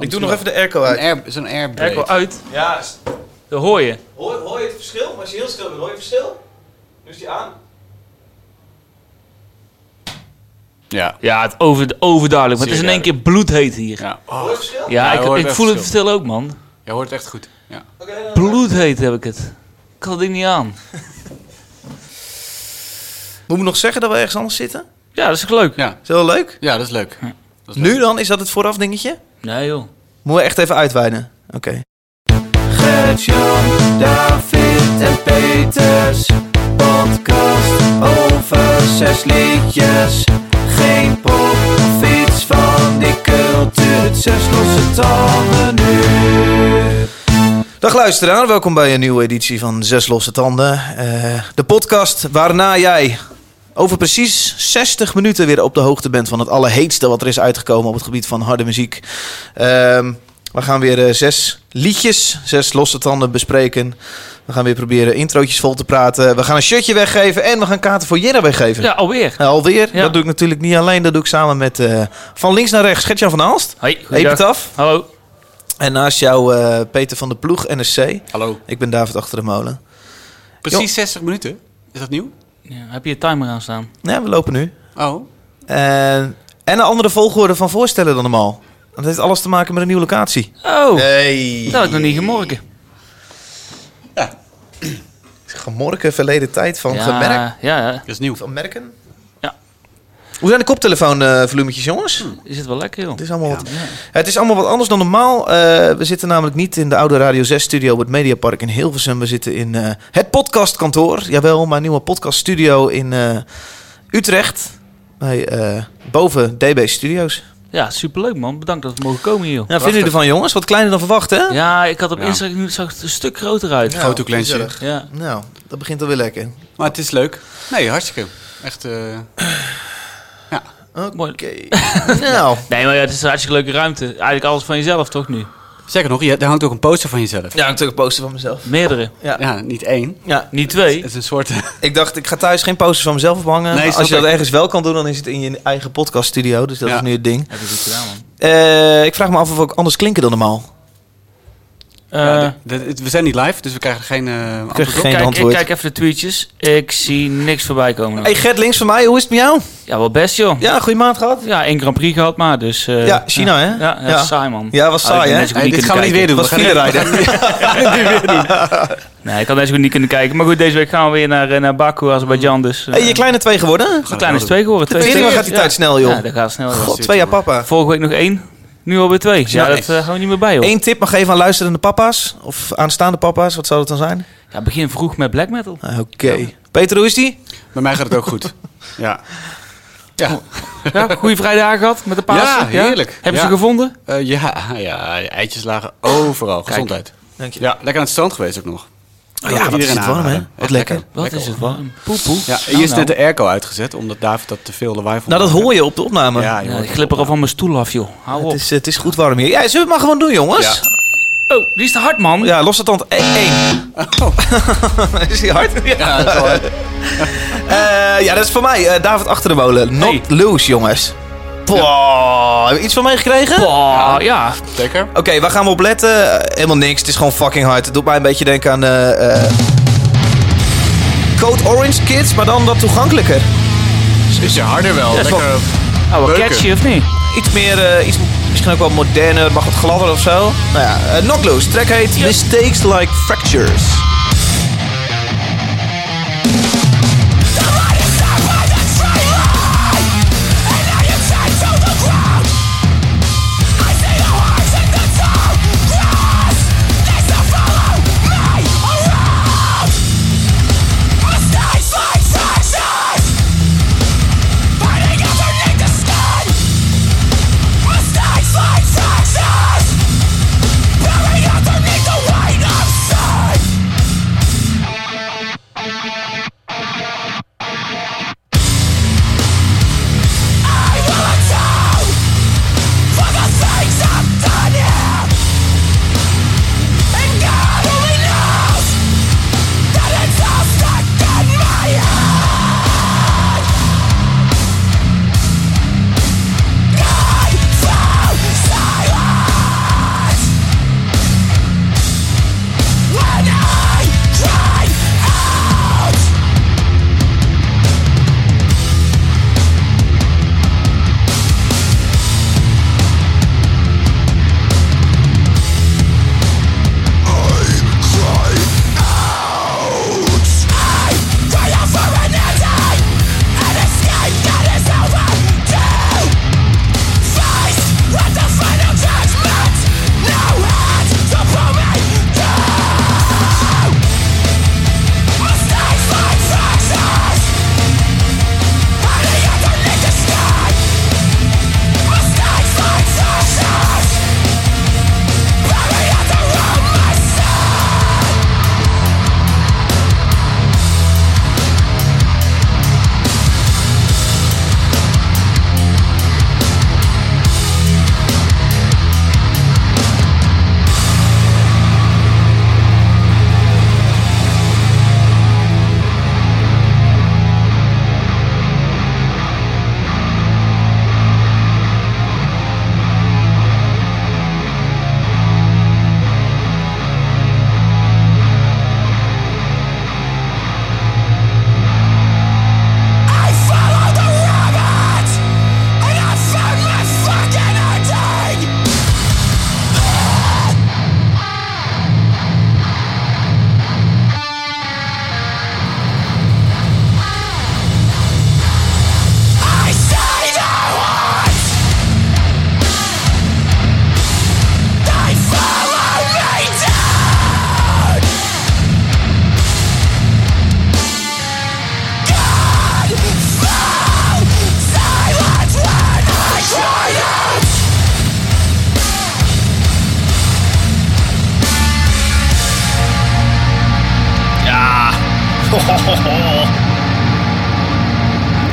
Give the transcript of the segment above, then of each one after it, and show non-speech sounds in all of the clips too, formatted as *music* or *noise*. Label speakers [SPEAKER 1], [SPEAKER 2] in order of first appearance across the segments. [SPEAKER 1] Ik doe nog even de airco uit.
[SPEAKER 2] Zo'n airbrake.
[SPEAKER 3] Airco uit,
[SPEAKER 4] Ja,
[SPEAKER 3] dat hoor je.
[SPEAKER 4] hoor, hoor je het verschil? Als je heel stil bent, hoor je het verschil? Nu is die aan.
[SPEAKER 2] Ja.
[SPEAKER 3] Ja, het over, overduidelijk. Maar het is in één keer
[SPEAKER 2] Zeer
[SPEAKER 3] bloedheet hier.
[SPEAKER 2] ja.
[SPEAKER 4] Hoor je het verschil?
[SPEAKER 3] Ja,
[SPEAKER 2] Ja, hoor,
[SPEAKER 3] ik, ik
[SPEAKER 2] het
[SPEAKER 3] voel het
[SPEAKER 2] verschil.
[SPEAKER 3] verschil ook, man.
[SPEAKER 2] Je hoort echt goed. Ja.
[SPEAKER 4] Oké, dan-
[SPEAKER 3] Bloedheet heb ik het. Ik kan het ding niet aan.
[SPEAKER 1] Moet ik nog zeggen dat we ergens anders zitten?
[SPEAKER 3] Ja, dat is toch leuk?
[SPEAKER 2] Ja.
[SPEAKER 1] Is dat wel leuk?
[SPEAKER 2] ja, dat is leuk.
[SPEAKER 1] Nu dan? Is dat het vooraf dingetje?
[SPEAKER 3] Nee, joh.
[SPEAKER 1] Moeten we echt even uitweiden? Oké. Gert-Jan, David en Peters. Podcast over zes liedjes. Geen pop, fiets van die cultuur. Zes losse tanden nu. Dag luisteraar, welkom bij een nieuwe editie van Zes losse tanden. Eh, de podcast waarna jij over precies 60 minuten weer op de hoogte bent van het allerheetste wat er is uitgekomen op het gebied van harde muziek. Ehm, we gaan weer eh, zes liedjes, zes losse tanden bespreken. We gaan weer proberen introotjes vol te praten. We gaan een shirtje weggeven en we gaan kaarten voor Jera weggeven.
[SPEAKER 3] Ja, alweer.
[SPEAKER 1] Nou, alweer,
[SPEAKER 3] Ja.
[SPEAKER 1] dat doe ik natuurlijk niet alleen. Dat doe ik samen met eh, van links naar rechts Gertjan van Aalst.
[SPEAKER 3] Hoi,
[SPEAKER 1] Hey,
[SPEAKER 3] goeiedag.
[SPEAKER 1] af.
[SPEAKER 3] Hallo.
[SPEAKER 1] En naast jou eh, Peter van der Ploeg, NSC.
[SPEAKER 2] Hallo.
[SPEAKER 1] Ik ben David achter de molen.
[SPEAKER 2] Precies 60 minuten. Is dat nieuw?
[SPEAKER 3] Ja, heb je je timer aan staan?
[SPEAKER 1] Ja, we lopen nu.
[SPEAKER 2] Oh.
[SPEAKER 1] En, en een andere volgorde van voorstellen dan normaal. Dat heeft alles te maken met een nieuwe locatie.
[SPEAKER 3] Oh,
[SPEAKER 1] Nee.
[SPEAKER 3] dat had ik nog niet gemorgen.
[SPEAKER 2] Ja,
[SPEAKER 1] Gemorken, verleden tijd van gemerkt.
[SPEAKER 3] ja, ja, ja.
[SPEAKER 2] dat is nieuw.
[SPEAKER 1] Van merken?
[SPEAKER 3] Ja. Hm.
[SPEAKER 1] Hoe zijn de koptelefoonvolumetjes, jongens?
[SPEAKER 3] Is het wel lekker, joh.
[SPEAKER 1] Het is, allemaal wat, het is allemaal wat anders dan normaal. Eh, we zitten namelijk niet in de oude Radio 6-studio op het Mediapark in Hilversum. We zitten in eh, het podcastkantoor. Jawel, mijn nieuwe podcaststudio in eh, Utrecht. Bij, eh, boven DB Studios.
[SPEAKER 3] Ja, superleuk, man. Bedankt dat we mogen komen hier, joh.
[SPEAKER 1] Ja, vinden jullie ervan, jongens? Wat kleiner dan verwacht, hè?
[SPEAKER 3] Ja, ik had op
[SPEAKER 2] Ja.
[SPEAKER 3] Instagram nu zag het een stuk groter uit.
[SPEAKER 1] Ja.
[SPEAKER 2] Groot hoe klein is
[SPEAKER 1] gezellig.
[SPEAKER 2] je?
[SPEAKER 3] Ja.
[SPEAKER 1] Nou, dat begint alweer lekker.
[SPEAKER 2] Maar het is leuk. Nee, hartstikke. Echt, eh,
[SPEAKER 3] Mooi.
[SPEAKER 1] *laughs* nou,
[SPEAKER 3] Nee, maar ja, het is een hartstikke leuke ruimte. Eigenlijk alles van jezelf, toch nu?
[SPEAKER 2] zeker nog, je, daar hangt ook een poster van jezelf.
[SPEAKER 1] ja, natuurlijk een poster van mezelf.
[SPEAKER 3] Meerdere.
[SPEAKER 2] Ja, niet één.
[SPEAKER 1] Ja,
[SPEAKER 3] Niet
[SPEAKER 2] Het
[SPEAKER 3] twee.
[SPEAKER 2] is een soort... eh,
[SPEAKER 1] ik dacht, ik ga thuis geen posters van mezelf ophangen.
[SPEAKER 2] Nee,
[SPEAKER 1] Maar
[SPEAKER 2] snap
[SPEAKER 1] Als je dat
[SPEAKER 2] ik.
[SPEAKER 1] ergens wel kan doen, dan is het in je eigen podcaststudio. Dus dat
[SPEAKER 2] Ja.
[SPEAKER 1] is nu het ding.
[SPEAKER 3] Heb je goed gedaan, man.
[SPEAKER 1] Eh, ik vraag me af of we ook anders klinken dan normaal.
[SPEAKER 2] Ja, de- de- het- we zijn niet live, dus we krijgen geen eh antwoord op.
[SPEAKER 1] geen
[SPEAKER 3] Eh, kijk,
[SPEAKER 1] antwoord.
[SPEAKER 3] Ik kijk even de tweetjes. Ik zie niks voorbij komen.
[SPEAKER 1] Hey Gert, links van mij, hoe is het met jou?
[SPEAKER 3] Ja, wel best, joh.
[SPEAKER 1] Ja, goede maand gehad.
[SPEAKER 3] Ja, één Grand Prix gehad maar, dus... eh,
[SPEAKER 1] Ja, China, hè?
[SPEAKER 3] Ja, dat is
[SPEAKER 1] Ja.
[SPEAKER 3] saai, man.
[SPEAKER 1] Ja, was
[SPEAKER 3] Had ik
[SPEAKER 1] saai,
[SPEAKER 3] net
[SPEAKER 1] hè?
[SPEAKER 3] zo goed
[SPEAKER 2] Hey,
[SPEAKER 3] niet
[SPEAKER 2] dit
[SPEAKER 3] kunnen
[SPEAKER 2] gaan we niet weer
[SPEAKER 1] *laughs*
[SPEAKER 3] kijken.
[SPEAKER 2] doen.
[SPEAKER 1] Was
[SPEAKER 2] we gaan
[SPEAKER 1] file rijden.
[SPEAKER 3] Nee, ik had net zo goed niet kunnen kijken. Maar goed, deze week gaan we weer naar, eh, naar Baku, Azerbeidzjan. Dus eh,
[SPEAKER 1] Hey, je kleine twee geworden?
[SPEAKER 3] de kleine is twee geworden. Twee
[SPEAKER 1] Tering, waar gaat die
[SPEAKER 3] Ja.
[SPEAKER 1] tijd snel, joh?
[SPEAKER 3] Ja, dat gaat snel. joh.
[SPEAKER 1] God, twee jaar papa.
[SPEAKER 3] Vorige week nog één, nu alweer twee. Ja,
[SPEAKER 2] Nou,
[SPEAKER 3] dat eh, gaan we niet meer bij, hoor.
[SPEAKER 1] Eén tip mag geven aan luisterende papa's. Of aanstaande papa's, wat zou dat dan zijn?
[SPEAKER 3] Ja, begin vroeg met black metal.
[SPEAKER 1] Ah, Oké. Peter, hoe is die?
[SPEAKER 2] *laughs* Bij mij gaat het ook goed. Ja. Ja.
[SPEAKER 3] Ja, goede vrijdag gehad met de paas.
[SPEAKER 2] Ja, heerlijk.
[SPEAKER 3] Heb je
[SPEAKER 2] Ja.
[SPEAKER 3] ze gevonden?
[SPEAKER 2] Eh, ja, ja, de eitjes lagen overal. Gezondheid.
[SPEAKER 1] Dank je.
[SPEAKER 2] Ja, lekker aan het strand geweest ook nog.
[SPEAKER 1] Oh ja, wat is het warm, hè? Wat lekker.
[SPEAKER 3] Wat is het warm? Poepoe. nou.
[SPEAKER 2] Ja, hier is net de airco uitgezet, omdat David dat te veel lawaai vond.
[SPEAKER 1] Nou, dat hoor je op de opname. Oh.
[SPEAKER 2] Ja,
[SPEAKER 3] Ja,
[SPEAKER 2] joh.
[SPEAKER 3] ik glip er al van mijn stoel af, joh. Hou op.
[SPEAKER 1] Het is, het is goed warm hier. Ja, zullen we het maar gewoon doen, jongens?
[SPEAKER 2] Ja.
[SPEAKER 3] Oh, die is te hard, man.
[SPEAKER 1] Ja, los het tand 1. *laughs* is die hard? Oh. Ja,
[SPEAKER 2] Ja, dat is wel-
[SPEAKER 1] Eh, ja dat is voor mij. eh, David achter de molen. Not
[SPEAKER 3] Hey.
[SPEAKER 1] loose, jongens. Boah. Heb je iets van mij gekregen?
[SPEAKER 3] Oh, ja.
[SPEAKER 2] Zeker.
[SPEAKER 1] Oké, waar gaan we op letten? Eh, Helemaal niks. Het is gewoon fucking hard. Het doet mij een beetje denken aan... eh, eh, Code Orange Kids, maar dan wat toegankelijker.
[SPEAKER 2] Is je harder wel.
[SPEAKER 1] is
[SPEAKER 2] Lekker.
[SPEAKER 3] Oh, wat
[SPEAKER 2] Beuken.
[SPEAKER 3] catchy, of niet?
[SPEAKER 1] Iets meer, eh, iets misschien ook wel moderner, mag wat gladder of zo. Nou ja, eh, Not Loose. Track heet Mistakes Like Fractures.
[SPEAKER 5] Bury underneath the weight of sin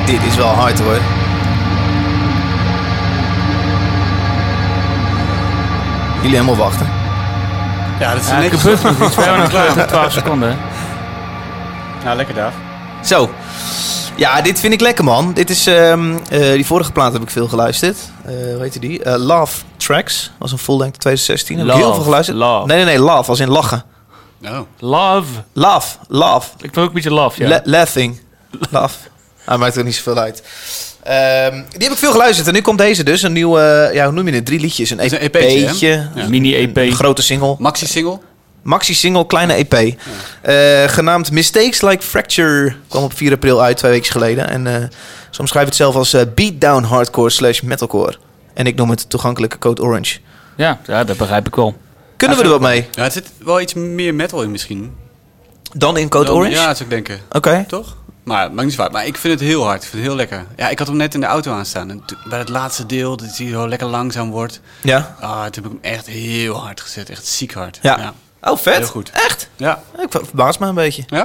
[SPEAKER 1] Dit is wel hard hoor. Jullie helemaal wachten.
[SPEAKER 2] Ja, dat is
[SPEAKER 3] Ja, ik heb
[SPEAKER 2] niks.
[SPEAKER 3] het nog niet. *laughs* 12 seconden.
[SPEAKER 2] Nou, lekker daar.
[SPEAKER 1] Zo. Ja, dit vind ik lekker man. Dit is, ehm, eh, die vorige plaat heb ik veel geluisterd. Eh, hoe heette die? Eh, Love Tracks. was een full length 2016. Heb ik heel
[SPEAKER 3] Love,
[SPEAKER 1] veel geluisterd.
[SPEAKER 3] love.
[SPEAKER 1] Nee, nee, nee. Love als in lachen.
[SPEAKER 2] Nou,
[SPEAKER 3] Love.
[SPEAKER 1] Love, love.
[SPEAKER 3] Ik wil ook een beetje love, ja.
[SPEAKER 1] La- laughing. Love. Ah, maakt er niet zoveel uit. Ehm, die heb ik veel geluisterd. En nu komt deze dus. Een nieuw, eh, ja, hoe noem je het? Drie liedjes. Een
[SPEAKER 2] is een
[SPEAKER 1] EP'tje.
[SPEAKER 2] EP'tje, hè? Ja.
[SPEAKER 3] Mini-EP.
[SPEAKER 1] Een grote single.
[SPEAKER 2] maxi-single.
[SPEAKER 1] Maxi-single, kleine EP. Eh, genaamd Mistakes Like Fracture. Kwam op 4 april uit, twee weken geleden. En eh soms schrijf ik het zelf als eh, beatdown hardcore slash metalcore. En ik noem het toegankelijke Code Orange.
[SPEAKER 3] Ja, ja, dat begrijp ik wel.
[SPEAKER 1] Kunnen we er wat mee?
[SPEAKER 2] Ja, er zit wel iets meer metal in misschien.
[SPEAKER 1] Dan in Code
[SPEAKER 2] Dan-
[SPEAKER 1] Orange?
[SPEAKER 2] Ja, dat zou ik denken.
[SPEAKER 1] Oké.
[SPEAKER 2] Toch? Maar maakt niet zo uit. Maar ik vind het heel hard. Ik vind het heel lekker. Ja, ik had hem net in de auto aanstaan. En toen- bij het laatste deel, dat hij zo lekker langzaam wordt.
[SPEAKER 1] Ja.
[SPEAKER 2] Ah, toen heb ik hem echt heel hard gezet. Echt ziek hard.
[SPEAKER 1] Ja.
[SPEAKER 2] Ja.
[SPEAKER 1] Oh, vet.
[SPEAKER 2] Heel goed.
[SPEAKER 1] Echt?
[SPEAKER 2] Ja.
[SPEAKER 1] Ik ver- verbaas me een beetje.
[SPEAKER 2] Ja?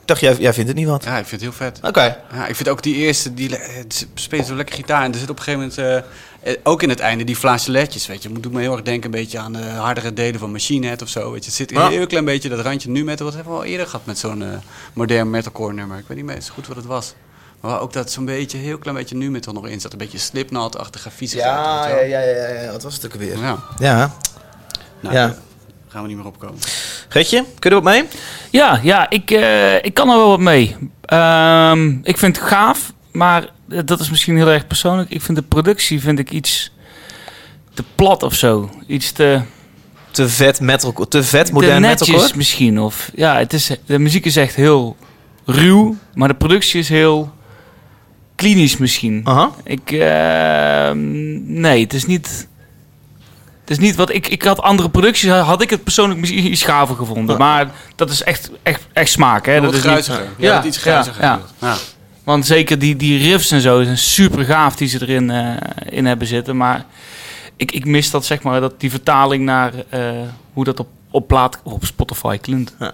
[SPEAKER 1] Ik dacht, jij, jij vindt het niet wat.
[SPEAKER 2] Ja, ik vind het heel vet.
[SPEAKER 1] Oké.
[SPEAKER 2] Ja, ik vind ook die eerste, die le- het speelt zo lekker gitaar. En er zit op een gegeven moment, eh, eh, ook in het einde, die flageoletjes, weet je. Het doet me heel erg denken een beetje aan de hardere delen van Machine Head of zo, weet je. Het zit een
[SPEAKER 1] Ja.
[SPEAKER 2] heel klein beetje, dat randje nu metal, wat hebben we al eerder gehad met zo'n eh, modern metalcore nummer. Ik weet niet meer zo goed wat het was. Maar ook dat zo'n beetje, heel klein beetje nu metal nog in zat. Een beetje slipnat-achtige vieze
[SPEAKER 1] Ja,
[SPEAKER 2] geluid,
[SPEAKER 1] ja,
[SPEAKER 2] weet je
[SPEAKER 1] ja, ja, ja. Wat was het ook
[SPEAKER 2] wel.
[SPEAKER 1] weer? Ja.
[SPEAKER 2] ja. Nou,
[SPEAKER 1] Ja.
[SPEAKER 2] daar gaan we niet meer opkomen.
[SPEAKER 1] Getje, kunnen we wat mee?
[SPEAKER 3] Ja, ja ik, eh, ik kan er wel wat mee. Ehm, ik vind het gaaf, maar dat is misschien heel erg persoonlijk. Ik vind de productie vind ik iets te plat of zo. Iets te,
[SPEAKER 1] Te vet metalcore. Te vet
[SPEAKER 3] te
[SPEAKER 1] modern
[SPEAKER 3] netjes
[SPEAKER 1] metalcore.
[SPEAKER 3] misschien. Of, ja, het is, de muziek is echt heel ruw, maar de productie is heel klinisch misschien.
[SPEAKER 1] Aha.
[SPEAKER 3] Ik, ehm, nee, het is niet... Het is niet wat ik, ik had andere producties, had ik het persoonlijk misschien iets gaver gevonden. Maar dat is echt, echt, echt smaak. Hè? Dat
[SPEAKER 2] Wat
[SPEAKER 3] is niet,
[SPEAKER 2] gruiziger. Ja,
[SPEAKER 3] Ja,
[SPEAKER 2] dat iets gruiziger.
[SPEAKER 3] ja, ja.
[SPEAKER 2] bedoelt. Ja.
[SPEAKER 3] Want zeker die, die riffs en zo zijn super gaaf die ze erin eh, in hebben zitten. Maar ik, ik mis dat, zeg maar, dat die vertaling naar eh, hoe dat op, op, plaat, op Spotify klinkt. Ja.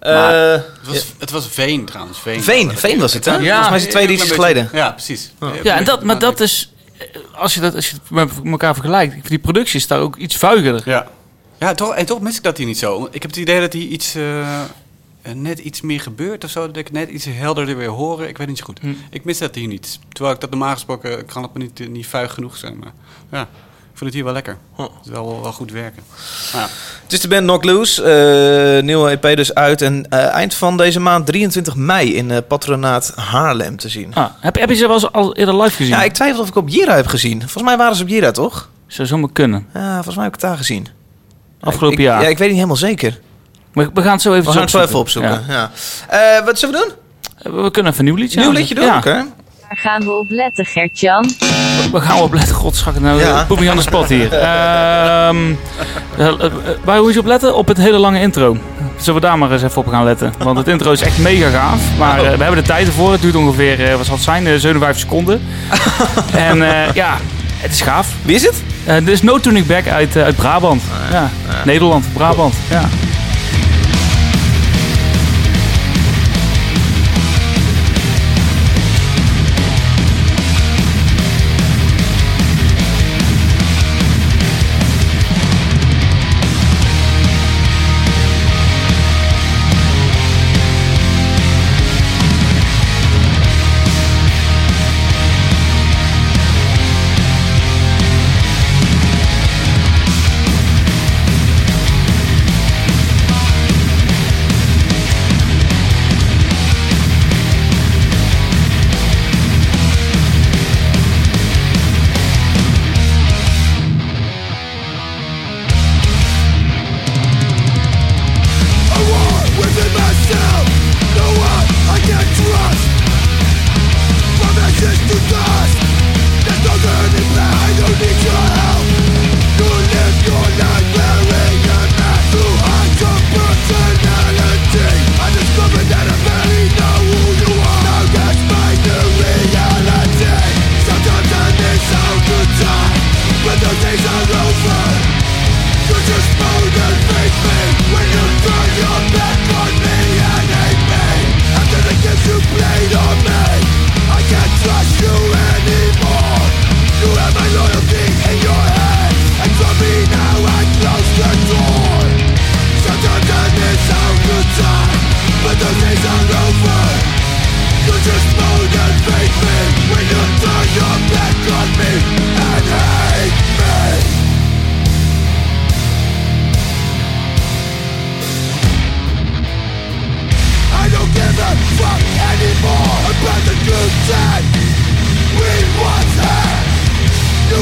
[SPEAKER 1] Eh,
[SPEAKER 2] Het, was, het was Veen trouwens, Veen.
[SPEAKER 1] Veen, Veen was het, hè?
[SPEAKER 2] Ja,
[SPEAKER 1] Volgens mij is het twee
[SPEAKER 2] Heel
[SPEAKER 1] liedjes
[SPEAKER 2] klein beetje.
[SPEAKER 1] geleden.
[SPEAKER 2] Ja, precies.
[SPEAKER 3] Ja, en dat, maar dat is, eh, als je, dat, als je het met elkaar vergelijkt, ik vind die productie is daar ook iets vuigerder.
[SPEAKER 2] Ja. Ja, toch, en toch mis ik dat hier niet zo. Ik heb het idee dat hier iets, eh, eh, net iets meer gebeurt of zo. Dat ik net iets helderder weer horen. Ik weet niet zo goed.
[SPEAKER 3] Hm.
[SPEAKER 2] Ik mis dat hier niet. Terwijl ik dat normaal gesproken, eh, kan het me niet, niet vuig genoeg zijn. Maar ja, ik vind het hier wel lekker. Het is wel, wel goed werken. Maar ja,
[SPEAKER 1] Het is de band Knock Loose. eh, nieuwe EP dus uit. En eh, eind van deze maand, 23 mei, in eh, Patronaat Haarlem te zien.
[SPEAKER 3] Ah, heb, heb je ze wel eens al eerder live gezien?
[SPEAKER 1] Ja, ik twijfel of ik op Jira heb gezien. Volgens mij waren ze op Jira, toch?
[SPEAKER 3] Zou zomaar kunnen.
[SPEAKER 1] Ja, volgens mij heb ik het daar gezien.
[SPEAKER 3] Afgelopen
[SPEAKER 1] Ik-
[SPEAKER 3] jaar.
[SPEAKER 1] Ja, ik weet niet helemaal zeker.
[SPEAKER 3] Maar we gaan het zo even
[SPEAKER 1] We gaan het wel even
[SPEAKER 3] opzoeken.
[SPEAKER 1] opzoeken. Ja. Eh, wat zullen we doen?
[SPEAKER 3] Ja. We kunnen even een nieuw liedje
[SPEAKER 1] Nieuw
[SPEAKER 3] aan-
[SPEAKER 1] liedje doen?
[SPEAKER 3] Ja.
[SPEAKER 1] Oké.
[SPEAKER 6] Waar gaan we op letten, Gertjan?
[SPEAKER 3] We gaan op letten, godzakken. Nou,
[SPEAKER 1] Ja.
[SPEAKER 3] ja. poep je aan de spot hier.
[SPEAKER 1] *laughs*
[SPEAKER 3] Ehm, eh, eh, waar moet je op letten? Op het hele lange intro. Zullen we daar maar eens even op gaan letten? Want het intro is echt mega gaaf. Maar
[SPEAKER 1] Oh.
[SPEAKER 3] eh, we hebben de tijd ervoor. Het duurt ongeveer, eh, wat zal het zijn, Eh, 57
[SPEAKER 1] *laughs*
[SPEAKER 3] seconden. en eh, ja, het is gaaf.
[SPEAKER 1] Wie is het?
[SPEAKER 3] Eh, Er is No Turning Back uit, eh, uit Brabant.
[SPEAKER 1] Ah,
[SPEAKER 3] ja. Nederland, Brabant. Ja.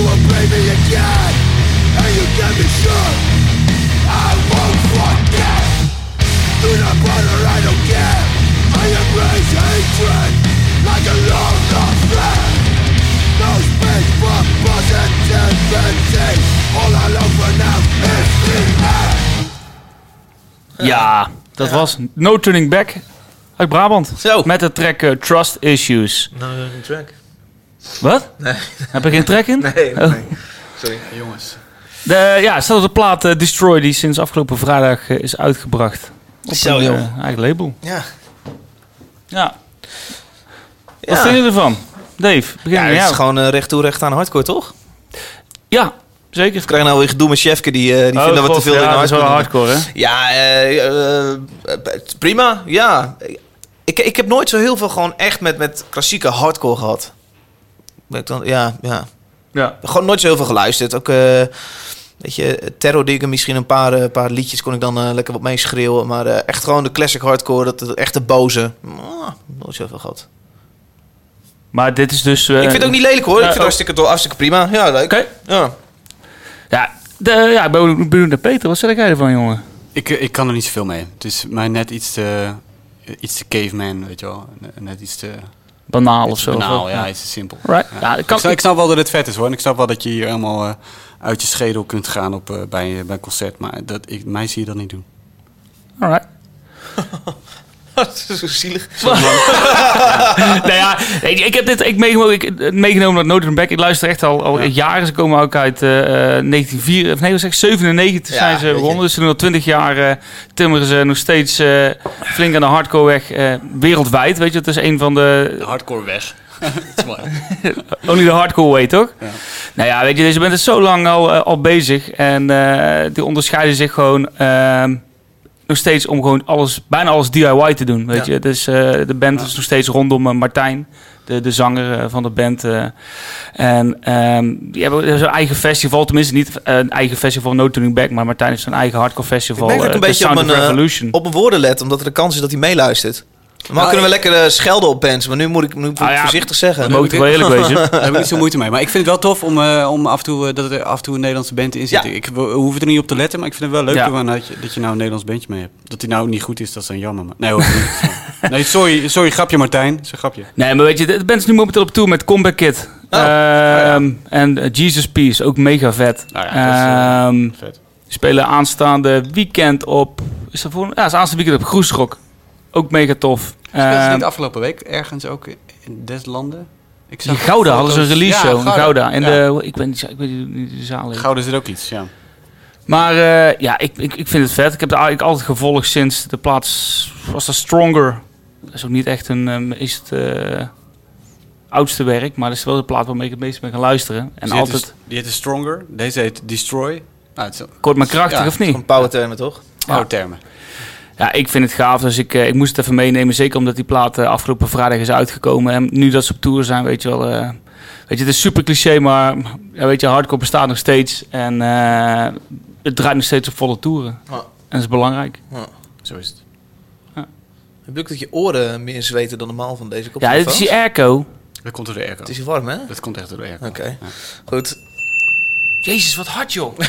[SPEAKER 7] again And you give me shit I won't forget Do not bother, I don't care I embrace hatred Like a long lost friend No space for positivity All I long for now is the end
[SPEAKER 3] Ja, dat was No Turning Back uit Brabant.
[SPEAKER 1] Zo.
[SPEAKER 3] Met de track eh, Trust Issues.
[SPEAKER 1] Nou, een track.
[SPEAKER 3] Wat? Heb ik geen track in?
[SPEAKER 1] *laughs* Nee,
[SPEAKER 3] Oh.
[SPEAKER 1] nee. Sorry.
[SPEAKER 2] Ja, jongens.
[SPEAKER 3] De, ja, staat op de plaat eh, Destroy die sinds afgelopen vrijdag eh, is uitgebracht. Op
[SPEAKER 1] Zo,
[SPEAKER 3] een,
[SPEAKER 1] Oh, joh.
[SPEAKER 3] eh, eigen label.
[SPEAKER 1] Ja.
[SPEAKER 3] Ja. Wat
[SPEAKER 1] Ja.
[SPEAKER 3] vind je ervan? Dave, begin
[SPEAKER 1] Ja,
[SPEAKER 3] met
[SPEAKER 1] het is
[SPEAKER 3] jou.
[SPEAKER 1] gewoon eh, recht toe, recht aan hardcore, toch? Of
[SPEAKER 3] Ja, zeker.
[SPEAKER 1] krijg je nou weer gedoe met Chefke, die, eh die
[SPEAKER 3] Oh,
[SPEAKER 1] vinden wat te
[SPEAKER 3] god,
[SPEAKER 1] veel in
[SPEAKER 3] ja, dat is
[SPEAKER 1] hardcore.
[SPEAKER 3] wel
[SPEAKER 1] doen.
[SPEAKER 3] hardcore, hè?
[SPEAKER 1] Ja, eh, eh, eh, prima, ja. Ik, ik heb nooit zo heel veel gewoon echt met, met klassieke hardcore gehad. Ben ik dan, ja, ja.
[SPEAKER 3] Ja.
[SPEAKER 1] Gewoon nooit zo heel veel geluisterd. Ook, eh weet je, Terror Digger, misschien een paar, eh, paar liedjes kon ik dan eh, lekker wat mee schreeuwen. Maar eh, echt gewoon de classic hardcore, dat, dat echte boze. Ah, nooit zoveel gehad.
[SPEAKER 3] Maar dit is dus... eh,
[SPEAKER 1] ik vind het ook niet lelijk hoor, ik
[SPEAKER 3] eh,
[SPEAKER 1] vind het
[SPEAKER 3] oh.
[SPEAKER 1] hartstikke, tof, hartstikke prima. Ja, leuk.
[SPEAKER 3] Oké.
[SPEAKER 1] Ja. *laughs*
[SPEAKER 3] Ja, de, ja, ik ben benieuwd naar Peter. Wat zeg jij ervan, jongen?
[SPEAKER 2] Ik, eh, ik kan er niet zoveel mee. Het is mij net iets te, eh, iets te caveman, weet je wel. Net iets te
[SPEAKER 3] Banaal of
[SPEAKER 2] iets
[SPEAKER 3] zo. of
[SPEAKER 2] banaal,
[SPEAKER 3] wat?
[SPEAKER 2] ja, iets te simpel.
[SPEAKER 3] Right. Ja, ik
[SPEAKER 2] Ik,
[SPEAKER 3] kan,
[SPEAKER 2] snap, ik snap wel dat het vet is hoor. En ik snap wel dat je hier helemaal eh, uit je schedel kunt gaan op, eh, bij, bij een concert. Maar dat, ik, mij zie je dat niet doen.
[SPEAKER 3] *laughs* alright.
[SPEAKER 1] dat is zo zielig.
[SPEAKER 3] nou ja, ik, ik heb dit ik meegenomen, ik, eh, meegenomen naar Notre Dame Back. Ik luister echt al, al jaren. Ze komen ook uit eh 1994, of nee, wat zeg ik, 97
[SPEAKER 1] Ja,
[SPEAKER 3] zijn ze
[SPEAKER 1] weet je.
[SPEAKER 3] begonnen. Dus ze doen al 20 jaar eh, timmeren ze nog steeds eh, flink aan de hardcore weg eh, wereldwijd. Weet je, dat is een van de
[SPEAKER 2] Hardcore weg.
[SPEAKER 3] Only the hardcore way, toch?
[SPEAKER 2] Ja.
[SPEAKER 3] Nou ja, weet je, deze bent is zo lang al, eh, al bezig. En eh, die onderscheiden zich gewoon ehm, nog steeds om gewoon alles, bijna alles DIY te doen. Weet
[SPEAKER 1] Ja.
[SPEAKER 3] je, dus eh, de band is nog steeds rondom eh, Martijn, de, de zanger eh, van de band. eh. en ehm, die hebben hebben zo'n eigen festival, tenminste niet eh, een eigen festival No Tuning Back, maar Martijn heeft zijn eigen hardcore festival.
[SPEAKER 1] Ik merk ook
[SPEAKER 3] eh,
[SPEAKER 1] een
[SPEAKER 3] The
[SPEAKER 1] beetje op
[SPEAKER 3] Sound of
[SPEAKER 1] mijn, eh,
[SPEAKER 3] Revolution.
[SPEAKER 1] op mijn woorden let, omdat er de kans is dat hij meeluistert. Normaal
[SPEAKER 2] Nou,
[SPEAKER 1] kunnen we lekker eh, schelden op bands, maar nu moet ik, nu moet ik
[SPEAKER 3] Ah, ja.
[SPEAKER 1] voorzichtig
[SPEAKER 3] dat
[SPEAKER 1] zeggen.
[SPEAKER 3] moet ik wel eerlijk
[SPEAKER 2] *laughs*
[SPEAKER 3] wezen.
[SPEAKER 2] Daar heb ik niet zo moeite mee. Maar ik vind het wel tof om, eh, om af en toe, eh, dat er af en toe een Nederlandse band in zit.
[SPEAKER 1] Ja.
[SPEAKER 2] Ik wil- hoef er niet op te letten, maar ik vind het wel leuk
[SPEAKER 3] Ja.
[SPEAKER 2] gewoon dat, je, dat je nou een Nederlands bandje mee hebt. Dat die nou niet goed is, dat is dan jammer. Maar... Nee, hoor,
[SPEAKER 3] *laughs*
[SPEAKER 2] niet. nee sorry, sorry, grapje Martijn. Dat is een grapje.
[SPEAKER 3] Nee, maar weet je, de band is nu momenteel op tour met Comeback Kid.
[SPEAKER 1] Oh.
[SPEAKER 3] Ehm, En eh, Jesus Peace, ook mega vet.
[SPEAKER 2] Nou ja, dat is, eh,
[SPEAKER 3] Ehm,
[SPEAKER 2] Vet.
[SPEAKER 3] die spelen aanstaande weekend op... Is dat voor, ja, is aanstaande weekend op Groesrock. Ook mega tof.
[SPEAKER 2] Speelden ze
[SPEAKER 3] Ehm,
[SPEAKER 2] niet afgelopen week ergens ook in Deslanden? Ik
[SPEAKER 3] in Gouda hadden ze een release show. in Gouda. In
[SPEAKER 2] Ja.
[SPEAKER 3] de, ik weet niet, ik weet niet hoe de zaal heet.
[SPEAKER 2] Gouda zit ook iets, ja.
[SPEAKER 3] Maar eh, ja, ik, ik, ik vind het vet. Ik heb het eigenlijk altijd gevolgd sinds de plaats was dat Stronger. Dat is ook niet echt een ehm, is het eh, oudste werk, maar dat is wel de plaat waarmee ik het meest ben gaan luisteren. En
[SPEAKER 2] die
[SPEAKER 3] altijd
[SPEAKER 2] Heet dus- die heette Stronger, deze heet Destroy. Nou, het is een
[SPEAKER 3] kort maar krachtig,
[SPEAKER 2] Ja,
[SPEAKER 3] of niet?
[SPEAKER 1] Een power termen, toch?
[SPEAKER 3] Ja.
[SPEAKER 2] oude termen.
[SPEAKER 3] Ja, ik vind het gaaf. Dus ik, eh, ik moest het even meenemen. Zeker omdat die plaat eh, afgelopen vrijdag is uitgekomen. En nu dat ze op tour zijn, weet je wel. eh, weet je, het is super cliché, maar ja, weet je, hardcore bestaat nog steeds. En eh, het draait nog steeds op volle toeren.
[SPEAKER 1] Ja.
[SPEAKER 3] En dat is belangrijk.
[SPEAKER 2] Zo is het.
[SPEAKER 1] Ik bedoel dat je oren meer zweten dan normaal van deze
[SPEAKER 3] Ja,
[SPEAKER 1] koptelefoons.
[SPEAKER 3] dit is die airco.
[SPEAKER 2] Dat komt door de airco.
[SPEAKER 1] Het is hier warm, hè? Oké,
[SPEAKER 2] Dat komt echt door de airco.
[SPEAKER 1] goed.
[SPEAKER 3] Jezus, wat hard joh.
[SPEAKER 2] Dat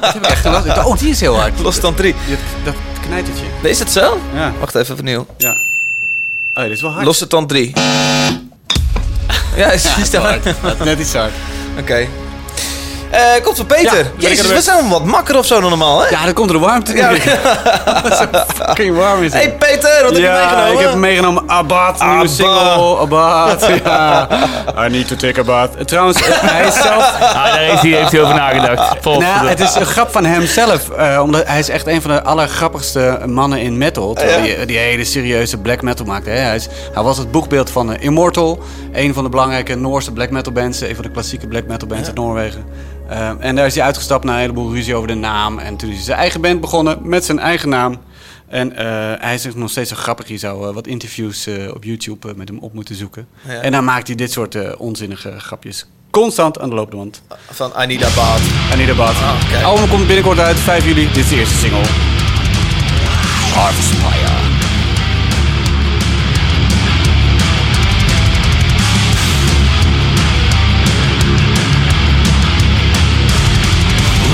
[SPEAKER 2] heb ik echt last- Oh, die is heel hard.
[SPEAKER 1] Losstand 3.
[SPEAKER 2] Je- Dat knijtertje.
[SPEAKER 1] Is het zo?
[SPEAKER 2] Ja.
[SPEAKER 1] Wacht even opnieuw.
[SPEAKER 2] ja. Oh, dit is wel hard.
[SPEAKER 1] Losstand *laughs* 3. Ja, is, is dat hard?
[SPEAKER 2] *laughs*
[SPEAKER 1] Oké.
[SPEAKER 2] Net iets hard.
[SPEAKER 1] Eh, komt van Peter.
[SPEAKER 2] Ja, ben ik er
[SPEAKER 1] Jezus,
[SPEAKER 2] weer.
[SPEAKER 1] we zijn wat makker of zo dan normaal, hè?
[SPEAKER 2] Ja, *laughs* dan komt er warmte in. Zo fucking warm is het.
[SPEAKER 1] Hey Peter, wat heb je
[SPEAKER 2] ja,
[SPEAKER 1] meegenomen?
[SPEAKER 2] ik heb meegenomen Abad, nieuwe
[SPEAKER 1] Abad.
[SPEAKER 2] single. Abad, ja. I need to take Abad. Eh, Trouwens, eh, hij is zelf...
[SPEAKER 3] Ah, daar heeft hij, heeft hij over nagedacht. Volgens
[SPEAKER 2] *laughs* Nou,
[SPEAKER 3] mij.
[SPEAKER 2] het is een grap van hemzelf. eh, omdat hij is echt een van de allergrappigste mannen in metal. Terwijl die, die hele serieuze black metal maakte. Hè? Hij, is, hij was het boekbeeld van eh, Immortal. Een van de belangrijke Noorse black metal bands. Een van de klassieke black metal bands uit Noorwegen. Eh, en daar is hij uitgestapt na een heleboel ruzie over de naam. En toen is hij zijn eigen band begonnen met zijn eigen naam. En eh, hij is nog steeds zo grappig. Je zou eh, wat interviews eh, op YouTube eh, met hem op moeten zoeken.
[SPEAKER 1] Ja.
[SPEAKER 2] En dan maakt hij dit soort eh, onzinnige grapjes. Constant aan de lopende band.
[SPEAKER 1] Van Anita Baat.
[SPEAKER 2] Anita Bad.
[SPEAKER 1] oké.
[SPEAKER 2] Het Album komt binnenkort uit, 5 juli. Dit is de eerste single. Harvest Fire.
[SPEAKER 7] Thank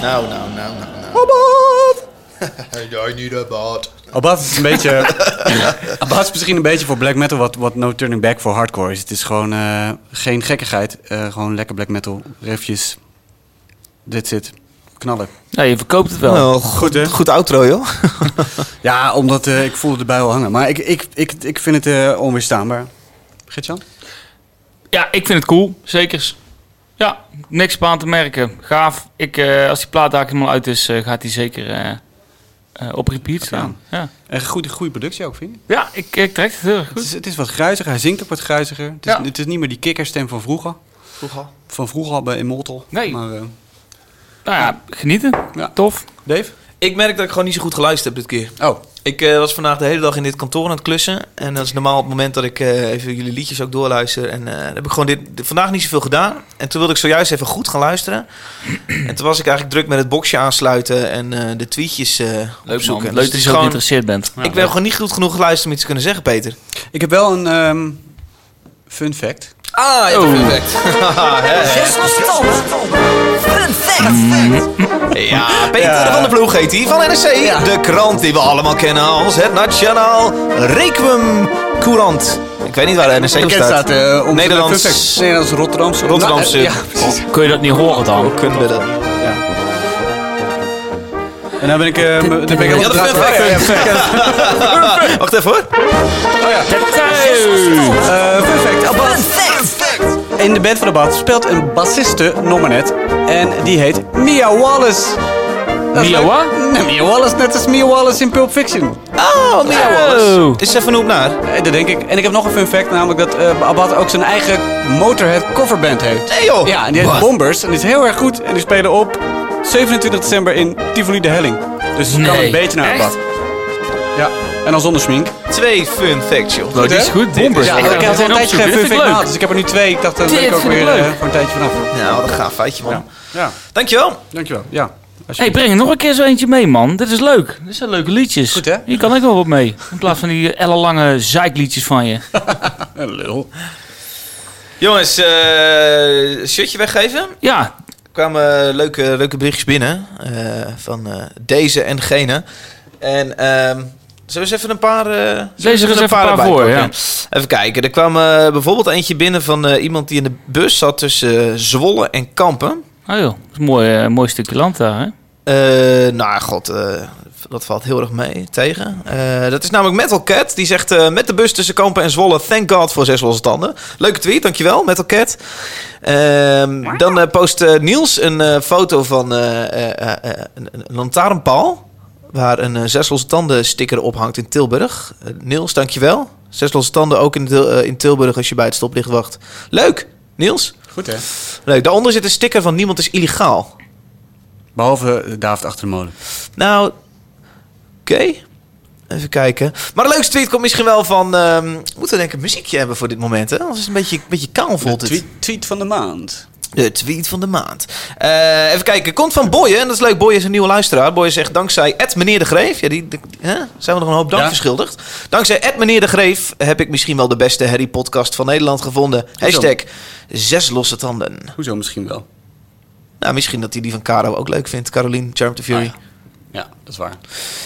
[SPEAKER 1] Nou, nou, nou, nou. nou. Hey, I need a bot.
[SPEAKER 2] Abad is een beetje. *laughs* Abad is misschien een beetje voor black metal wat, wat No Turning Back voor hardcore is. Het is gewoon eh, geen gekkigheid. Eh, gewoon lekker black metal. Refjes. Dit zit. Knallen.
[SPEAKER 3] Ja, je verkoopt het wel.
[SPEAKER 1] Nou,
[SPEAKER 2] Goed, hè?
[SPEAKER 1] goed, goed outro, joh.
[SPEAKER 2] Ja, omdat eh, ik voelde erbij al hangen. Maar ik, ik, ik, ik vind het eh, onweerstaanbaar. Gertjan?
[SPEAKER 3] Ja, ik vind het cool. Zekers. Ja, niks op aan te merken. Gaaf. Ik, eh, als die plaat daar helemaal uit is, eh, gaat die zeker eh, eh, op repeat staan. Ja,
[SPEAKER 2] Een goede, goede productie ook, vind je?
[SPEAKER 3] ja ik, ik trek het heel erg
[SPEAKER 2] Het
[SPEAKER 3] goed.
[SPEAKER 2] is, het is wat gruiziger. Hij zingt ook wat gruiziger. Het is,
[SPEAKER 3] Ja.
[SPEAKER 2] het is niet meer die kikkerstem van vroeger. Van vroeger bij Immortal.
[SPEAKER 3] Nee.
[SPEAKER 2] Maar, eh,
[SPEAKER 3] Nou ja, genieten.
[SPEAKER 2] Ja.
[SPEAKER 3] Tof.
[SPEAKER 2] Dave?
[SPEAKER 1] Ik merk dat ik gewoon niet zo goed geluisterd heb dit keer.
[SPEAKER 2] Oh,
[SPEAKER 1] Ik eh, was vandaag de hele dag in dit kantoor aan het klussen. En dat is normaal het moment dat ik eh, even jullie liedjes ook doorluister. En eh, heb ik gewoon dit, dit- vandaag niet zoveel gedaan. En toen wilde ik zojuist even goed gaan luisteren. *clears throat* En toen was ik eigenlijk druk met het boxje aansluiten en eh, de tweetjes eh
[SPEAKER 3] man.
[SPEAKER 1] opzoeken. Dus het
[SPEAKER 3] Leuk dat je
[SPEAKER 1] is
[SPEAKER 3] zo
[SPEAKER 1] gewoon,
[SPEAKER 3] geïnteresseerd bent.
[SPEAKER 1] ik ben gewoon niet goed genoeg geluisterd om iets te kunnen zeggen, Peter.
[SPEAKER 2] ik heb wel een ehm, fun fact.
[SPEAKER 1] Ah, ja, perfect. Ja, Peter van der Ploeg heet hij, van NRC. De krant die we allemaal kennen als het Nationaal Requiem Courant. Ik weet niet waar de NRC op
[SPEAKER 2] Bekend
[SPEAKER 1] staat.
[SPEAKER 2] staat eh, onder-
[SPEAKER 1] Nederlands-
[SPEAKER 2] fun fact. Nederlands Rotterdamse.
[SPEAKER 1] Rotterdamse.
[SPEAKER 2] Nou, eh, ja, precies.
[SPEAKER 3] Kun je dat niet horen dan?
[SPEAKER 1] Hoe kunnen we dat?
[SPEAKER 2] En dan ben ik... eh, me- dan ben ik
[SPEAKER 1] Ja, dat is
[SPEAKER 2] helemaal
[SPEAKER 1] perfect.
[SPEAKER 2] draad- *laughs*
[SPEAKER 1] Wacht even hoor.
[SPEAKER 3] Hey!
[SPEAKER 2] Eh, fun fact. Abbas. In de band van Abad speelt een bassiste, nog maar net. En die heet Mia Wallace. Dat is
[SPEAKER 3] Mia
[SPEAKER 2] leuk.
[SPEAKER 3] wat?
[SPEAKER 2] Nee, Mia Wallace, net als Mia Wallace in Pulp Fiction.
[SPEAKER 1] Oh, Mia Wallace.
[SPEAKER 3] Oh.
[SPEAKER 1] Is even op naar.
[SPEAKER 2] Eh, dat denk ik. En ik heb nog een fun fact, namelijk dat eh Abad ook zijn eigen Motorhead coverband heeft.
[SPEAKER 1] Nee joh.
[SPEAKER 2] Ja, en die heet
[SPEAKER 1] Wat?
[SPEAKER 2] Bombers. En die is heel erg goed. En die spelen op 27 december in Tivoli de Helling. Dus het kan
[SPEAKER 3] Nee.
[SPEAKER 2] een beetje naar
[SPEAKER 3] Echt?
[SPEAKER 2] Abad. Ja, en dan zonder smink.
[SPEAKER 1] Twee fun facts, joh.
[SPEAKER 3] Nou, die is
[SPEAKER 2] hè?
[SPEAKER 3] goed. Bombers.
[SPEAKER 2] Ja,
[SPEAKER 3] Ik ga
[SPEAKER 2] ik
[SPEAKER 3] het
[SPEAKER 2] had al
[SPEAKER 3] even
[SPEAKER 2] een tijdje
[SPEAKER 3] opzoeken.
[SPEAKER 2] geen
[SPEAKER 3] Dit
[SPEAKER 2] fun
[SPEAKER 3] vind ik
[SPEAKER 2] fact
[SPEAKER 3] leuk.
[SPEAKER 2] gehad, dus ik heb er nu twee. Ik dacht, dan ben
[SPEAKER 3] Dit
[SPEAKER 2] ik ook
[SPEAKER 3] vind ik
[SPEAKER 2] weer
[SPEAKER 3] leuk.
[SPEAKER 2] eh, voor een tijdje vanaf.
[SPEAKER 1] Nou, wat een gaaf feitje, man.
[SPEAKER 2] Ja. ja,
[SPEAKER 1] Dankjewel.
[SPEAKER 2] dankjewel. Ja. Als je-
[SPEAKER 3] Hey, breng er nog een keer zo eentje mee, man. Dit is leuk. Dit zijn leuke liedjes.
[SPEAKER 2] Goed, hè?
[SPEAKER 3] Hier kan ik wel wat mee. In plaats van die ellenlange zeikliedjes van je.
[SPEAKER 2] Eh, lul.
[SPEAKER 1] Jongens, eh shirtje weggeven.
[SPEAKER 3] Ja,
[SPEAKER 1] Er kwamen eh, leuke, leuke berichtjes binnen. eh, van eh, deze en gene. En ehm zullen we eens even een paar... eh
[SPEAKER 3] Lees er eens even een paar
[SPEAKER 1] erbij
[SPEAKER 3] voor,
[SPEAKER 1] pakken?
[SPEAKER 3] ja.
[SPEAKER 1] Even kijken. Er kwam eh, bijvoorbeeld eentje binnen van eh, iemand die in de bus zat tussen eh, Zwolle en Kampen.
[SPEAKER 3] oh joh. Dat is een mooi, eh, mooi stukje land daar, hè?
[SPEAKER 1] Eh, nou, god, eh, dat valt heel erg mee tegen. Eh, dat is namelijk Metal Cat. Die zegt eh, met de bus tussen Kampen en Zwolle... Thank God voor zes losse tanden. Leuke tweet, dankjewel, Metal Cat. Ehm, dan eh, post eh, Niels een eh, foto van eh, eh, eh, een, een lantaarnpaal... waar een eh, zes losse tanden sticker op hangt in Tilburg. Eh, Niels, dankjewel. Zes losse tanden ook in, Til- eh, in Tilburg als je bij het stoplicht wacht. Leuk, Niels.
[SPEAKER 2] Goed hè?
[SPEAKER 1] Leuk. Daaronder zit een sticker van Niemand is illegaal.
[SPEAKER 2] Behalve eh, David achter de molen.
[SPEAKER 1] Nou, oké. Even kijken. Maar de leukste tweet komt misschien wel van... ehm, we moeten denk ik een muziekje hebben voor dit moment, hè? Anders is het een beetje, een beetje kaal, voelt
[SPEAKER 2] De
[SPEAKER 1] het.
[SPEAKER 2] tweet, tweet van de maand.
[SPEAKER 1] De tweet van de maand. Eh, even kijken. Komt van Boye. En dat is leuk. Boye is een nieuwe luisteraar. Boye zegt dankzij Ed Meneer de Greef. Ja, die, die- hè? zijn we nog een hoop dank
[SPEAKER 2] Ja.
[SPEAKER 1] verschuldigd. Dankzij Ed Meneer de Greef heb ik misschien wel de beste Harry podcast van Nederland gevonden. Hashtag zes losse tanden.
[SPEAKER 2] Hoezo misschien wel?
[SPEAKER 1] Nou, misschien dat hij die van Caro ook leuk vindt. Caroline, Charm to Fury.
[SPEAKER 2] Ah, ja. Ja, dat is waar.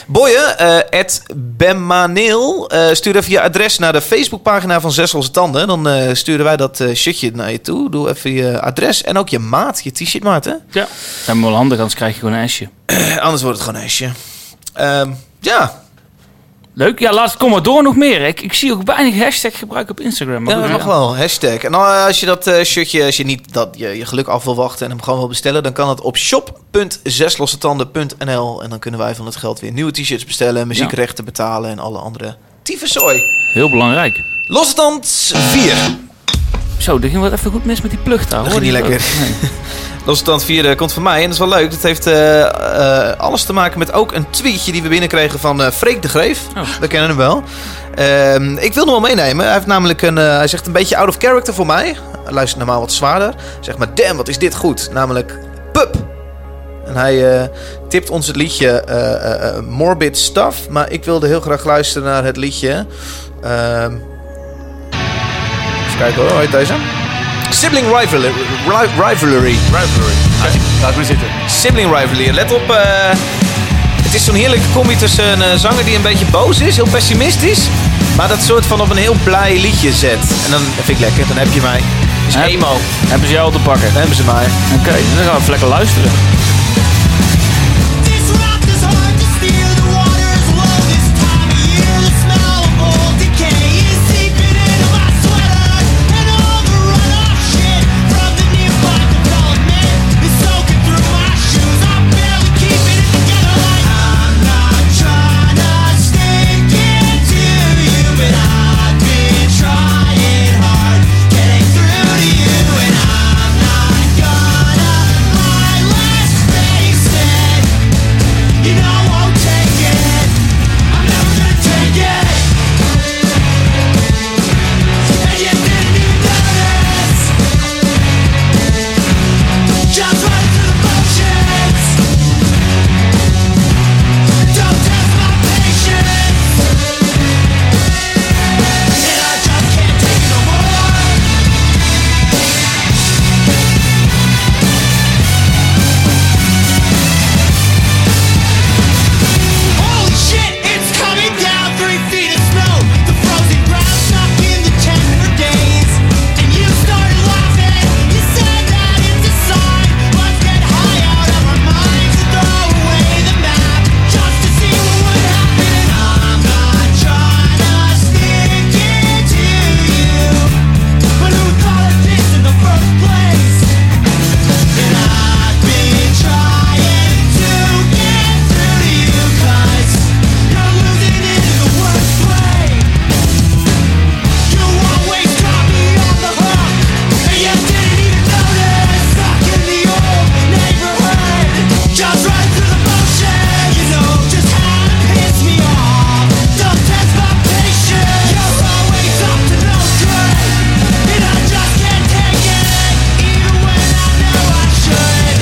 [SPEAKER 1] Boye, eh at Bemmaneel, eh, stuur even je adres naar de Facebookpagina van Zes Losse Tanden. Dan eh, sturen wij dat eh, shirtje naar je toe. Doe even je adres en ook je maat, je t-shirt maat, hè?
[SPEAKER 3] Ja. Zijn we wel handig, anders krijg je gewoon een esje.
[SPEAKER 1] Eh, Anders wordt het gewoon een hesje. Ehm, ja,
[SPEAKER 3] Leuk. Ja, laat het kom maar door nog meer. Ik, ik zie ook weinig hashtag gebruik op Instagram. Maar
[SPEAKER 1] ja, dat
[SPEAKER 3] goed,
[SPEAKER 1] mag wel. Hashtag. En eh, als je dat eh, shirtje, als je niet dat je, je geluk af wil wachten en hem gewoon wil bestellen, dan kan dat op shop.zeslossetanden.nl. En dan kunnen wij van het geld weer nieuwe t-shirts bestellen, muziekrechten betalen en alle andere tyfuszooi.
[SPEAKER 3] Heel belangrijk.
[SPEAKER 1] Losse Tand 4.
[SPEAKER 3] Zo, er ging wat even goed mis met die plucht daar.
[SPEAKER 1] Dat
[SPEAKER 3] hoor.
[SPEAKER 1] ging niet
[SPEAKER 3] Die-
[SPEAKER 1] lekker.
[SPEAKER 3] *laughs* Nee.
[SPEAKER 1] Losse Tand 4 eh, komt van mij en dat is wel leuk. Dat heeft eh, eh, alles te maken met ook een tweetje die we binnenkregen van eh Freek de Greef.
[SPEAKER 3] Oh.
[SPEAKER 1] We kennen hem wel. Ehm, ik wil hem wel meenemen. Hij, heeft namelijk een, eh, hij zegt een beetje out of character voor mij. Hij luistert normaal wat zwaarder. Zeg maar, damn, wat is dit goed. Namelijk, pup. En hij eh, tipt ons het liedje eh, eh, eh, Morbid Stuff. Maar ik wilde heel graag luisteren naar het liedje. ehm, even kijken hoor, hoe heet deze? Sibling rivalry. ri- rivalry.
[SPEAKER 2] Rivalry. Laat maar zitten.
[SPEAKER 1] Sibling rivalry. Let op. eh, het is zo'n heerlijke combi tussen een eh, zanger die een beetje boos is, heel pessimistisch. Maar dat soort van op een heel blij liedje zet. En dan dat vind ik lekker. Dan heb je mij. Het
[SPEAKER 3] Hè?
[SPEAKER 1] is emo.
[SPEAKER 3] Hebben ze jou al te pakken?
[SPEAKER 1] Dan hebben ze mij.
[SPEAKER 3] Oké, dan gaan we even lekker luisteren.
[SPEAKER 7] This rock is hard to steal. The water is low this time of year. The smell of old decay is seeping into my sweater, and all the runoff shit from the nearby development is soaking through my shoes. I'm barely keeping it together. Like I'm not trying to stick it to you, but I've been trying hard getting through to you, and I'm not gonna lie. Let's face it. You know I won't take it. I'm never gonna take it. And you didn't even notice. Just running through the motions. Don't test my patience. And I just can't take it no more. Holy shit, it's coming down three feet of snow. The frozen ground stuck in the tent for days. And you started laughing. You said that it's a sign. Let's get high out of our minds and throw away the map just to see what would happen. And I'm not trying to stick it to you, but who thought of this in the first place? And I've been trying to get through to you 'cause you're losing it in the worst way. You always got me on the hook, and you didn't even notice. Stuck in the old neighborhood, just right through the motion. You know just how to piss me off. Don't test my patience. You're always up to no good, and I just can't take it, even when I know I should.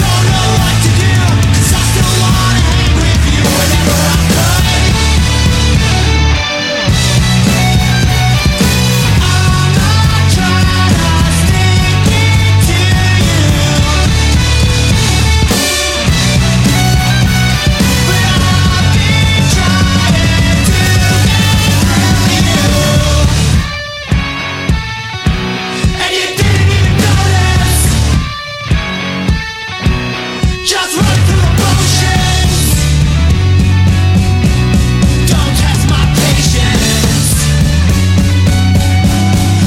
[SPEAKER 7] Don't know what to do, 'cause I still wanna hang with you whenever I could. I'm not trying to stick it to you. But I've been trying to get through to you. And you didn't even notice. Just run through the motions. Don't test my patience.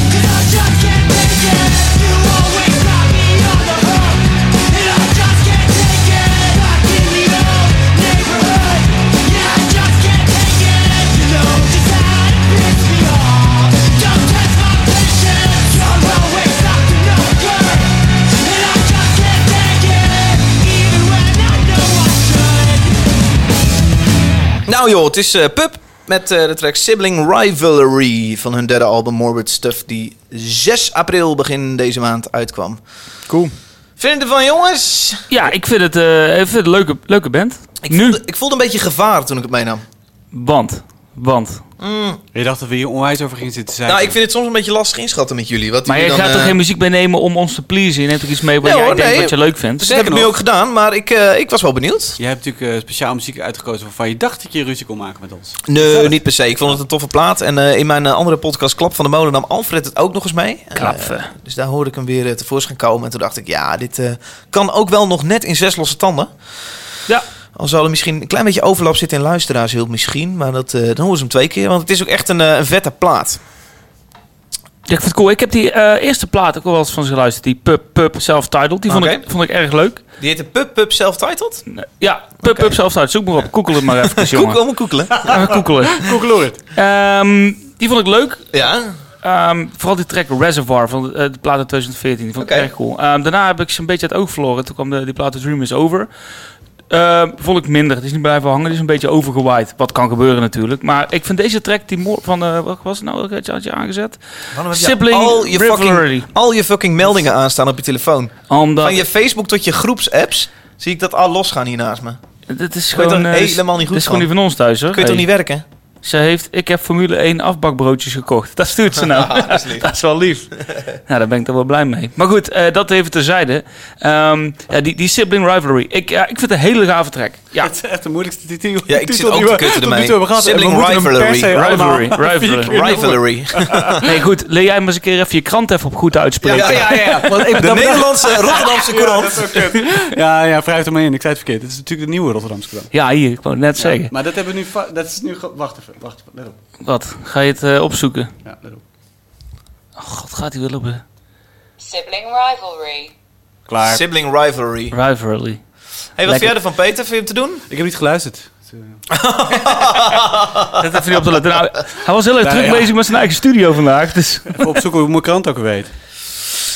[SPEAKER 7] 'Cause I just can't take it. You always got me on the hook, and I just can't take it. Back in the old neighborhood, yeah, I just can't take it. You know just how to piss me off. Don't test my patience. You're always up to no good, and I just can't take it. Even when I know I should.
[SPEAKER 1] Nou joh, het is eh Pup met eh, de track Sibling Rivalry van hun derde album Morbid Stuff die 6 april begin deze maand uitkwam.
[SPEAKER 3] Cool.
[SPEAKER 1] Vind je ervan jongens?
[SPEAKER 3] Ja, ik vind het, eh, ik vind het een leuke, leuke band.
[SPEAKER 1] Ik
[SPEAKER 3] nu.
[SPEAKER 1] voelde, ik voelde een beetje gevaar toen ik het meenam.
[SPEAKER 3] Want. Want.
[SPEAKER 2] Je dacht dat we hier onwijs over gingen zitten zijn.
[SPEAKER 1] Nou, ik vind het soms een beetje lastig inschatten met jullie. Wat
[SPEAKER 3] Maar je
[SPEAKER 1] jullie
[SPEAKER 3] gaat
[SPEAKER 1] dan,
[SPEAKER 3] toch
[SPEAKER 1] eh,
[SPEAKER 3] geen muziek bij nemen om ons te pleasen? Je neemt toch iets mee wat
[SPEAKER 1] Nee,
[SPEAKER 3] jij
[SPEAKER 1] hoor,
[SPEAKER 3] denkt
[SPEAKER 1] nee.
[SPEAKER 3] wat je leuk vindt?
[SPEAKER 1] Dus dat heb ik nu ook gedaan, maar ik, eh, ik was wel benieuwd.
[SPEAKER 2] Jij hebt natuurlijk eh, speciaal muziek uitgekozen waarvan je dacht dat je ruzie kon maken met ons.
[SPEAKER 1] Nee, niet per se. Ik vond het een toffe plaat. En eh, in mijn eh, andere podcast Klap van de Molen nam Alfred het ook nog eens mee.
[SPEAKER 3] Klap,
[SPEAKER 1] Eh,
[SPEAKER 3] eh.
[SPEAKER 1] dus daar hoorde ik hem weer eh, tevoorschijn komen. En toen dacht ik, ja, dit eh, kan ook wel nog net in zes losse tanden.
[SPEAKER 3] Ja.
[SPEAKER 1] Al zal er misschien een klein beetje overlap zitten in luisteraarshulp misschien. Maar dat, eh, dan horen ze hem twee keer. Want het is ook echt een, eh, een vette plaat.
[SPEAKER 3] Ja, ik vind het cool. Ik heb die eh, eerste plaat ook wel eens van ze geluisterd. Die Pub Pub Self-Titled. Die vond, ik,
[SPEAKER 1] Oké.
[SPEAKER 3] vond ik erg leuk.
[SPEAKER 1] Die heette Pup Pup Self-Titled.
[SPEAKER 3] Ja, Pub Pub Self-Titled. Zoek maar op. Koekel het maar
[SPEAKER 1] *laughs*
[SPEAKER 3] even,
[SPEAKER 1] Koek,
[SPEAKER 3] jongen.
[SPEAKER 1] allemaal
[SPEAKER 3] *laughs*
[SPEAKER 1] koekelen.
[SPEAKER 3] Ja, Koekelen.
[SPEAKER 2] Conclude.
[SPEAKER 3] Ehm, die vond ik leuk.
[SPEAKER 1] ja.
[SPEAKER 3] Ehm, vooral die track Reservoir van eh, de plaat uit 2014. Die vond ik
[SPEAKER 1] Oké.
[SPEAKER 3] erg cool. Ehm, daarna heb ik ze een beetje uit het oog verloren. Toen kwam de, die plaat Dream is Over. Ehm, vond ik minder. Het is niet blijven hangen. Het is een beetje overgewaaid. Wat kan gebeuren natuurlijk. Maar ik vind deze track die mo- van... eh, wat was het nou? Welke had je- had je aangezet?
[SPEAKER 1] Waarom heb je
[SPEAKER 3] Sibling
[SPEAKER 1] al je,
[SPEAKER 3] Rivalry.
[SPEAKER 1] fucking, al je fucking meldingen aanstaan op je telefoon?
[SPEAKER 3] Omdat...
[SPEAKER 1] Van je Facebook tot je groepsapps zie ik dat al losgaan hier naast me.
[SPEAKER 3] Dit is
[SPEAKER 1] Kun je
[SPEAKER 3] gewoon...
[SPEAKER 1] toch
[SPEAKER 3] eh,
[SPEAKER 1] helemaal niet goed
[SPEAKER 3] Dit is gewoon
[SPEAKER 1] van?
[SPEAKER 3] niet van ons thuis hoor.
[SPEAKER 1] Kun je toch
[SPEAKER 3] Hey.
[SPEAKER 1] niet werken?
[SPEAKER 3] Ze heeft, ik heb Formule 1 afbakbroodjes gekocht. *laughs* Dat stuurt
[SPEAKER 1] *laughs*
[SPEAKER 3] ze nou.
[SPEAKER 1] Ah, dat is lief.
[SPEAKER 3] Dat is wel lief. *laughs* Ja, daar ben ik dan wel blij mee. Maar goed, eh, dat even terzijde. Ehm ja, die, die sibling rivalry. Ik, ja, ik vind het een hele gave track.
[SPEAKER 2] *laughs*
[SPEAKER 3] Ja,
[SPEAKER 2] Het is echt de moeilijkste titel.
[SPEAKER 1] Ja, ik
[SPEAKER 2] titel
[SPEAKER 1] zit
[SPEAKER 2] die
[SPEAKER 1] ook
[SPEAKER 2] we
[SPEAKER 1] te kutten
[SPEAKER 2] tot nu
[SPEAKER 1] ermee.
[SPEAKER 2] toe hebben gehad. En we
[SPEAKER 1] Sibling
[SPEAKER 2] moeten hem per
[SPEAKER 1] rivalry.
[SPEAKER 2] se allemaal *laughs*
[SPEAKER 3] rivalry.
[SPEAKER 2] vier
[SPEAKER 3] rivalry.
[SPEAKER 2] keer
[SPEAKER 1] Rivalry.
[SPEAKER 3] Nee, goed. Leer jij maar eens een keer even je krant even op goed uitspreken.
[SPEAKER 1] *laughs* Ja, ja,
[SPEAKER 2] Want ik,
[SPEAKER 1] De
[SPEAKER 3] *laughs*
[SPEAKER 1] Nederlandse Rotterdamse courant.
[SPEAKER 2] ja, ja, wrijf er maar in. Ik zei het verkeerd. Het is natuurlijk de nieuwe Rotterdamse krant.
[SPEAKER 3] Ja, hier, ik wou het net zeggen.
[SPEAKER 2] Maar dat hebben we nu... va- Dat is nu... ge- Wacht even, wacht even. Let op.
[SPEAKER 3] Wat? Ga je het eh, opzoeken?
[SPEAKER 2] Ja, let op.
[SPEAKER 3] Oh god, gaat hij wel op de
[SPEAKER 6] Sibling rivalry.
[SPEAKER 2] Klaar.
[SPEAKER 1] Sibling rivalry.
[SPEAKER 3] rivalry?
[SPEAKER 1] Hey, wat
[SPEAKER 3] Lekker.
[SPEAKER 1] vind jij ervan, Peter? Vind je hem te doen?
[SPEAKER 2] Ik heb niet geluisterd.
[SPEAKER 3] Dat even niet op te letten. Nou, hij was heel erg
[SPEAKER 2] Nou,
[SPEAKER 3] druk
[SPEAKER 2] ja.
[SPEAKER 3] bezig met zijn eigen studio vandaag. Dus.
[SPEAKER 2] Even opzoeken hoe mijn krant ook weet.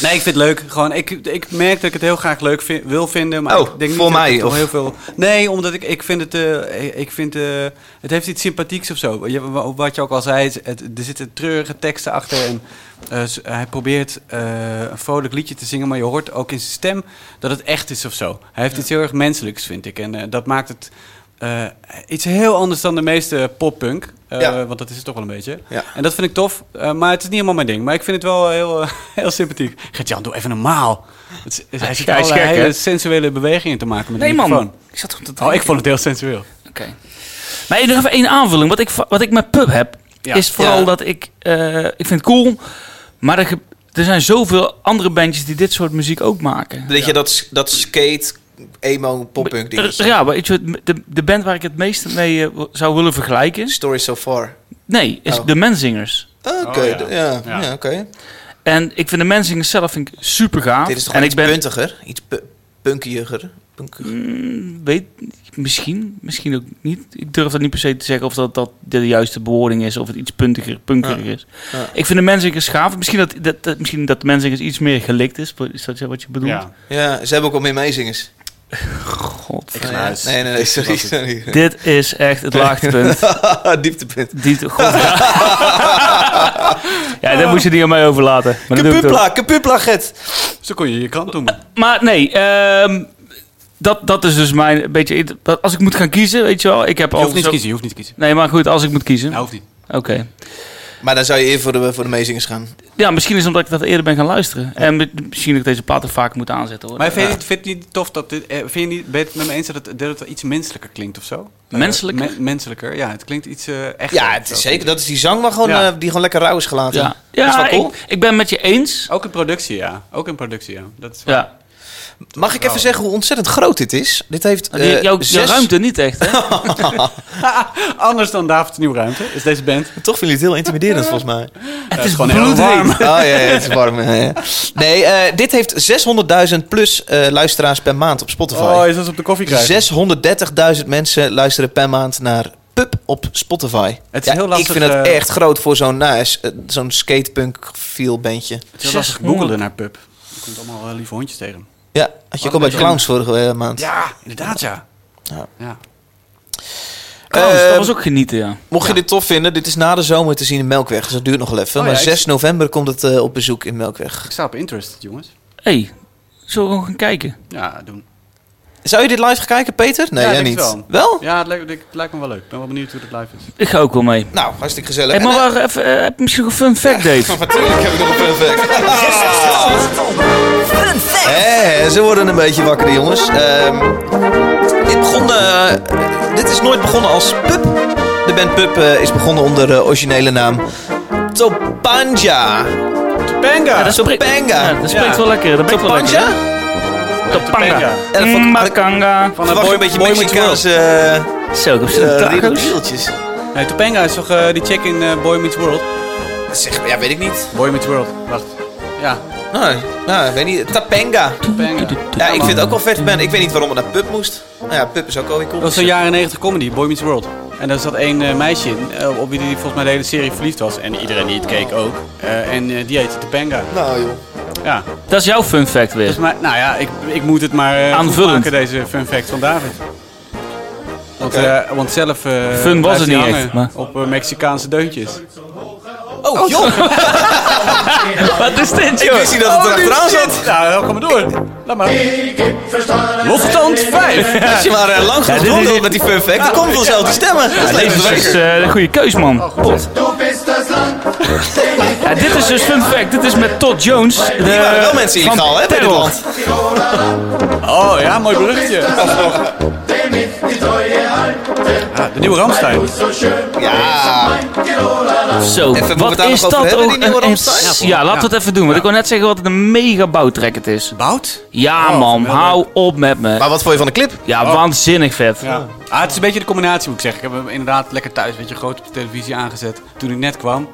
[SPEAKER 2] Nee, ik vind het leuk. Gewoon, ik, ik merk dat ik het heel graag leuk vin- wil vinden. Maar
[SPEAKER 1] Oh,
[SPEAKER 2] ik denk niet
[SPEAKER 1] voor
[SPEAKER 2] dat ik
[SPEAKER 1] mij,
[SPEAKER 2] het wel
[SPEAKER 1] of?
[SPEAKER 2] heel veel. Nee, omdat ik, ik vind het. eh, ik vind, eh, het heeft iets sympathieks of zo. Je- wa- wat je ook al zei, het- het- er zitten treurige teksten achter. En, eh, s- hij probeert eh, een vrolijk liedje te zingen, maar je hoort ook in zijn stem dat het echt is of zo. Hij heeft iets heel erg menselijks, vind ik. En eh, dat maakt het eh, iets heel anders dan de meeste poppunk. Eh,
[SPEAKER 1] Ja.
[SPEAKER 2] Want dat is het toch wel een beetje.
[SPEAKER 1] Ja.
[SPEAKER 2] En dat vind ik tof, eh, maar het is niet helemaal mijn ding. Maar ik vind het wel heel, eh, *laughs* heel sympathiek. Gert-Jan, doe even normaal. Het, is- hij zit
[SPEAKER 3] Ja, *laughs* hij is
[SPEAKER 2] allerlei
[SPEAKER 3] gek, hè?
[SPEAKER 2] hele sensuele bewegingen te maken met
[SPEAKER 3] Nee
[SPEAKER 2] de
[SPEAKER 3] man,
[SPEAKER 2] microfoon.
[SPEAKER 3] ik zat op de
[SPEAKER 2] Oh, ik vond het heel sensueel.
[SPEAKER 3] Oké. Maar nog even één aanvulling. Wat ik, va- wat ik met pub heb,
[SPEAKER 2] Ja.
[SPEAKER 3] is vooral
[SPEAKER 1] Ja.
[SPEAKER 3] dat ik... eh, ik vind het cool, maar er, ge- er zijn zoveel andere bandjes die dit soort muziek ook maken.
[SPEAKER 1] Dat je dat, dat skate, emo, poppunk
[SPEAKER 3] Er-
[SPEAKER 1] dingetje.
[SPEAKER 3] Ja, weet je, wat, de, de band waar ik het meeste mee eh, w- zou willen vergelijken...
[SPEAKER 1] Story so far.
[SPEAKER 3] Nee, is
[SPEAKER 1] Oh.
[SPEAKER 3] de Menzingers.
[SPEAKER 1] Oké,
[SPEAKER 2] ja.
[SPEAKER 1] d- Oh, ja.
[SPEAKER 2] Ja.
[SPEAKER 1] ja. oké.
[SPEAKER 3] En ik vind de Menzingers zelf vind ik super gaaf.
[SPEAKER 1] Dit is toch
[SPEAKER 3] Ah. en
[SPEAKER 1] wel iets
[SPEAKER 3] ik ben,
[SPEAKER 1] puntiger? Iets pu- punkiger? Punkiger.
[SPEAKER 3] Mm, weet, misschien, misschien ook niet. Ik durf dat niet per se te zeggen of dat, dat de juiste bewoording is of het iets puntiger, punkeriger
[SPEAKER 1] Ja.
[SPEAKER 3] is.
[SPEAKER 1] Ja.
[SPEAKER 3] Ik vind de Menzingers gaaf. Misschien dat, dat, dat- misschien dat de Menzingers iets meer gelikt is. Is dat wat je bedoelt?
[SPEAKER 1] Ja, ze hebben ook al meer meezingers.
[SPEAKER 3] God.
[SPEAKER 2] Ik-
[SPEAKER 1] Nee,
[SPEAKER 2] Ja,
[SPEAKER 1] nee, nee, nee, sorry. sorry.
[SPEAKER 3] Dit is echt het
[SPEAKER 2] *laughs*
[SPEAKER 3] laagtepunt.
[SPEAKER 1] *laughs* Dieptepunt.
[SPEAKER 3] Die, God, ja. ja, dat moest je niet aan mij overlaten. Maar, dat doe ik toch.
[SPEAKER 1] Kapupla, kapupla, get.
[SPEAKER 2] Zo kon je je krant
[SPEAKER 3] *laughs*
[SPEAKER 2] doen.
[SPEAKER 3] maar nee, ehm, dat, dat is dus mijn een beetje. Als ik moet gaan kiezen, weet je wel, ik heb
[SPEAKER 2] Je hoeft niet
[SPEAKER 3] zo-
[SPEAKER 2] te kiezen, je hoeft niet te kiezen.
[SPEAKER 3] Nee, maar goed, als ik moet kiezen.
[SPEAKER 2] Nou, hoeft niet.
[SPEAKER 3] Oké.
[SPEAKER 1] Maar dan zou je eerder voor de, voor de meezingers gaan.
[SPEAKER 3] Ja, misschien is het omdat ik dat eerder ben gaan luisteren. En mi- misschien dat ik deze platen vaak moet aanzetten hoor.
[SPEAKER 2] Maar vind je, het- vind je het niet tof dat dit... eh, Vind je niet, ben je het met me eens dat het, dat het wel iets menselijker klinkt of zo? Eh,
[SPEAKER 3] Menselijker?
[SPEAKER 2] men- menselijker, ja. Het klinkt iets eh echter.
[SPEAKER 1] Ja, het is zeker. Dat is die zang waar gewoon,
[SPEAKER 2] Ja.
[SPEAKER 1] eh, die gewoon lekker rauw is gelaten.
[SPEAKER 3] ja,
[SPEAKER 1] Dat is
[SPEAKER 3] ja
[SPEAKER 1] wel cool. Oh,
[SPEAKER 3] ik, ik ben met je eens.
[SPEAKER 2] Ook in productie, ja. Ook in productie, ja. Dat is wel-
[SPEAKER 3] Ja.
[SPEAKER 1] Mag ik even zeggen hoe ontzettend groot dit is? Dit heeft
[SPEAKER 3] Die-
[SPEAKER 1] eh,
[SPEAKER 3] jouw, jouw
[SPEAKER 1] zes...
[SPEAKER 3] ruimte niet echt,
[SPEAKER 1] *laughs*
[SPEAKER 3] hè?
[SPEAKER 2] Anders dan David Nieuwruimte is deze band.
[SPEAKER 1] Toch vind je het heel *laughs* intimiderend volgens mij.
[SPEAKER 3] het is
[SPEAKER 2] gewoon heel
[SPEAKER 3] bloedheet.
[SPEAKER 2] warm.
[SPEAKER 1] Oh ja, ja, het is warm. hè, ja. Nee, eh, dit heeft 600.000 plus eh, luisteraars per maand op
[SPEAKER 2] Oh,
[SPEAKER 1] Spotify.
[SPEAKER 2] is dat op de koffie krijgen?
[SPEAKER 1] 630.000 mensen luisteren per maand naar Pub op Spotify.
[SPEAKER 2] Het is heel lastig,
[SPEAKER 1] Ik vind het
[SPEAKER 2] eh,
[SPEAKER 1] echt groot voor zo'n nice, eh, zo'n skatepunk feel bandje.
[SPEAKER 2] Het is heel lastig
[SPEAKER 3] 600.
[SPEAKER 2] googelen naar pub. Je komt allemaal eh, lieve hondjes tegen.
[SPEAKER 1] Ja, had je ook al
[SPEAKER 2] een
[SPEAKER 1] bij
[SPEAKER 2] beetje
[SPEAKER 1] Clowns vorige eh, maand.
[SPEAKER 2] Ja, inderdaad, ja.
[SPEAKER 1] Ja.
[SPEAKER 2] ja.
[SPEAKER 3] Trouwens,
[SPEAKER 1] Eh,
[SPEAKER 3] dat was ook genieten, ja.
[SPEAKER 1] Mocht je dit tof vinden, dit is na de zomer te zien in Melkweg. Dus dat duurt nog wel even.
[SPEAKER 2] Oh ja,
[SPEAKER 1] maar
[SPEAKER 2] ik-
[SPEAKER 1] 6 november komt het eh, op bezoek in Melkweg.
[SPEAKER 2] Ik sta op interest, jongens.
[SPEAKER 3] hey, zullen we gewoon gaan kijken?
[SPEAKER 2] Ja, doen.
[SPEAKER 1] Zou je dit live gaan kijken, Peter? Nee,
[SPEAKER 2] Ja,
[SPEAKER 1] jij
[SPEAKER 2] denk
[SPEAKER 1] niet.
[SPEAKER 2] het wel.
[SPEAKER 1] Wel?
[SPEAKER 2] Ja, het lijkt, het lijkt me wel leuk. Ik ben wel benieuwd hoe dat live is.
[SPEAKER 3] Ik ga ook wel mee.
[SPEAKER 1] Nou, hartstikke gezellig.
[SPEAKER 3] Hey,
[SPEAKER 1] En,
[SPEAKER 3] maar waar, even, eh, heb je misschien nog een fun fact,
[SPEAKER 1] *laughs*
[SPEAKER 3] Dave?
[SPEAKER 1] Natuurlijk heb ik nog een fun fact.
[SPEAKER 8] Fun fact.
[SPEAKER 1] Hé, Eh, ze worden een beetje wakker, die jongens. Ehm, dit, begon, eh, dit is nooit begonnen als Pup. De band Pup eh, is begonnen onder de originele naam Topanga.
[SPEAKER 2] Benga!
[SPEAKER 3] dat spreekt-
[SPEAKER 1] Topanga.
[SPEAKER 3] Ja, dat spreekt
[SPEAKER 2] Ja.
[SPEAKER 3] wel lekker. Dat ben ik wel lekker.
[SPEAKER 1] Topanga?
[SPEAKER 3] hè? Topanga.
[SPEAKER 2] Topanga.
[SPEAKER 3] Mm,
[SPEAKER 1] En dat vond ik-
[SPEAKER 3] Makanga.
[SPEAKER 2] Van eh,
[SPEAKER 1] Verwacht je een beetje Mexicaanse eh,
[SPEAKER 3] Zo, ik heb zitten
[SPEAKER 1] eh,
[SPEAKER 3] tacos.
[SPEAKER 1] riedeltjes?
[SPEAKER 2] Nee, Topanga is toch eh, die check in eh, Boy Meets World?
[SPEAKER 1] Dat zeg, ja, weet ik niet.
[SPEAKER 2] Boy Meets World, wacht. Ja,
[SPEAKER 1] Nou, nou, ik weet niet. Tapenga.
[SPEAKER 2] Topanga.
[SPEAKER 1] Ja, ik
[SPEAKER 2] man.
[SPEAKER 1] vind het ook wel vet, man. Ik weet niet waarom het naar Pub moest. Nou ja, Pub is ook alweer cool.
[SPEAKER 2] Dat was een jaren 90 comedy, Boy Meets World. En daar zat één eh, meisje in, eh, op wie die volgens mij de hele serie verliefd was. En iedereen die het keek ook. Eh, en eh, die heette Topanga.
[SPEAKER 1] Nou, joh.
[SPEAKER 2] Ja,
[SPEAKER 3] Dat is jouw fun fact
[SPEAKER 2] dus
[SPEAKER 3] weer.
[SPEAKER 2] maar, nou ja, ik, ik moet het maar eh, goed
[SPEAKER 3] Aanvullend.
[SPEAKER 2] maken, deze fun fact van David. Want,
[SPEAKER 1] Oké.
[SPEAKER 2] eh, want zelf eh,
[SPEAKER 3] Fun was
[SPEAKER 2] blijft
[SPEAKER 3] het
[SPEAKER 2] hij
[SPEAKER 3] niet
[SPEAKER 2] hangen
[SPEAKER 3] echt, maar-
[SPEAKER 2] op eh, Mexicaanse deuntjes.
[SPEAKER 1] Oh, Oh, joh!
[SPEAKER 3] *laughs* Wat is dit,
[SPEAKER 1] Ik wist niet dat het er achteraan
[SPEAKER 2] Oh, shit.
[SPEAKER 1] zat.
[SPEAKER 2] Nou, kom maar door. Laat maar. Losstand
[SPEAKER 3] *laughs*
[SPEAKER 2] 5.
[SPEAKER 1] Als je maar eh, lang genoeg
[SPEAKER 3] dit is-
[SPEAKER 1] doorloopt met die perfect, dan komt vanzelf die stemmen. Dat is
[SPEAKER 3] Dit
[SPEAKER 1] levenswerk.
[SPEAKER 3] is eh, een goede keus, man.
[SPEAKER 1] Oh,
[SPEAKER 3] Ja, dit is dus fun fact. Dit is met Todd Jones. De,
[SPEAKER 1] Hier waren wel mensen
[SPEAKER 3] van
[SPEAKER 1] illegaal, hè, bij dit
[SPEAKER 3] eh, Terror.
[SPEAKER 1] land.
[SPEAKER 2] Oh ja, mooi
[SPEAKER 3] *laughs*
[SPEAKER 2] bruggetje. Ah, de nieuwe Ramstein.
[SPEAKER 1] Ja,
[SPEAKER 3] Zo,
[SPEAKER 1] moeten we
[SPEAKER 3] wat
[SPEAKER 1] daar
[SPEAKER 3] is
[SPEAKER 1] nog over
[SPEAKER 3] dat
[SPEAKER 1] hebben,
[SPEAKER 3] ook?
[SPEAKER 1] die nieuwe
[SPEAKER 3] een-
[SPEAKER 1] Ramstein?
[SPEAKER 3] een- ja, laten we het even doen. Want ik wou net zeggen wat een mega bouwtrek het is.
[SPEAKER 2] Bout?
[SPEAKER 3] Ja,
[SPEAKER 2] Oh,
[SPEAKER 3] man,
[SPEAKER 2] wel leuk.
[SPEAKER 3] hou op met me.
[SPEAKER 1] maar wat vond je van de clip?
[SPEAKER 3] Ja, waanzinnig vet.
[SPEAKER 2] Ja. Ah, het is een beetje de combinatie, moet ik zeggen. Ik heb hem inderdaad lekker thuis, weet je, groot op de televisie aangezet. Toen ik net kwam,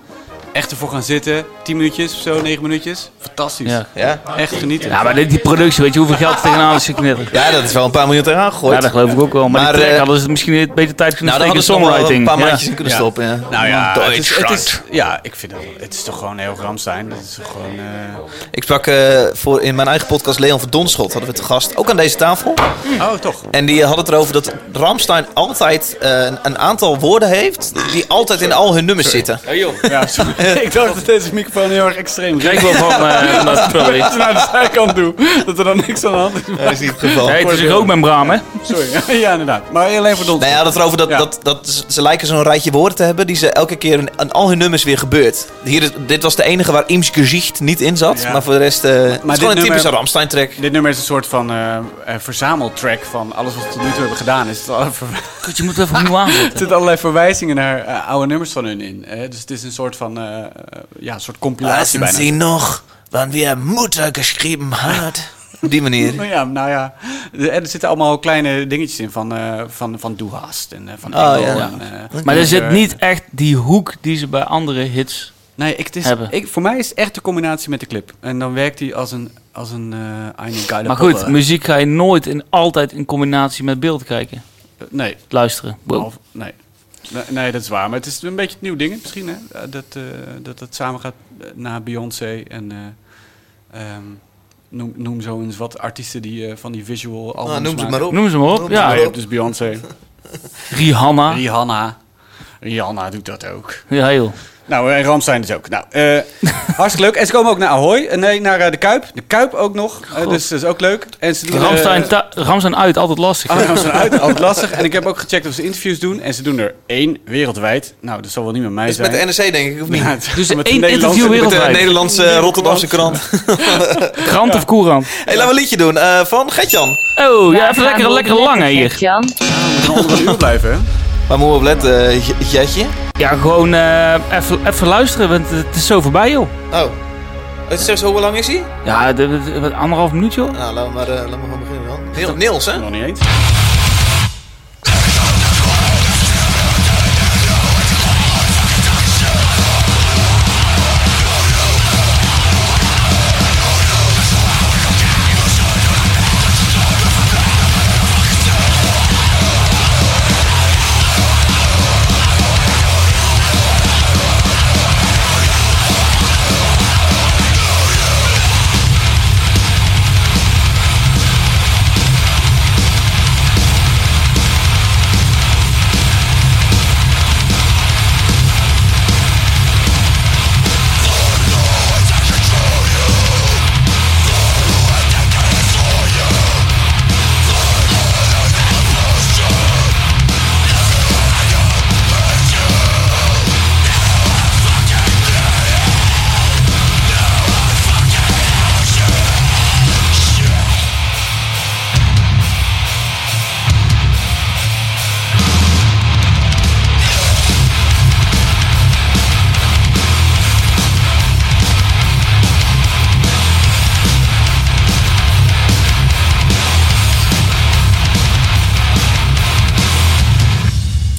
[SPEAKER 2] echt ervoor gaan zitten. 10 minuutjes of zo, 9 minuutjes. Fantastisch.
[SPEAKER 3] Ja.
[SPEAKER 1] Ja.
[SPEAKER 2] Echt genieten.
[SPEAKER 3] Ja, maar dit- die productie, weet je hoeveel geld er tegenaan is geknitterd?
[SPEAKER 1] ja, dat is wel een paar miljoen eraan gegooid.
[SPEAKER 3] Ja, dat geloof ik ook wel. Maar,
[SPEAKER 1] Maar,
[SPEAKER 3] die track
[SPEAKER 1] eh,
[SPEAKER 3] hadden ze het misschien een beter tijd kunnen
[SPEAKER 1] nou, daar
[SPEAKER 3] steken in
[SPEAKER 1] hadden ze nog wel een
[SPEAKER 3] songwriting.
[SPEAKER 1] paar
[SPEAKER 3] Ja.
[SPEAKER 1] maandjes in kunnen stoppen. Ja.
[SPEAKER 2] Nou ja, het is, het
[SPEAKER 1] Duitsland.
[SPEAKER 2] is, ja, ik vind het, wel- het is toch gewoon heel Ramstein. Het is toch gewoon... eh,
[SPEAKER 1] Ik sprak eh, voor, in mijn eigen podcast Leon van Donschot, hadden we te gast, ook aan deze tafel.
[SPEAKER 2] Oh, toch.
[SPEAKER 1] En die eh, had het erover dat Ramstein altijd eh, een, een aantal woorden heeft die altijd in al hun nummers zitten.
[SPEAKER 3] *laughs*
[SPEAKER 2] Ja, sorry. ik dacht dat deze microfoon heel erg extreem
[SPEAKER 3] Kijk
[SPEAKER 2] ging.
[SPEAKER 3] wel
[SPEAKER 1] *laughs*
[SPEAKER 3] van, eh, dat spul
[SPEAKER 2] Als
[SPEAKER 3] is.
[SPEAKER 2] je *laughs* naar de zijkant doet, dat er dan niks aan de hand is.
[SPEAKER 1] Dat is niet het geval.
[SPEAKER 3] Nee, het is een rookmembraan, hè?
[SPEAKER 2] Sorry. Ja, inderdaad. Maar alleen voor ons.
[SPEAKER 1] Nee, hij had het erover dat,
[SPEAKER 2] Ja.
[SPEAKER 1] dat, dat ze- ze lijken zo'n rijtje woorden te hebben die ze elke keer in, aan al hun nummers weer gebeurt. Hier is, dit was de enige waar Ims Gezicht niet in zat,
[SPEAKER 2] Ja.
[SPEAKER 1] maar voor de rest... eh, het
[SPEAKER 2] dit
[SPEAKER 1] is gewoon een
[SPEAKER 2] nummer-
[SPEAKER 1] typische Ramstein-track.
[SPEAKER 2] Dit nummer is een soort van eh, eh, verzameltrack van alles wat we tot nu toe hebben gedaan. *laughs* Er zitten allerlei, ver-
[SPEAKER 3] Kut, je moet even opnieuw aanzetten.
[SPEAKER 2] er zitten allerlei verwijzingen naar eh, oude nummers van hun in. eh. dus het is een soort van eh, eh, ja, een soort compilatie
[SPEAKER 3] Ah,
[SPEAKER 1] Lassen
[SPEAKER 2] bijna.
[SPEAKER 1] Sie nog, wann wir Mutter geschrieben hat. *laughs* Op die manier.
[SPEAKER 2] Nou ja, nou ja. De- en Er zitten allemaal kleine dingetjes in van, eh van, van Doe Haast en eh, van
[SPEAKER 1] Oh,
[SPEAKER 2] Engel
[SPEAKER 1] ja.
[SPEAKER 2] en, eh,
[SPEAKER 3] Maar er zit
[SPEAKER 2] eh,
[SPEAKER 3] niet echt die hoek die ze bij andere hits...
[SPEAKER 2] Nee, ik, het is,
[SPEAKER 3] hebben.
[SPEAKER 2] ik, voor mij is het echt de combinatie met de clip. En dan werkt hij als een... Als een eh, eine geile
[SPEAKER 3] Maar goed,
[SPEAKER 2] Puppe.
[SPEAKER 3] muziek ga je nooit in, altijd in combinatie met beeld kijken.
[SPEAKER 2] Nee,
[SPEAKER 3] Luisteren.
[SPEAKER 1] Nou,
[SPEAKER 3] Wow.
[SPEAKER 2] Behalve- nee. Nee, nee, dat is waar. Maar het is een beetje het nieuw ding misschien, hè? Eh, Dat, eh, dat het samen gaat eh, na Beyoncé en... eh, ehm, noem, noem zo eens wat artiesten die eh, van die visual albums
[SPEAKER 1] Ah, noem ze
[SPEAKER 2] maken.
[SPEAKER 1] maar op.
[SPEAKER 3] Noem ze maar op.
[SPEAKER 2] Ja, je
[SPEAKER 3] Ja,
[SPEAKER 2] hebt dus Beyoncé,
[SPEAKER 3] Rihanna.
[SPEAKER 2] Rihanna. Rihanna doet dat ook.
[SPEAKER 3] Ja, joh.
[SPEAKER 2] Nou, en Ramstein dus ook. Nou, eh, *laughs* hartstikke leuk. En ze komen ook naar Ahoy. Eh, Nee, naar eh, de Kuip. De Kuip ook nog. Eh, dus dat is ook leuk. En ze doen, eh, *laughs*
[SPEAKER 3] Ramstein, thu- Ramstein uit, altijd lastig.
[SPEAKER 2] Ah, ze uit, altijd lastig. En ik heb ook gecheckt of ze interviews doen. En ze doen er één wereldwijd. Nou, dat zal wel niet met mij
[SPEAKER 1] Dat is
[SPEAKER 2] zijn.
[SPEAKER 1] met de NRC denk ik, of niet?
[SPEAKER 2] Ja, het-
[SPEAKER 3] Dus
[SPEAKER 2] met
[SPEAKER 3] één
[SPEAKER 2] de Nederlandse-
[SPEAKER 3] interview
[SPEAKER 1] Met de
[SPEAKER 3] Wereldwijd.
[SPEAKER 1] Nederlandse eh, Rotterdamse krant.
[SPEAKER 3] Krant of Courant?
[SPEAKER 1] hey, laten we een liedje doen eh, van Gertjan.
[SPEAKER 3] Oh, ja,
[SPEAKER 5] Waar
[SPEAKER 3] even
[SPEAKER 5] gaan we
[SPEAKER 3] lekker,
[SPEAKER 5] op
[SPEAKER 3] lekker
[SPEAKER 5] letten,
[SPEAKER 3] lange hier.
[SPEAKER 5] Gert-Jan?
[SPEAKER 2] We moeten onder een uur blijven, hè?
[SPEAKER 1] Waar moeten we op letten, eh, J- Jetje?
[SPEAKER 3] Ja, gewoon eh, even, even luisteren, want het is zo voorbij, joh.
[SPEAKER 1] Oh. Het zegt hoe lang is hij?
[SPEAKER 3] Ja, de, de- wat, anderhalf minuut, joh.
[SPEAKER 1] Nou, laten we maar, eh, laten we gewoon beginnen dan. Niel- Niels,
[SPEAKER 2] *laughs*
[SPEAKER 1] hè?
[SPEAKER 2] Nog niet eens.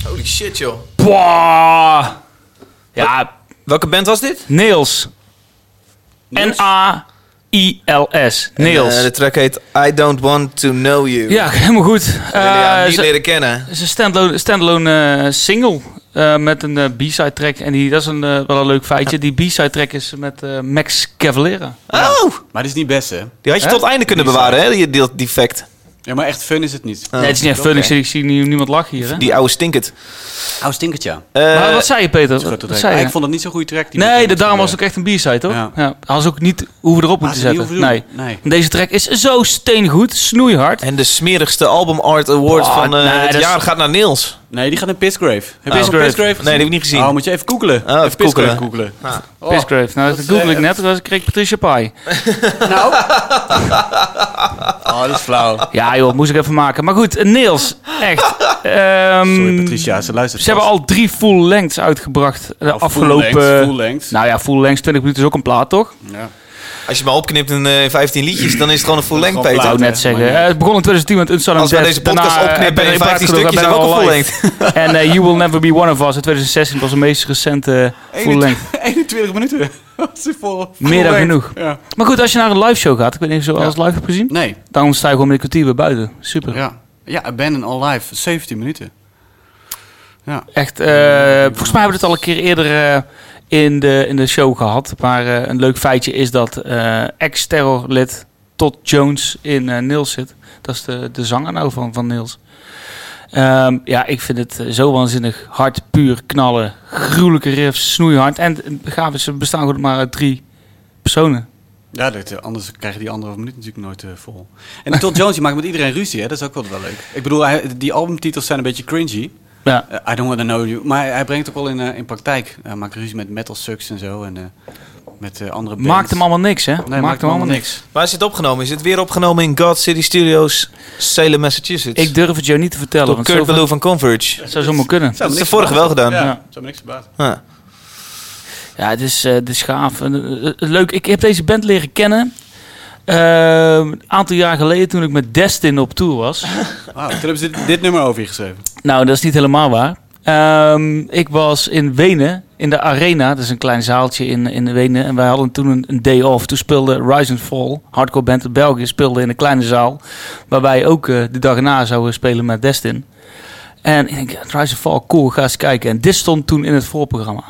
[SPEAKER 1] Holy shit, joh.
[SPEAKER 3] Pwah. Ja,
[SPEAKER 1] Welke band was dit?
[SPEAKER 3] Nails. N-A-I-L-S. Nails.
[SPEAKER 1] Eh, de track heet I Don't Want To Know You.
[SPEAKER 3] ja, helemaal goed.
[SPEAKER 1] Wil je haar
[SPEAKER 3] Eh,
[SPEAKER 1] niet
[SPEAKER 3] ze-
[SPEAKER 1] leren kennen.
[SPEAKER 3] Het is een standalone, standalone eh, single eh, met een eh, B-side track. En die, dat is een, eh, wel een leuk feitje. Die B-side track is met eh, Max Cavalera.
[SPEAKER 1] Oh!
[SPEAKER 2] Maar dit is niet best, hè?
[SPEAKER 1] Die had je
[SPEAKER 3] Hè?
[SPEAKER 1] tot het einde kunnen bewaren, hè? Die, die, die fact.
[SPEAKER 2] Ja, maar echt fun is het niet.
[SPEAKER 3] Nee, het is niet echt fun. Ik zie, ik zie nie- niemand lachen hier, hè?
[SPEAKER 1] Die oude Eh, stinkert.
[SPEAKER 2] Oh, stinkert ja.
[SPEAKER 1] Eh,
[SPEAKER 3] maar wat zei je, Peter?
[SPEAKER 2] Dat is goed, dat
[SPEAKER 3] Wat, wat
[SPEAKER 2] denk Ah,
[SPEAKER 3] zei
[SPEAKER 2] ik.
[SPEAKER 3] je?
[SPEAKER 2] Maar ik vond het niet zo'n goede track. die
[SPEAKER 3] nee,
[SPEAKER 2] meteen
[SPEAKER 3] de, daarom was
[SPEAKER 2] moest
[SPEAKER 3] het ook echt een b-side, hoor. Ja.
[SPEAKER 2] Ja.
[SPEAKER 3] Had ze ook niet hoeven erop moeten
[SPEAKER 2] ze niet
[SPEAKER 3] zetten.
[SPEAKER 2] hoeven
[SPEAKER 3] nee.
[SPEAKER 2] doen. Nee.
[SPEAKER 3] Deze track is zo steengoed, snoeihard.
[SPEAKER 1] en de smerigste Album Art Award
[SPEAKER 3] Oh,
[SPEAKER 1] van eh,
[SPEAKER 3] nee,
[SPEAKER 1] het
[SPEAKER 3] dat is-
[SPEAKER 1] jaar gaat naar Niels.
[SPEAKER 2] gebeuren. Nee, die gaat naar Pissgrave.
[SPEAKER 3] Ah.
[SPEAKER 2] Heb je
[SPEAKER 1] Oh.
[SPEAKER 2] van Pissgrave
[SPEAKER 1] Nee, die heb ik niet gezien.
[SPEAKER 2] Oh, moet je even googelen.
[SPEAKER 1] even
[SPEAKER 2] even Pissgrave
[SPEAKER 1] googelen.
[SPEAKER 2] googelen. Oh.
[SPEAKER 3] Pissgrave. Nou, dat google ik net. Dat kreeg ik Patricia Pai.
[SPEAKER 2] Nou. Oh, dat is flauw.
[SPEAKER 3] Ja, joh, moest ik even maken. Maar goed, eh, Niels,
[SPEAKER 2] *laughs*
[SPEAKER 3] echt. Ehm,
[SPEAKER 2] Sorry, Patricia, ze luistert
[SPEAKER 3] Ze hebben
[SPEAKER 2] vast.
[SPEAKER 3] al drie full lengths uitgebracht
[SPEAKER 2] Of
[SPEAKER 3] de
[SPEAKER 2] full
[SPEAKER 3] afgelopen...
[SPEAKER 2] length, full length.
[SPEAKER 3] Nou ja, full lengths, 20 minuten is ook een plaat, toch?
[SPEAKER 2] Ja.
[SPEAKER 1] Als je maar opknipt in eh, 15 liedjes, dan is het gewoon een full length,
[SPEAKER 2] Gewoon
[SPEAKER 3] Ik
[SPEAKER 1] Peter.
[SPEAKER 3] zou
[SPEAKER 2] plaat,
[SPEAKER 3] net
[SPEAKER 2] hè,
[SPEAKER 3] zeggen.
[SPEAKER 2] maar ja.
[SPEAKER 3] Eh, het begon in 2010 met Unsolid
[SPEAKER 1] Als wij
[SPEAKER 3] Death.
[SPEAKER 1] deze podcast
[SPEAKER 3] Daarna, eh,
[SPEAKER 1] opknippen in
[SPEAKER 3] ben ik
[SPEAKER 1] 15
[SPEAKER 3] praat
[SPEAKER 1] stukjes,
[SPEAKER 3] genoeg,
[SPEAKER 1] zijn we ook een
[SPEAKER 3] ben ik al live. En eh, You Will Never Be One of Us in 2016 was de meest recente full length.
[SPEAKER 2] *laughs* 21 minuten. Dat is vol- full
[SPEAKER 3] Meer dan
[SPEAKER 2] length.
[SPEAKER 3] genoeg.
[SPEAKER 2] Ja.
[SPEAKER 3] Maar goed, als je naar een live show gaat, ik weet niet of je alles live hebt gezien.
[SPEAKER 2] Nee,
[SPEAKER 3] Daarom sta je gewoon met een kwartier weer buiten. Super.
[SPEAKER 2] ja. Ja, Abandon All Life, 17 minuten. Ja.
[SPEAKER 3] Echt, eh, volgens mij hebben we het al een keer eerder eh, in, de, in de show gehad. Maar eh, een leuk feitje is dat eh ex-terrorlid Todd Jones in eh Niels zit. Dat is de, de zanger nou van, van Niels. Ehm, ja, ik vind het eh, zo waanzinnig hard, puur knallen. Gruwelijke riffs, snoeihard. En het gaaf is, ze bestaan gewoon maar uit drie personen.
[SPEAKER 2] Ja, dat, eh, anders krijgen die anderhalf minuut natuurlijk nooit eh, vol. En Todd Jones, die maakt met iedereen ruzie, hè? dat is ook wel, wel leuk. Ik bedoel, hij- die albumtitels zijn een beetje cringy.
[SPEAKER 3] Ja.
[SPEAKER 2] Eh, I don't want to know you. Maar hij brengt het ook wel in, eh, in praktijk. Hij maakt ruzie met Metal Sucks en zo. En eh, met eh, andere bands.
[SPEAKER 3] Maakt hem allemaal niks, hè?
[SPEAKER 2] Nee, maakt hem allemaal niks.
[SPEAKER 1] Waar is het opgenomen? Is het weer opgenomen in God City Studios, Salem, Massachusetts?
[SPEAKER 3] Ik durf het jou niet te vertellen.
[SPEAKER 1] Door
[SPEAKER 3] want
[SPEAKER 1] Kurt
[SPEAKER 3] zoveel-
[SPEAKER 1] Ballou van Converge.
[SPEAKER 3] Het zou zomaar kunnen.
[SPEAKER 1] Dat is de vorige wel gedaan.
[SPEAKER 2] Ja,
[SPEAKER 3] Ja.
[SPEAKER 2] zou me niks verbazen.
[SPEAKER 1] Huh.
[SPEAKER 3] Ja, het is, eh het is gaaf. En, eh, eh, leuk, ik heb deze band leren kennen. eh, een aantal jaar geleden toen ik met Destin op tour was.
[SPEAKER 2] Wauw, toen hebben ze dit, dit nummer over je geschreven.
[SPEAKER 3] nou, dat is niet helemaal waar. Ehm, ik was in Wenen, in de Arena. Dat is een klein zaaltje in, in Wenen. En wij hadden toen een, een day off. Toen speelde Rise and Fall, hardcore band uit België, speelde in een kleine zaal. Waar wij ook eh, de dag na zouden spelen met Destin. En ik denk, ja, Rise and Fall, cool, ga eens kijken. En dit stond toen in het voorprogramma.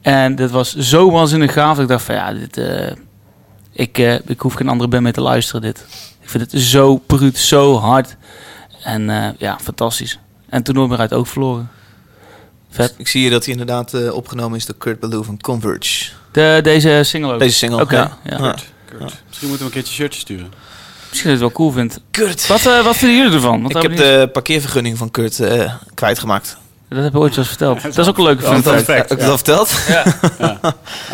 [SPEAKER 3] En dat was zo waanzinnig gaaf. dat Ik dacht van, ja, dit, eh, ik, eh, ik hoef geen andere band mee te luisteren. Dit. Ik vind het zo bruut, zo hard. En eh, ja, fantastisch. En toen nooit meer uit het oog verloren. Vet.
[SPEAKER 1] Ik zie hier dat hij inderdaad eh, opgenomen is door Kurt Ballou van Converge.
[SPEAKER 3] De, deze single ook.
[SPEAKER 1] Deze single.
[SPEAKER 3] Oké,
[SPEAKER 1] ja.
[SPEAKER 3] ja.
[SPEAKER 1] Ja.
[SPEAKER 2] Misschien moeten we een keertje shirtje sturen.
[SPEAKER 3] Misschien dat je het wel cool vindt.
[SPEAKER 1] Kurt.
[SPEAKER 3] Wat, eh, wat vinden jullie ervan? Want
[SPEAKER 1] ik heb
[SPEAKER 3] dat niet-
[SPEAKER 1] de parkeervergunning van Kurt eh, kwijtgemaakt.
[SPEAKER 3] Dat heb ik ooit wel eens verteld. Dat is ook een leuke
[SPEAKER 2] dat is
[SPEAKER 3] fun
[SPEAKER 2] wel
[SPEAKER 3] fact.
[SPEAKER 2] Perfect,
[SPEAKER 1] Heb ik dat al verteld?
[SPEAKER 2] Ah,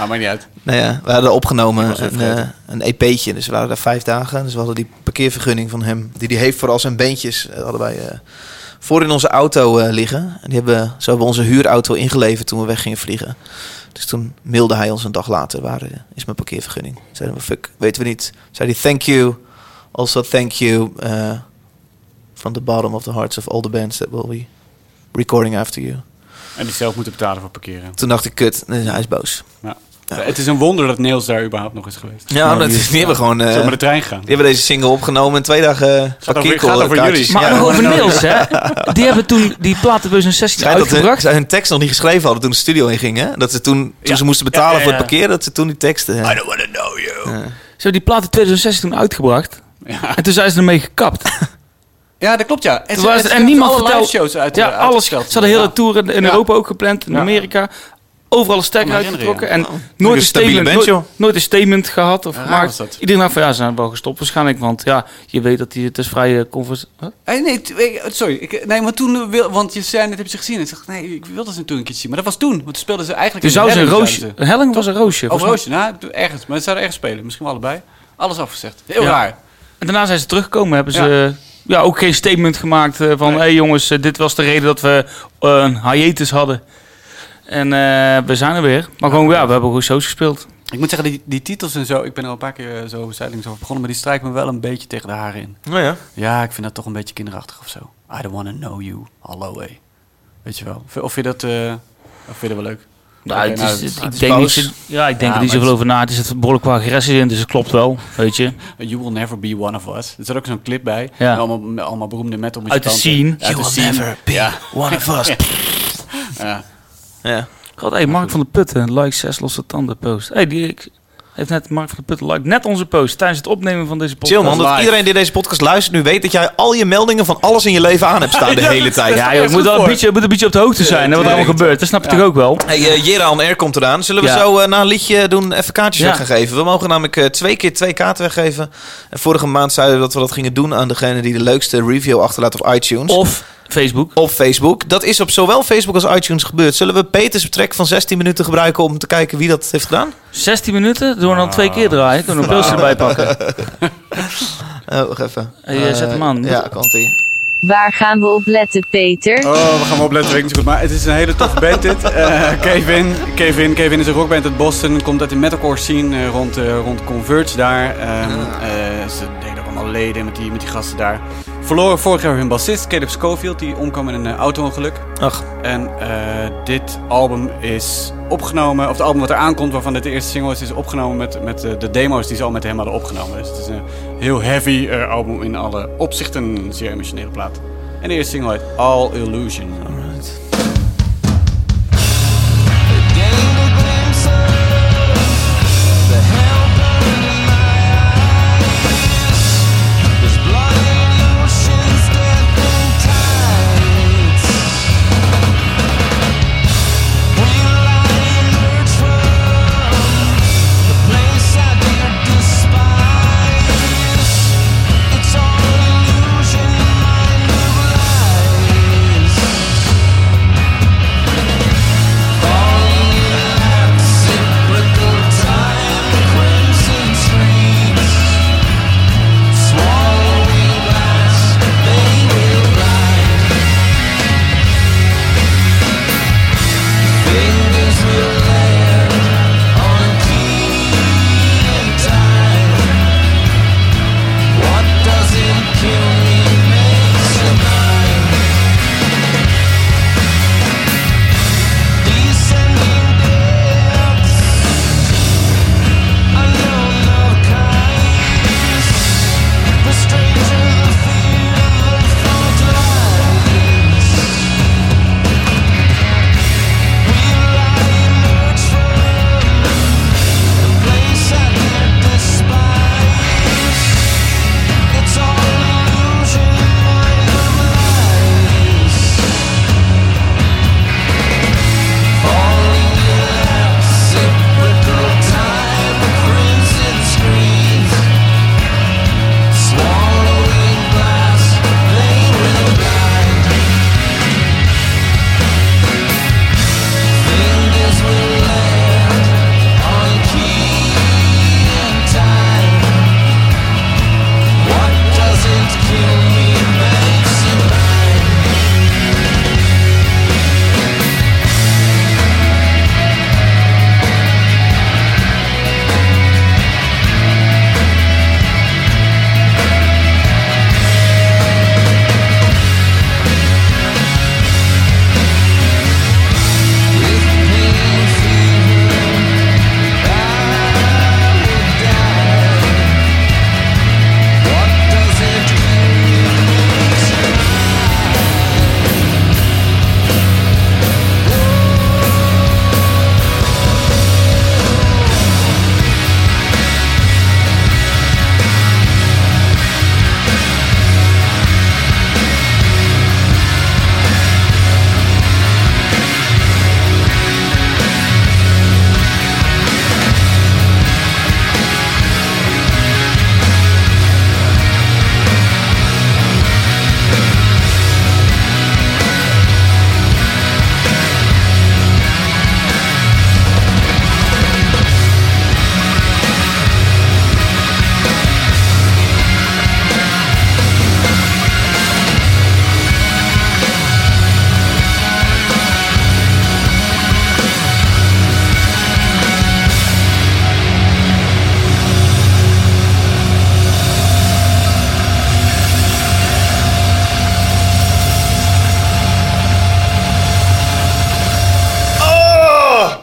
[SPEAKER 2] maakt niet uit.
[SPEAKER 1] Nou ja, we hadden opgenomen
[SPEAKER 2] even
[SPEAKER 1] een, eh een EP'tje. Dus we waren daar vijf dagen. Dus we hadden die parkeervergunning van hem. Die hij heeft voor al zijn beentjes. eh, hadden wij eh, voor in onze auto eh, liggen. En die hebben, zo hebben we onze huurauto ingeleverd toen we weg gingen vliegen. Dus toen mailde hij ons een dag later. Waar eh, is mijn parkeervergunning? Zeiden we, fuck, weten we niet. Zei hij, thank you. Also thank you. eh, from the bottom of the hearts of all the bands that will be recording after you.
[SPEAKER 2] En die zelf moeten betalen voor parkeren.
[SPEAKER 1] Toen dacht ik, kut, nee, hij is boos.
[SPEAKER 2] Ja.
[SPEAKER 1] Ja.
[SPEAKER 2] Het is een wonder dat Niels daar überhaupt nog is geweest.
[SPEAKER 1] Ja, maar dat is niet hebben we gewoon... eh,
[SPEAKER 2] Zo met de trein gegaan.
[SPEAKER 1] Die hebben deze single opgenomen en twee dagen eh,
[SPEAKER 2] over- gaat over jullie.
[SPEAKER 3] Maar
[SPEAKER 2] Ja,
[SPEAKER 3] nog
[SPEAKER 2] maar
[SPEAKER 3] over
[SPEAKER 2] nou-
[SPEAKER 3] Niels, hè. Die hebben toen die plaat in 2016
[SPEAKER 1] Schijnt dat hun,
[SPEAKER 3] uitgebracht.
[SPEAKER 1] zij hun tekst nog niet geschreven hadden toen de studio inging, hè? Dat ze toen, toen ze moesten betalen
[SPEAKER 3] Ja, ja,
[SPEAKER 1] voor het
[SPEAKER 3] ja.
[SPEAKER 1] parkeer, dat ze toen die eh, teksten... hè.
[SPEAKER 2] don't wanna know you.
[SPEAKER 3] Ze hebben die plaat in 2016 toen uitgebracht.
[SPEAKER 2] Ja.
[SPEAKER 3] En toen zijn ze ermee gekapt.
[SPEAKER 2] Ja, dat klopt, ja. En,
[SPEAKER 3] Het
[SPEAKER 2] ze-
[SPEAKER 3] was-
[SPEAKER 2] en ze
[SPEAKER 3] en
[SPEAKER 2] hebben
[SPEAKER 3] niemand
[SPEAKER 2] alle
[SPEAKER 3] vertelde-
[SPEAKER 2] liveshows uit eh,
[SPEAKER 3] Ja,
[SPEAKER 2] uit-
[SPEAKER 3] alles. Ze
[SPEAKER 2] uitgesteld.
[SPEAKER 3] hadden de hele
[SPEAKER 2] Ja.
[SPEAKER 3] tour in, in
[SPEAKER 2] Ja.
[SPEAKER 3] Europa ook gepland, in
[SPEAKER 2] Ja.
[SPEAKER 3] Amerika. Overal een stekker
[SPEAKER 2] Kan me herinneren,
[SPEAKER 3] uitgetrokken. En
[SPEAKER 1] een
[SPEAKER 3] nooit, een
[SPEAKER 1] stabiele
[SPEAKER 3] statement,
[SPEAKER 1] band,
[SPEAKER 3] nooit, nooit een statement gehad of
[SPEAKER 2] Raar was
[SPEAKER 3] gemaakt.
[SPEAKER 2] dat.
[SPEAKER 3] Iedereen dacht van ja, ze zijn wel gestopt waarschijnlijk. Want ja, je weet dat die, het is vrij eh, convers... Huh?
[SPEAKER 2] Eh, nee, t- ik- sorry. Ik, nee, maar toen... eh, Wil, want je zei net, heb je ze gezien? Ik dacht, nee, ik wilde ze toen een keertje zien. Maar dat was toen. Want toen speelden ze eigenlijk...
[SPEAKER 3] Toen
[SPEAKER 2] in de
[SPEAKER 3] zou ze een
[SPEAKER 2] Helling,
[SPEAKER 3] roosje...
[SPEAKER 2] zouden
[SPEAKER 3] Een helling was een roosje.
[SPEAKER 2] ze- Of
[SPEAKER 3] volgens mij.
[SPEAKER 2] Roosje, nou, ergens. Maar ze zouden ergens spelen. Misschien wel allebei. Alles afgezegd. Heel
[SPEAKER 3] Ja.
[SPEAKER 2] raar.
[SPEAKER 3] En daarna zijn ze teruggekomen. Hebben ze ja. ook geen statement gemaakt eh, van... hé
[SPEAKER 2] Nee.
[SPEAKER 3] hey jongens, eh, dit was de reden dat we eh, een hiatus hadden. En eh, we zijn er weer. Maar gewoon, ja, we hebben gewoon shows gespeeld.
[SPEAKER 2] Ik moet zeggen, die, die titels en zo... Ik ben er al een paar keer eh, zo zijdelings over begonnen. Maar die strijken me wel een beetje tegen de haren in.
[SPEAKER 1] Nou ja.
[SPEAKER 2] Ja, ik vind dat toch een beetje kinderachtig of zo. I don't wanna know you. Hallo, hé. Weet je wel. Of- Of vind je dat... eh, of vind je dat wel leuk?
[SPEAKER 3] Nou,
[SPEAKER 2] Oké,
[SPEAKER 3] het
[SPEAKER 2] nou,
[SPEAKER 3] is,
[SPEAKER 2] dat-
[SPEAKER 3] het-
[SPEAKER 2] dat
[SPEAKER 3] ik
[SPEAKER 2] is
[SPEAKER 3] denk
[SPEAKER 2] boos.
[SPEAKER 3] niet zo- ja, ik denk
[SPEAKER 2] Ja,
[SPEAKER 3] er niet
[SPEAKER 2] maar
[SPEAKER 3] zoveel
[SPEAKER 2] het-
[SPEAKER 3] over na. Het is het behoorlijk qua agressie in, dus het klopt wel, weet je.
[SPEAKER 2] You will never be one of us. Er zat ook zo'n clip bij.
[SPEAKER 3] Ja.
[SPEAKER 2] Met Allemaal, met allemaal beroemde metalmuzikanten.
[SPEAKER 3] Uit de scene.
[SPEAKER 2] Uit de
[SPEAKER 1] You will
[SPEAKER 2] scene.
[SPEAKER 1] never be
[SPEAKER 2] Ja.
[SPEAKER 1] one of us.
[SPEAKER 2] Ja.
[SPEAKER 1] Ja.
[SPEAKER 3] God, hey, Mark van der Putten, like 6 losse tanden post. Hey, die, ik, Heeft net Mark van de Putten like net onze post tijdens het opnemen van deze podcast.
[SPEAKER 1] Chill man, dat
[SPEAKER 2] live.
[SPEAKER 1] iedereen die deze podcast luistert nu weet dat jij al je meldingen van alles in je leven aan hebt staan de hele tijd.
[SPEAKER 3] *laughs* Ja, joh,
[SPEAKER 2] Erg
[SPEAKER 3] je
[SPEAKER 2] goed
[SPEAKER 3] moet wel een
[SPEAKER 2] voor.
[SPEAKER 3] beetje, moet een beetje op de hoogte zijn hè, wat er allemaal gebeurt. Dat snap je toch ook wel.
[SPEAKER 1] Hey, eh, Jera on Air komt eraan. Zullen we
[SPEAKER 3] Ja.
[SPEAKER 1] zo eh, na een liedje doen even kaartjes
[SPEAKER 3] Ja.
[SPEAKER 1] weggeven? We mogen namelijk eh, twee keer twee kaarten weggeven. En vorige maand zeiden we dat we dat gingen doen aan degene die de leukste review achterlaat op iTunes.
[SPEAKER 3] Of Facebook.
[SPEAKER 1] op Facebook. Dat is op zowel Facebook als iTunes gebeurd. Zullen we Peters trek van 16 minuten gebruiken om te kijken wie dat heeft gedaan?
[SPEAKER 3] 16 minuten, doen we dan twee keer draaien. Kunnen we een pilsje erbij pakken.
[SPEAKER 1] Eh wacht even.
[SPEAKER 3] Hey, eh, zet hem aan.
[SPEAKER 1] Eh, ja, komt ie.
[SPEAKER 5] Waar gaan we op letten, Peter?
[SPEAKER 2] Oh, we gaan wel opletten, weet ik niet zo goed. Maar het is een hele toffe band dit. Eh, Kevin, Kevin, Kevin is een rockband uit Boston. Komt uit de metalcore scene eh, rond, eh, rond Converge daar. Ehm, eh, ze deden allemaal leden met die, met die gasten daar. Verloren vorig jaar hun bassist, Caleb Schofield. Die omkwam in een eh, auto-ongeluk.
[SPEAKER 1] Ach,
[SPEAKER 2] En eh, dit album is opgenomen, of het album wat er aankomt, waarvan dit de eerste single is, is opgenomen met, met eh, de demo's die ze al met hem hadden opgenomen. Dus het is een heel heavy eh, album in alle opzichten, een zeer emotionele plaat. En de eerste single heet All Illusion.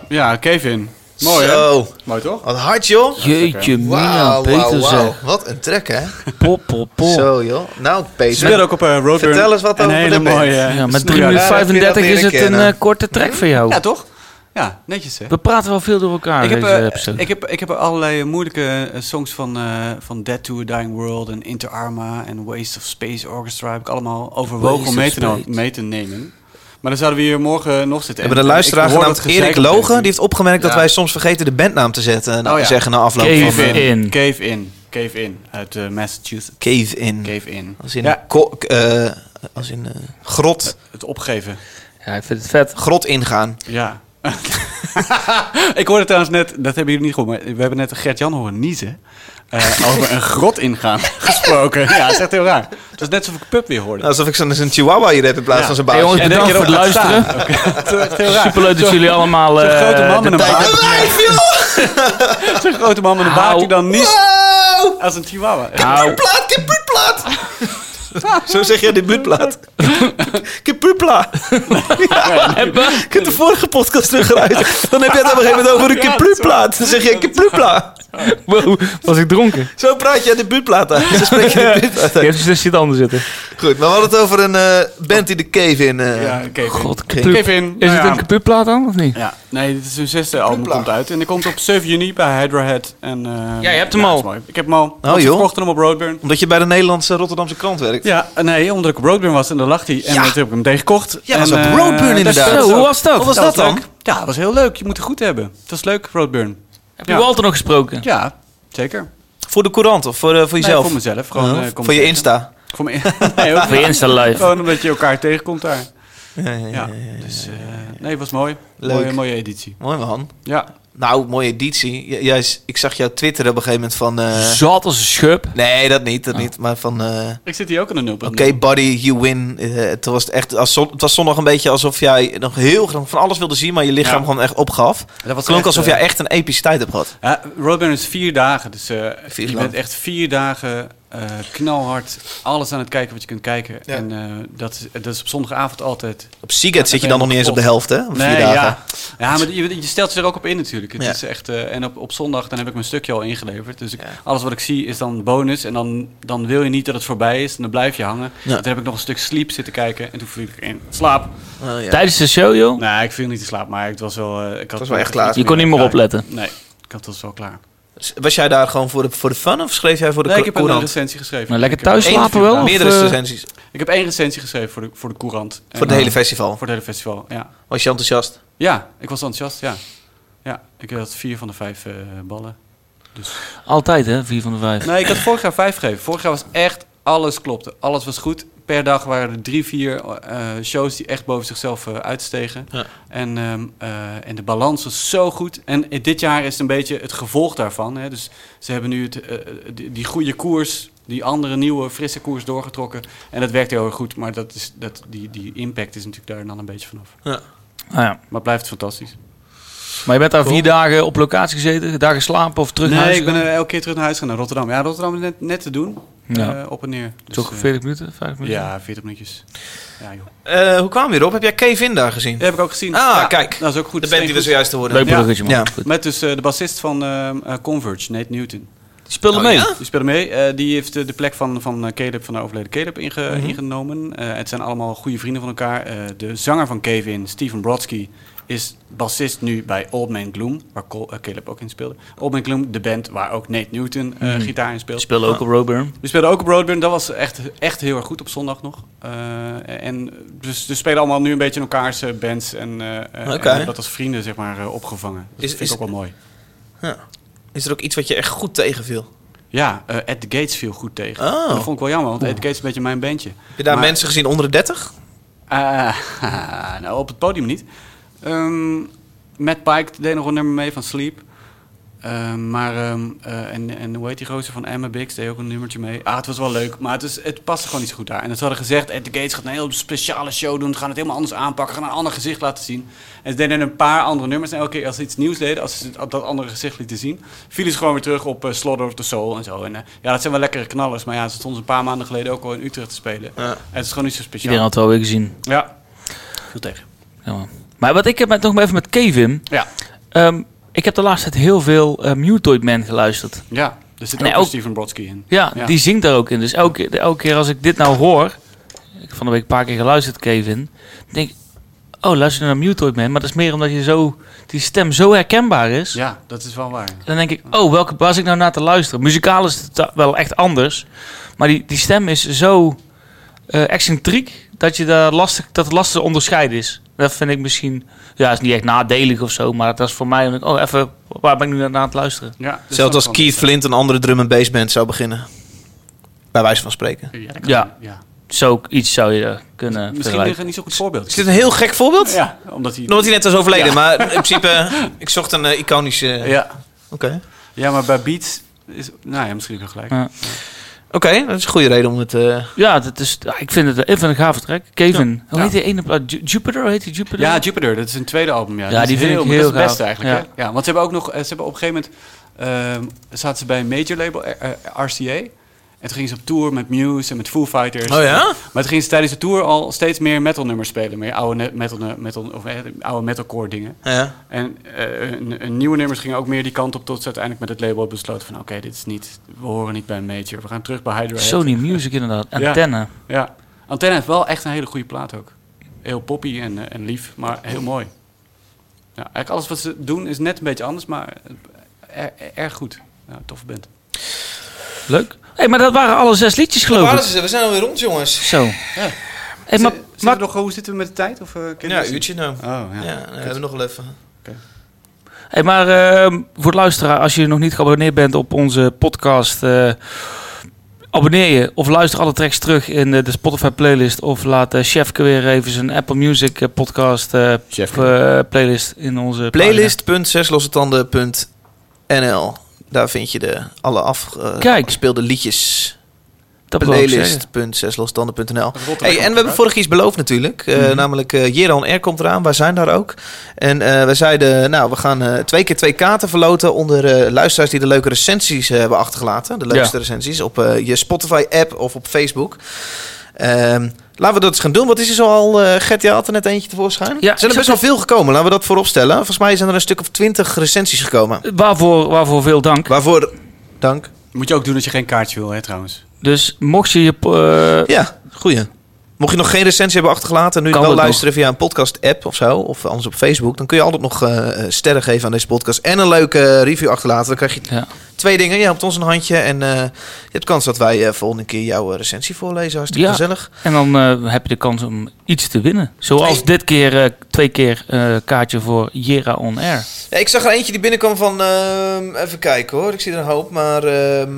[SPEAKER 2] Ja, Kevin. Mooi hè?
[SPEAKER 1] Zo. Oh,
[SPEAKER 2] Mooi toch?
[SPEAKER 1] Wat hard joh.
[SPEAKER 3] Jeetje, Mina,
[SPEAKER 1] Wauw, wauw,
[SPEAKER 3] Peter
[SPEAKER 1] wauw.
[SPEAKER 3] zeg.
[SPEAKER 1] Wat een trek hè.
[SPEAKER 3] Pop, pop, pop.
[SPEAKER 1] Zo joh. Nou
[SPEAKER 2] Ze
[SPEAKER 1] Peter.
[SPEAKER 2] speelden ook op eh, Roadburn.
[SPEAKER 1] Vertel eens wat
[SPEAKER 2] een
[SPEAKER 1] over
[SPEAKER 2] hele
[SPEAKER 1] de band.
[SPEAKER 2] mooie.
[SPEAKER 3] Ja,
[SPEAKER 2] eh,
[SPEAKER 3] met 3
[SPEAKER 2] snoeihard.
[SPEAKER 3] minuten
[SPEAKER 1] Ja, dat heb je dat
[SPEAKER 3] 35 is
[SPEAKER 1] leren
[SPEAKER 3] het een
[SPEAKER 1] kennen.
[SPEAKER 3] eh, korte track voor jou.
[SPEAKER 2] Ja, toch? Ja, netjes hè.
[SPEAKER 3] We praten wel veel door
[SPEAKER 1] Ah,
[SPEAKER 3] elkaar
[SPEAKER 2] Ik heb,
[SPEAKER 3] deze
[SPEAKER 2] eh,
[SPEAKER 3] episode.
[SPEAKER 2] ik, heb, ik heb allerlei eh, moeilijke eh, songs van, eh, van Dead to a Dying World en Inter Arma en Waste of Space Orchestra heb ik allemaal overwogen om
[SPEAKER 1] Waste
[SPEAKER 2] mee
[SPEAKER 1] of
[SPEAKER 2] te, no-
[SPEAKER 1] Space.
[SPEAKER 2] mee te nemen. Maar dan zouden we hier morgen nog zitten.
[SPEAKER 1] We hebben een
[SPEAKER 2] En- en
[SPEAKER 1] luisteraar
[SPEAKER 2] ik hoor
[SPEAKER 1] genaamd
[SPEAKER 2] dat gezeik
[SPEAKER 1] Erik
[SPEAKER 2] op deze
[SPEAKER 1] Logen. Die
[SPEAKER 2] ding.
[SPEAKER 1] heeft opgemerkt dat
[SPEAKER 2] Ja.
[SPEAKER 1] wij soms vergeten de bandnaam te zetten. Nou,
[SPEAKER 2] Oh ja.
[SPEAKER 1] zeggen na afloop
[SPEAKER 3] Cave
[SPEAKER 1] van... eh,
[SPEAKER 3] in.
[SPEAKER 2] Cave In. Cave In. Uit eh, Massachusetts.
[SPEAKER 1] Cave in.
[SPEAKER 2] Cave In.
[SPEAKER 1] Als in,
[SPEAKER 2] Ja.
[SPEAKER 1] ko- k- eh, als in eh, grot,
[SPEAKER 2] Het opgeven.
[SPEAKER 3] Ja, ik vind het vet.
[SPEAKER 1] grot ingaan.
[SPEAKER 2] Ja. *laughs* ik hoorde trouwens net, dat hebben jullie niet goed, maar we hebben net Gert-Jan horen niezen. eh, over een grot ingaan *laughs* gesproken. Ja, dat is echt heel raar. Dat is net alsof ik Pup weer hoorde.
[SPEAKER 1] Alsof ik zo'n zo'n chihuahua hier heb in plaats
[SPEAKER 2] Ja.
[SPEAKER 1] van zijn
[SPEAKER 3] Hey,
[SPEAKER 1] baas.
[SPEAKER 3] jongens,
[SPEAKER 2] En
[SPEAKER 3] Nou, bedankt
[SPEAKER 2] denk
[SPEAKER 3] voor
[SPEAKER 2] je
[SPEAKER 3] het
[SPEAKER 2] dat het *laughs*
[SPEAKER 3] luisteren.
[SPEAKER 2] Dat is echt heel raar.
[SPEAKER 3] Superleuk dat
[SPEAKER 2] Zo'n-
[SPEAKER 3] jullie allemaal...
[SPEAKER 2] zo'n
[SPEAKER 3] eh,
[SPEAKER 2] grote man
[SPEAKER 3] de
[SPEAKER 2] met een
[SPEAKER 3] tijd
[SPEAKER 2] baard.
[SPEAKER 3] hebben gemaakt.
[SPEAKER 2] Zo'n grote man met een baard die dan niet
[SPEAKER 1] Wow!
[SPEAKER 2] als een chihuahua. *laughs*
[SPEAKER 3] Nou,
[SPEAKER 1] Plaat, kipuutplaat! *laughs* Zo zeg jij
[SPEAKER 2] *laughs*
[SPEAKER 1] debuutplaat. Kipuutplaat.
[SPEAKER 3] hebben.
[SPEAKER 1] Ik heb de vorige podcast teruggeluisterd. Dan heb je het op een gegeven moment over een kipuutplaat. Dan zeg je kipuutplaat.
[SPEAKER 3] Wow, was ik dronken.
[SPEAKER 1] Zo praat je de buurtplaat uit. Zo spreek je de buurtplaat
[SPEAKER 3] Je
[SPEAKER 1] uit.
[SPEAKER 3] hebt dus iets anders zitten.
[SPEAKER 1] Goed, maar we hadden het over een eh, band die de cave in... eh,
[SPEAKER 2] Ja, Cave In.
[SPEAKER 3] God,
[SPEAKER 2] Cave In.
[SPEAKER 3] Is
[SPEAKER 2] Nou
[SPEAKER 3] het
[SPEAKER 2] ja.
[SPEAKER 3] een kaputplaat dan, of niet?
[SPEAKER 2] Ja, nee, dit is hun zesde album
[SPEAKER 1] Hoepla.
[SPEAKER 2] komt uit. En die komt op 7 juni bij Hydrahead. En, eh,
[SPEAKER 3] Ja, je hebt hem al.
[SPEAKER 2] dat
[SPEAKER 3] Oh,
[SPEAKER 2] is mooi. Ik heb hem al. Want ze
[SPEAKER 1] joh.
[SPEAKER 2] verkochten hem op Roadburn.
[SPEAKER 1] Omdat je bij de Nederlandse Rotterdamse krant werkt.
[SPEAKER 2] Ja, nee, omdat ik op Roadburn was en daar lag hij. En
[SPEAKER 1] Ja.
[SPEAKER 2] toen heb ik hem tegengekocht.
[SPEAKER 1] Ja,
[SPEAKER 2] en,
[SPEAKER 1] was op
[SPEAKER 2] eh,
[SPEAKER 1] Roadburn
[SPEAKER 2] dat is
[SPEAKER 1] inderdaad.
[SPEAKER 2] zo.
[SPEAKER 3] Zo, hoe was dat?
[SPEAKER 1] Hoe was dat dan?
[SPEAKER 2] leuk. Ja, dat was heel leuk. Je moet het goed hebben. Het was leuk, Roadburn.
[SPEAKER 3] Heb
[SPEAKER 2] Ja.
[SPEAKER 3] je Walter nog gesproken?
[SPEAKER 2] Ja, zeker.
[SPEAKER 1] Voor de courant of voor, eh, voor
[SPEAKER 2] Nee,
[SPEAKER 1] jezelf?
[SPEAKER 2] voor mezelf. Gewoon,
[SPEAKER 1] Oh,
[SPEAKER 2] eh, kom
[SPEAKER 1] voor je
[SPEAKER 2] tegen.
[SPEAKER 1] Insta.
[SPEAKER 2] Voor mijn... *laughs* nee, ook
[SPEAKER 3] Voor je
[SPEAKER 2] niet.
[SPEAKER 3] Insta live.
[SPEAKER 2] Gewoon omdat je elkaar tegenkomt daar.
[SPEAKER 1] Ja, ja,
[SPEAKER 2] Ja,
[SPEAKER 1] ja.
[SPEAKER 2] dus eh, nee, het was mooi.
[SPEAKER 1] Leuk.
[SPEAKER 2] Mooie, mooie editie.
[SPEAKER 1] Mooi man.
[SPEAKER 2] Ja.
[SPEAKER 1] Nou, mooie editie. J- jij is- ik zag jou twitteren op een gegeven moment van... eh,
[SPEAKER 3] Zat als een schub.
[SPEAKER 1] nee, dat niet, dat niet. Maar van... eh,
[SPEAKER 2] Ik zit hier ook in een 0.0.
[SPEAKER 1] Oké, buddy, you win. Eh, het, was echt, als zon- het was zondag een beetje alsof jij nog heel graag van alles wilde zien, maar je lichaam
[SPEAKER 2] Ja.
[SPEAKER 1] gewoon echt opgaf.
[SPEAKER 2] Dat was
[SPEAKER 1] Het klonk
[SPEAKER 2] echt,
[SPEAKER 1] alsof
[SPEAKER 2] eh,
[SPEAKER 1] jij echt een epische tijd hebt gehad.
[SPEAKER 2] Ja, Roadburn is vier dagen, dus eh,
[SPEAKER 1] Vier
[SPEAKER 2] je
[SPEAKER 1] lang.
[SPEAKER 2] bent echt vier dagen eh, knalhard alles aan het kijken wat je kunt kijken.
[SPEAKER 1] Ja.
[SPEAKER 2] En eh, dat, is, dat is op zondagavond altijd.
[SPEAKER 1] Op Seagate zit je
[SPEAKER 2] ben
[SPEAKER 1] dan
[SPEAKER 2] je
[SPEAKER 1] nog niet eens op de helft, hè? Op vier dagen.
[SPEAKER 2] ja. ja, maar je, je stelt ze er ook op in natuurlijk. Het
[SPEAKER 1] Ja.
[SPEAKER 2] is echt, eh, en op, op zondag dan heb ik mijn stukje al ingeleverd. Dus ik,
[SPEAKER 1] Ja.
[SPEAKER 2] alles wat ik zie is dan bonus. En dan, dan wil je niet dat het voorbij is. En dan blijf je hangen.
[SPEAKER 1] Ja.
[SPEAKER 2] En Toen heb ik nog een stuk sleep zitten kijken. En toen viel ik in slaap.
[SPEAKER 1] Oh, ja.
[SPEAKER 3] Tijdens de show, joh.
[SPEAKER 2] Nee, ik viel niet in slaap, maar het was wel... eh, ik had
[SPEAKER 1] was wel echt klaar.
[SPEAKER 2] iets
[SPEAKER 3] Je kon niet meer opletten.
[SPEAKER 2] Nee, ik had was wel klaar.
[SPEAKER 1] Was jij daar gewoon voor de, voor de fun of schreef jij voor de
[SPEAKER 2] Nee, ik heb een
[SPEAKER 1] courant?
[SPEAKER 2] recensie geschreven.
[SPEAKER 3] Maar Nou, lekker
[SPEAKER 2] Ik heb
[SPEAKER 3] thuis
[SPEAKER 2] één
[SPEAKER 3] slapen
[SPEAKER 2] interview
[SPEAKER 3] wel?
[SPEAKER 2] gedaan.
[SPEAKER 1] Meerdere
[SPEAKER 3] of, eh,
[SPEAKER 1] recensies
[SPEAKER 2] Ik heb één recensie geschreven voor de, voor de courant. En,
[SPEAKER 1] voor het
[SPEAKER 2] eh,
[SPEAKER 1] hele festival.
[SPEAKER 2] Voor het hele festival, ja.
[SPEAKER 1] Was je enthousiast?
[SPEAKER 2] Ja, ik was enthousiast, ja. Ja, ik had vier van de vijf eh, ballen.
[SPEAKER 3] Altijd, hè? Vier van de vijf.
[SPEAKER 2] Nee, ik had vorig jaar vijf gegeven. Vorig jaar was echt alles klopte. Alles was goed. Per dag waren er drie, vier eh, shows die echt boven zichzelf eh, uitstegen.
[SPEAKER 1] Ja.
[SPEAKER 2] En, ehm, eh, en de balans was zo goed. En eh, dit jaar is een beetje het gevolg daarvan. Hè. Dus ze hebben nu het, eh, die, die goede koers, die andere nieuwe frisse koers doorgetrokken. En dat werkt heel erg goed. Maar dat is, dat, die, die impact is natuurlijk daar dan een beetje vanaf.
[SPEAKER 3] Ah, ja.
[SPEAKER 2] Maar het blijft fantastisch.
[SPEAKER 3] Maar je bent daar
[SPEAKER 2] Cool.
[SPEAKER 3] vier dagen op locatie gezeten, daar geslapen of terug naar
[SPEAKER 2] nee,
[SPEAKER 3] huis?
[SPEAKER 2] ik ben
[SPEAKER 3] gegaan?
[SPEAKER 2] eh, elke keer terug naar huis gaan naar Rotterdam. Ja, Rotterdam is net, net te doen.
[SPEAKER 3] Ja.
[SPEAKER 2] Eh, op en neer. Dus,
[SPEAKER 3] Toch
[SPEAKER 2] eh,
[SPEAKER 3] 40 minuten, 50 minuten?
[SPEAKER 2] Ja, 40 minuutjes. Ja, joh.
[SPEAKER 1] Eh, hoe kwamen we erop? Heb jij Cave In daar gezien?
[SPEAKER 2] Die heb ik ook gezien.
[SPEAKER 1] Ah,
[SPEAKER 2] Ja,
[SPEAKER 1] kijk.
[SPEAKER 2] Dat is ook goed.
[SPEAKER 1] de band die we
[SPEAKER 2] Steengoed.
[SPEAKER 1] zojuist te horen.
[SPEAKER 3] Leuk
[SPEAKER 2] Ja.
[SPEAKER 3] bruggetje, man.
[SPEAKER 1] dus, Ja.
[SPEAKER 3] Goed.
[SPEAKER 2] Met dus eh, de bassist van ehm, eh, Converge, Nate Newton.
[SPEAKER 3] Die speelde
[SPEAKER 1] Oh,
[SPEAKER 3] mee.
[SPEAKER 1] ja?
[SPEAKER 2] Die speelde mee. Eh, die heeft eh, de plek van, van eh, Caleb, van de overleden Caleb, inge-
[SPEAKER 1] Mhm.
[SPEAKER 2] ingenomen. Eh, het zijn allemaal goede vrienden van elkaar. Eh, de zanger van Cave In, Steven Brodsky, is bassist nu bij Old Man Gloom, waar Col- eh, Caleb ook in speelde. Old Man Gloom, de band waar ook Nate Newton
[SPEAKER 1] Mhm.
[SPEAKER 2] eh, gitaar in
[SPEAKER 3] Die
[SPEAKER 2] speelt.
[SPEAKER 3] speelde ook op Roadburn.
[SPEAKER 2] We speelden ook op Roadburn. Dat was echt, echt heel erg goed op zondag nog. Eh, en dus, dus spelen allemaal nu een beetje in elkaars eh, bands. En, eh, eh, en
[SPEAKER 1] Oké.
[SPEAKER 2] dat als vrienden zeg maar eh, opgevangen. Dat
[SPEAKER 1] Is-
[SPEAKER 2] vind
[SPEAKER 1] is-
[SPEAKER 2] ik ook wel mooi.
[SPEAKER 1] Is er ook iets wat je echt goed tegenviel?
[SPEAKER 2] Ja, eh, At The Gates viel goed tegen.
[SPEAKER 1] Oh.
[SPEAKER 2] Dat vond ik wel jammer, want At The Gates is een beetje mijn bandje.
[SPEAKER 1] Heb je daar
[SPEAKER 2] Maar-
[SPEAKER 1] mensen gezien onder de 30?
[SPEAKER 2] Ah, *laughs* nou, op het podium niet. Ehm Matt Pike deed nog een nummer mee van Sleep. Ehm, maar, ehm, eh, en, en hoe heet die gozer van Emma Bix? Deed ook een nummertje mee. Ah, het was wel leuk, maar het, is, het paste gewoon niet zo goed daar. En dat ze hadden gezegd, At The Gates gaat een heel speciale show doen. Ze gaan het helemaal anders aanpakken, gaan een ander gezicht laten zien. En ze deden een paar andere nummers. En elke keer als ze iets nieuws deden, als ze dat andere gezicht lieten zien... vielen ze gewoon weer terug op eh, Slaughter of the Soul en zo. En, eh, ja, dat zijn wel lekkere knallers. Maar ja, ze stonden een paar maanden geleden ook al in Utrecht te spelen.
[SPEAKER 1] Ja.
[SPEAKER 2] En het is gewoon niet zo speciaal.
[SPEAKER 3] Iedereen had het alweer gezien.
[SPEAKER 2] Ja. Veel tegen.
[SPEAKER 3] Ja, man. Maar wat ik heb met, nog maar even met Kevin.
[SPEAKER 2] Ja.
[SPEAKER 3] Ehm, ik heb de laatste tijd heel veel eh, Mutoid Man geluisterd.
[SPEAKER 2] Ja. Er zit
[SPEAKER 3] Nee,
[SPEAKER 2] ook, weer
[SPEAKER 3] ook-
[SPEAKER 2] Steven Brodsky in.
[SPEAKER 3] Ja,
[SPEAKER 2] Ja.
[SPEAKER 3] die zingt daar ook in. Dus elke, elke keer als ik dit nou hoor... Ik heb van de week een paar keer geluisterd, Kevin. denk ik, oh, luister naar Mutoid Man. Maar dat is meer omdat je zo, die stem zo herkenbaar is.
[SPEAKER 2] Ja, dat is wel waar.
[SPEAKER 3] Dan denk ik, oh, welke was ik nou naar te luisteren? Muzikaal is het ta- wel echt anders. Maar die, die stem is zo eh, excentriek dat, je daar lastig, dat het lastig te onderscheiden is. Dat vind ik misschien, ja, is niet echt nadelig of zo. Maar dat is voor mij, dan denk ik, oh, even, waar ben ik nu naar, naar aan het luisteren?
[SPEAKER 2] Ja, dat is
[SPEAKER 1] Zelfs
[SPEAKER 2] wel
[SPEAKER 1] als
[SPEAKER 2] van-
[SPEAKER 1] Keith Flint een andere drum en bass band zou beginnen. Bij wijze van spreken.
[SPEAKER 2] Ja, dat kan.
[SPEAKER 3] Ja.
[SPEAKER 2] ja.
[SPEAKER 3] Zo iets zou je kunnen
[SPEAKER 2] Misschien
[SPEAKER 3] vergelijken.
[SPEAKER 2] liggen niet zo'n goed voorbeeld.
[SPEAKER 1] Is dit een heel gek voorbeeld?
[SPEAKER 2] Ja, omdat hij...
[SPEAKER 1] Omdat hij net was overleden. Maar in principe, ik zocht een eh, iconische...
[SPEAKER 2] Ja.
[SPEAKER 1] Oké,
[SPEAKER 2] ja, maar bij Beats is... Nou ja, misschien heb je wel gelijk.
[SPEAKER 3] Ja.
[SPEAKER 1] Oké, dat is een goede reden om het... eh,
[SPEAKER 3] Ja, dat is, ah, ik vind het ik vind het een gave track. Kevin, hoe
[SPEAKER 2] Ja.
[SPEAKER 3] heet die ene plaat? Ju- Jupiter, heet die Jupiter?
[SPEAKER 2] Ja, Jupiter, dat is een tweede album. Ja,
[SPEAKER 3] Ja,
[SPEAKER 2] Dat is
[SPEAKER 3] die vind ik
[SPEAKER 2] dat
[SPEAKER 3] heel
[SPEAKER 2] is het beste
[SPEAKER 3] gaaf.
[SPEAKER 2] eigenlijk. Hè? ja, want ze hebben ook nog, eh, ze hebben op een gegeven moment, ehm, zaten ze bij een major label, eh, eh, RCA. En toen gingen ze op tour met Muse en met Foo Fighters.
[SPEAKER 1] Oh ja?
[SPEAKER 2] Maar toen gingen ze tijdens de tour al steeds meer metal nummers spelen. Meer oude, ne- metal, metal, of, eh, oude metalcore dingen.
[SPEAKER 1] ja.
[SPEAKER 2] En eh, een, een nieuwe nummers gingen ook meer die kant op tot ze uiteindelijk met het label besloten van... Oké, dit is niet, we horen niet bij een major. We gaan terug bij Hydra Head.
[SPEAKER 3] Sony Music inderdaad.
[SPEAKER 2] Ja.
[SPEAKER 3] Antenne.
[SPEAKER 2] Ja. Antenne heeft wel echt een hele goede plaat ook. Heel poppy en, eh, en lief, maar heel mooi. Ja, eigenlijk alles wat ze doen is net een beetje anders, maar eh, er- er- erg goed. Ja, toffe band.
[SPEAKER 3] Leuk. hey, maar dat waren alle zes liedjes
[SPEAKER 1] Oh,
[SPEAKER 3] geloof ik.
[SPEAKER 1] we zijn alweer rond, jongens.
[SPEAKER 3] Zo. Hey, maar,
[SPEAKER 2] Zit- zitten
[SPEAKER 3] maar-
[SPEAKER 2] we nog, eh, hoe zitten we met de tijd? Of, eh, ken je
[SPEAKER 1] Ja,
[SPEAKER 2] dat?
[SPEAKER 1] een uurtje nou.
[SPEAKER 2] Oh, ja.
[SPEAKER 1] Ja, dan hebben we nog wel even.
[SPEAKER 3] hey, maar ehm, voor de luisteraar, als je nog niet geabonneerd bent op onze podcast, eh, abonneer je of luister alle tracks terug in eh, de Spotify playlist. Of laat eh, Chefke weer even zijn Apple Music eh, podcast eh, eh, playlist in onze
[SPEAKER 1] Playlist.zeslossetanden.nl Daar vind je de alle
[SPEAKER 3] Kijk.
[SPEAKER 1] afgespeelde liedjes.
[SPEAKER 3] pagina. Dat wil ik zeggen.
[SPEAKER 1] Playlist.zeslossetanden.nl
[SPEAKER 2] Rotterdam
[SPEAKER 1] Hey, en we hebben
[SPEAKER 2] Rotterdam.
[SPEAKER 1] vorig iets beloofd natuurlijk. Eh,
[SPEAKER 3] Mhm.
[SPEAKER 1] Namelijk eh Jeroen R komt eraan. Wij zijn daar ook. En eh, wij zeiden, nou, we gaan eh, twee keer twee kaarten verloten onder eh, luisteraars die de leuke recensies eh, hebben achtergelaten. De leukste recensies op eh, je Spotify-app of op Facebook. Ehm, laten we dat eens gaan doen. Wat is er zo al? eh Gert, je had er net eentje tevoorschijn.
[SPEAKER 3] Ja,
[SPEAKER 1] er zijn
[SPEAKER 3] ik
[SPEAKER 1] er best wel veel gekomen. Laten we dat voorop stellen. Volgens mij zijn er een stuk of twintig recensies gekomen.
[SPEAKER 3] Waarvoor, waarvoor veel dank.
[SPEAKER 1] Waarvoor... Dank.
[SPEAKER 2] Moet je ook doen als je geen kaartje wil, hè, trouwens.
[SPEAKER 3] Dus mocht je je... eh,
[SPEAKER 1] Ja, goeie. Mocht je nog geen recensie hebben achtergelaten, nu je
[SPEAKER 3] Kan
[SPEAKER 1] wel
[SPEAKER 3] dat
[SPEAKER 1] luisteren via een podcast-app of zo, of anders op Facebook, dan kun je altijd nog eh, eh, sterren geven aan deze podcast en een leuke eh, review achterlaten. Dan krijg je
[SPEAKER 3] Ja.
[SPEAKER 1] twee dingen. Je helpt ons een handje en eh, je hebt kans dat wij eh, volgende keer jouw eh, recensie voorlezen. Hartstikke
[SPEAKER 3] Ja.
[SPEAKER 1] gezellig.
[SPEAKER 3] En dan eh, heb je de kans om iets te winnen. Zoals
[SPEAKER 1] Hey.
[SPEAKER 3] dit keer eh, twee keer eh, kaartje voor Jera On Air.
[SPEAKER 1] Ja, ik zag er eentje die binnenkwam van, ehm, even kijken hoor, ik zie er een hoop, maar ehm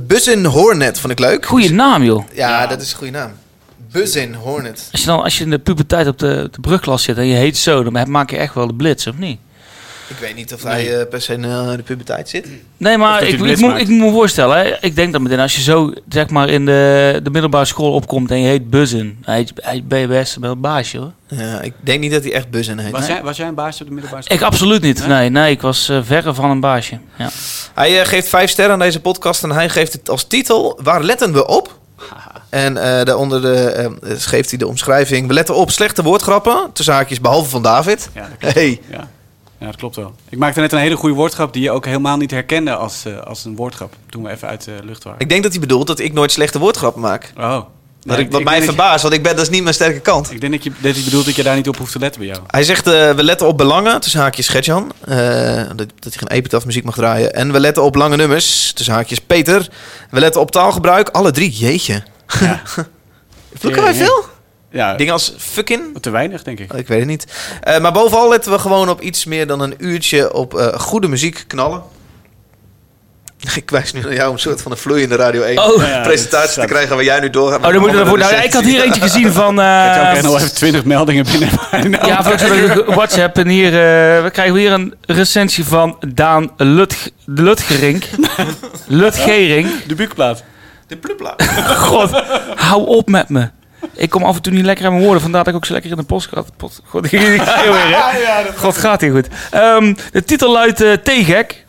[SPEAKER 1] Buzzin Hornet vond ik leuk.
[SPEAKER 3] Goeie naam, joh.
[SPEAKER 1] Ja, dat is een goede naam. Buzzin Hornet.
[SPEAKER 3] Als je, dan, als je in de puberteit op de, op de brugklas zit en je heet zo, dan maak je echt wel de blitz, of niet?
[SPEAKER 1] Ik weet niet of hij eh, per se in eh, de puberteit zit.
[SPEAKER 3] Nee,
[SPEAKER 2] Of
[SPEAKER 3] maar
[SPEAKER 2] dat je
[SPEAKER 3] ik,
[SPEAKER 2] de
[SPEAKER 3] ik,
[SPEAKER 2] blitz
[SPEAKER 3] moet,
[SPEAKER 2] maakt.
[SPEAKER 3] ik moet me voorstellen, hè, ik denk dat meteen als je zo zeg maar in de, de middelbare school opkomt en je heet Buzzin, hij heet- hij heet- ben je best wel een baasje hoor.
[SPEAKER 1] Ja, ik denk niet dat hij echt Buzzin heet.
[SPEAKER 2] Was, jij, was jij een baasje op de middelbare school?
[SPEAKER 3] Ik absoluut niet,
[SPEAKER 2] Hè?
[SPEAKER 3] nee, nee, ik was eh, verre van een baasje. Ja.
[SPEAKER 1] Hij eh, geeft vijf sterren aan deze podcast en hij geeft het als titel Waar letten we
[SPEAKER 2] *laughs*
[SPEAKER 1] op? En eh, daaronder de, eh, geeft hij de omschrijving. We letten op slechte woordgrappen, tussen haakjes behalve van David.
[SPEAKER 2] Ja, dat klopt.
[SPEAKER 1] Hey.
[SPEAKER 2] Ja. ja, dat klopt wel. Ik maakte net een hele goede woordgrap die je ook helemaal niet herkende als, eh, als een woordgrap. Toen we even uit de lucht waren.
[SPEAKER 1] Ik denk dat hij bedoelt dat ik nooit slechte woordgrappen maak.
[SPEAKER 2] Oh. Nee,
[SPEAKER 1] Wat, ik,
[SPEAKER 2] ik-
[SPEAKER 1] wat
[SPEAKER 2] ik
[SPEAKER 1] mij
[SPEAKER 2] denk dat je-
[SPEAKER 1] verbaast, want ik ben, dat is niet mijn sterke kant.
[SPEAKER 2] Ik denk dat je, dat je bedoelt dat je daar niet op hoeft te letten bij jou.
[SPEAKER 1] Hij zegt, eh, we letten op belangen, tussen haakjes Gertjan. eh, dat, dat hij geen epitaf muziek mag draaien. En we letten op lange nummers, tussen haakjes Peter. We letten op taalgebruik, alle drie, jeetje.
[SPEAKER 2] Ja.
[SPEAKER 1] *laughs* Vloeken wij
[SPEAKER 2] Ja, ja.
[SPEAKER 1] veel?
[SPEAKER 2] Ja,
[SPEAKER 1] Dingen als fucking,
[SPEAKER 2] te weinig denk ik.
[SPEAKER 1] Ik weet het niet. Eh, maar bovenal letten we gewoon op iets meer dan een uurtje op eh, goede muziek knallen. *laughs* Ik wijs nu naar jou om een soort van een vloeiende Radio 1
[SPEAKER 3] Oh.
[SPEAKER 2] Ja,
[SPEAKER 1] *laughs* presentatie te
[SPEAKER 2] dat-
[SPEAKER 1] krijgen waar jij nu doorgaat. met
[SPEAKER 3] Oh, dan moet je
[SPEAKER 1] andere
[SPEAKER 3] ervoor. Nou, ja, ik had
[SPEAKER 1] recensies.
[SPEAKER 3] hier eentje gezien van. eh,
[SPEAKER 2] Ik zou ook echt nog even twintig meldingen binnen. maar *laughs* nou-
[SPEAKER 3] ja, volgens mij WhatsApp. En hier eh, we krijgen hier een recensie van Daan Lutg, Lutgerink. Lutgering.
[SPEAKER 2] De buikplaat.
[SPEAKER 1] De plupla.
[SPEAKER 3] *laughs* God, hou op met me. Ik kom af en toe niet lekker aan mijn woorden. Vandaar dat ik ook zo lekker in de post gaat. Pot, God, *laughs* hier ga
[SPEAKER 1] *laughs*
[SPEAKER 3] je weer, hè? God, gaat hier goed. Ehm, de titel luidt eh Te gek.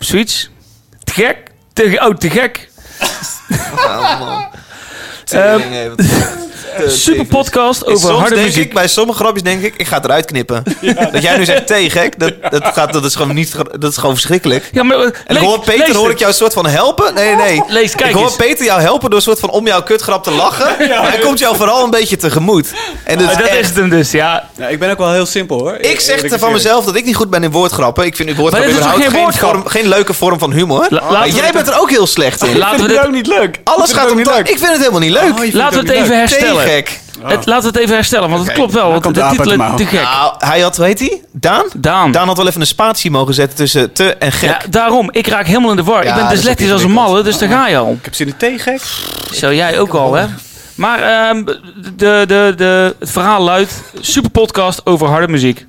[SPEAKER 3] Of Zoiets. Te gek. Te, ge- oh, te gek.
[SPEAKER 1] Ja, man.
[SPEAKER 3] *laughs* Ehm, *laughs*
[SPEAKER 1] Tering, eh, wat-
[SPEAKER 3] Super podcast
[SPEAKER 1] En
[SPEAKER 3] over
[SPEAKER 1] soms
[SPEAKER 3] harde
[SPEAKER 1] denk
[SPEAKER 3] muziek.
[SPEAKER 1] ik, bij sommige grapjes denk ik, ik ga het eruit
[SPEAKER 3] *laughs*
[SPEAKER 1] knippen. Dat jij nu zegt, thee gek, dat, dat, gaat, dat, is, gewoon niet, dat is gewoon verschrikkelijk.
[SPEAKER 3] Ja, maar, eh,
[SPEAKER 1] En
[SPEAKER 3] lees-
[SPEAKER 1] ik hoor Peter,
[SPEAKER 3] lees
[SPEAKER 1] hoor
[SPEAKER 3] het.
[SPEAKER 1] ik jou een soort van helpen? Nee, nee, nee.
[SPEAKER 3] Lees, kijk
[SPEAKER 1] ik hoor
[SPEAKER 3] eens.
[SPEAKER 1] Peter jou helpen door een soort van om jouw kutgrap te lachen.
[SPEAKER 3] *laughs*
[SPEAKER 1] Hij komt jou vooral een beetje tegemoet. En dat is
[SPEAKER 3] Eh, Dat
[SPEAKER 1] echt-
[SPEAKER 3] is het hem dus, ja.
[SPEAKER 2] Ja, ik ben ook wel heel simpel hoor.
[SPEAKER 1] Ik zeg
[SPEAKER 2] Eerlijk
[SPEAKER 1] er van
[SPEAKER 2] gezegd.
[SPEAKER 1] mezelf dat ik niet goed ben in woordgrappen. Ik vind woordgrap
[SPEAKER 3] Maar dit is toch
[SPEAKER 1] überhaupt geen,
[SPEAKER 3] geen woordgrap?
[SPEAKER 1] vorm- geen leuke vorm van humor.
[SPEAKER 3] La-
[SPEAKER 1] Maar
[SPEAKER 3] laten we
[SPEAKER 1] jij
[SPEAKER 3] dit-
[SPEAKER 1] bent er ook heel slecht in.
[SPEAKER 3] Laten we
[SPEAKER 2] Ik vind het
[SPEAKER 3] dit,
[SPEAKER 2] ook niet leuk. Ik vind
[SPEAKER 1] Alles
[SPEAKER 2] het
[SPEAKER 1] gaat
[SPEAKER 2] ook
[SPEAKER 1] om
[SPEAKER 2] niet
[SPEAKER 1] dat.
[SPEAKER 2] leuk.
[SPEAKER 1] Ik vind het helemaal niet
[SPEAKER 2] Oh, je
[SPEAKER 1] leuk. Ah.
[SPEAKER 2] vindt
[SPEAKER 3] laten
[SPEAKER 2] ook
[SPEAKER 3] we het
[SPEAKER 2] niet
[SPEAKER 3] even
[SPEAKER 2] leuk.
[SPEAKER 3] herstellen.
[SPEAKER 1] Tegengek.
[SPEAKER 3] Het, laten we het even herstellen, want het klopt wel. Want de
[SPEAKER 2] komt de aap uit
[SPEAKER 3] titel
[SPEAKER 2] de
[SPEAKER 3] is
[SPEAKER 2] mouw.
[SPEAKER 3] te gek.
[SPEAKER 1] Nou, hij had, hoe heet hij? Daan?
[SPEAKER 3] Daan.
[SPEAKER 1] Daan had wel even een spatie mogen zetten tussen te en gek.
[SPEAKER 3] Ja, daarom, ik raak helemaal in de war.
[SPEAKER 1] Ja,
[SPEAKER 3] ik ben
[SPEAKER 1] dat is
[SPEAKER 3] dyslectisch
[SPEAKER 1] ook
[SPEAKER 3] als een
[SPEAKER 1] ingewikkeld.
[SPEAKER 3] malle, dus daar ga je al.
[SPEAKER 2] Ik heb zin in thee, gek.
[SPEAKER 3] Zo, jij ook al, hè? Maar ehm, de, de, de, het verhaal luidt: super podcast over harde muziek.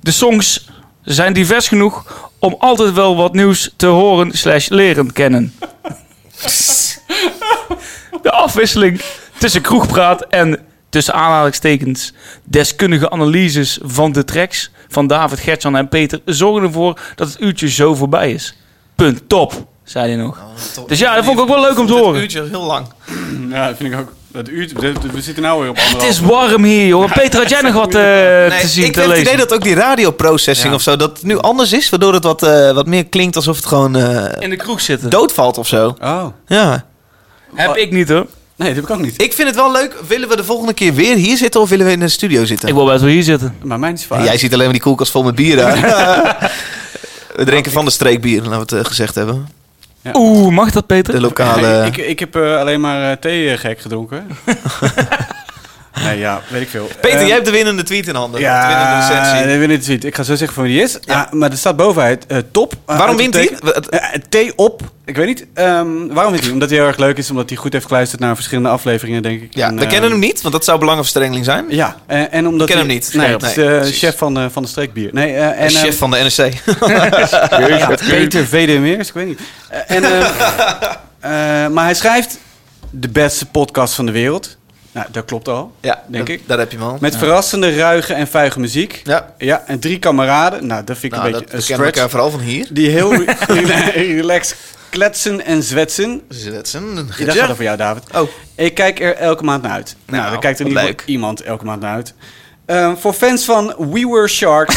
[SPEAKER 3] De songs zijn divers genoeg om altijd wel wat nieuws te horen slash leren kennen. *laughs* De afwisseling tussen kroegpraat en tussen aanhalingstekens deskundige analyses van de tracks van David, Gertjan en Peter zorgen ervoor dat het uurtje zo voorbij is. Punt top, zei hij nog. Dus ja, dat vond ik ook wel leuk om te
[SPEAKER 1] Dit
[SPEAKER 3] horen.
[SPEAKER 1] uurtje was heel lang.
[SPEAKER 2] Ja, dat vind ik ook. Dat uurtje, we- we zitten nou weer op
[SPEAKER 3] Het is
[SPEAKER 2] anderhalf.
[SPEAKER 3] warm hier, joh. Peter, had jij nog wat eh,
[SPEAKER 1] Nee,
[SPEAKER 3] te zien,
[SPEAKER 1] ik
[SPEAKER 3] te
[SPEAKER 1] heb het idee
[SPEAKER 3] lezen?
[SPEAKER 1] dat ook die radioprocessing of zo, dat het nu anders is. Waardoor het wat, eh, wat meer klinkt alsof het gewoon eh,
[SPEAKER 3] In de kroeg zitten.
[SPEAKER 1] doodvalt of zo.
[SPEAKER 2] Oh.
[SPEAKER 1] Ja.
[SPEAKER 3] heb ik niet, hoor.
[SPEAKER 2] Nee, dat heb ik ook niet.
[SPEAKER 1] Ik vind het wel leuk. Willen we de volgende keer weer hier zitten of willen we in de studio zitten?
[SPEAKER 3] Ik wil best wel hier zitten.
[SPEAKER 2] Maar mijn is
[SPEAKER 1] En
[SPEAKER 2] vaak.
[SPEAKER 1] jij ziet alleen maar die koelkast vol met bier
[SPEAKER 3] *laughs*
[SPEAKER 1] aan. we
[SPEAKER 3] Oh,
[SPEAKER 1] drinken van de streek bier, laten we het eh, gezegd hebben.
[SPEAKER 3] Oeh, mag dat, Peter?
[SPEAKER 1] De lokale...
[SPEAKER 2] Nee, ik, ik heb eh, alleen maar eh, thee eh, gek gedronken. nee, ja, weet ik veel.
[SPEAKER 1] Peter,
[SPEAKER 3] eh,
[SPEAKER 2] Ehm,
[SPEAKER 1] jij hebt de winnende tweet in handen.
[SPEAKER 2] Ja,
[SPEAKER 1] de winnende recensie.
[SPEAKER 2] de winnende tweet. Ik ga zo zeggen van wie die is.
[SPEAKER 1] Ja.
[SPEAKER 2] Ah, maar er staat bovenuit eh, top. Ah,
[SPEAKER 1] Waarom wint hij?
[SPEAKER 2] uitroepteken. Eh, thee op. Ik weet niet. Ehm, waarom wint hij? Omdat hij heel erg leuk is. Omdat hij goed heeft geluisterd naar verschillende afleveringen, denk ik.
[SPEAKER 1] Ja,
[SPEAKER 2] En,
[SPEAKER 1] we
[SPEAKER 2] eh,
[SPEAKER 1] kennen hem niet, want dat zou belangenverstrengeling zijn.
[SPEAKER 2] Ja, en, en omdat
[SPEAKER 1] Ken
[SPEAKER 2] hij-
[SPEAKER 1] hem niet.
[SPEAKER 2] Nee,
[SPEAKER 1] Scherp.
[SPEAKER 2] het is
[SPEAKER 1] Nee,
[SPEAKER 2] de
[SPEAKER 1] precies.
[SPEAKER 2] chef van, eh, van de streekbier. Nee, eh, en,
[SPEAKER 1] En,
[SPEAKER 2] ehm,
[SPEAKER 1] chef van de NRC.
[SPEAKER 2] ja, Peter VD Meers, ik weet niet. Eh, en, ehm, eh, maar hij schrijft de beste podcast van de wereld. Nou, dat klopt al,
[SPEAKER 1] *laughs* ja,
[SPEAKER 2] denk
[SPEAKER 1] dat-
[SPEAKER 2] ik.
[SPEAKER 1] Daar heb je hem al.
[SPEAKER 2] Met verrassende, ruige en vuige muziek.
[SPEAKER 1] Ja.
[SPEAKER 2] Ja, en drie kameraden. Nou, dat vind ik
[SPEAKER 1] Nou,
[SPEAKER 2] een
[SPEAKER 1] dat,
[SPEAKER 2] beetje
[SPEAKER 1] we
[SPEAKER 2] een
[SPEAKER 1] kennen
[SPEAKER 2] stretch.
[SPEAKER 1] elkaar vooral van hier.
[SPEAKER 2] Die heel re-
[SPEAKER 1] *laughs*
[SPEAKER 2] relaxed kletsen en zwetsen.
[SPEAKER 1] Dat is een
[SPEAKER 2] Ja, dat gaat over jou, David.
[SPEAKER 1] Oh,
[SPEAKER 2] Ik kijk er elke maand naar uit. Nou,
[SPEAKER 1] Nou,
[SPEAKER 2] daar kijkt er
[SPEAKER 1] wat
[SPEAKER 2] niet
[SPEAKER 1] leuk.
[SPEAKER 2] iemand elke maand naar uit. Eh, voor fans van We Were
[SPEAKER 1] *laughs*
[SPEAKER 2] Sharks,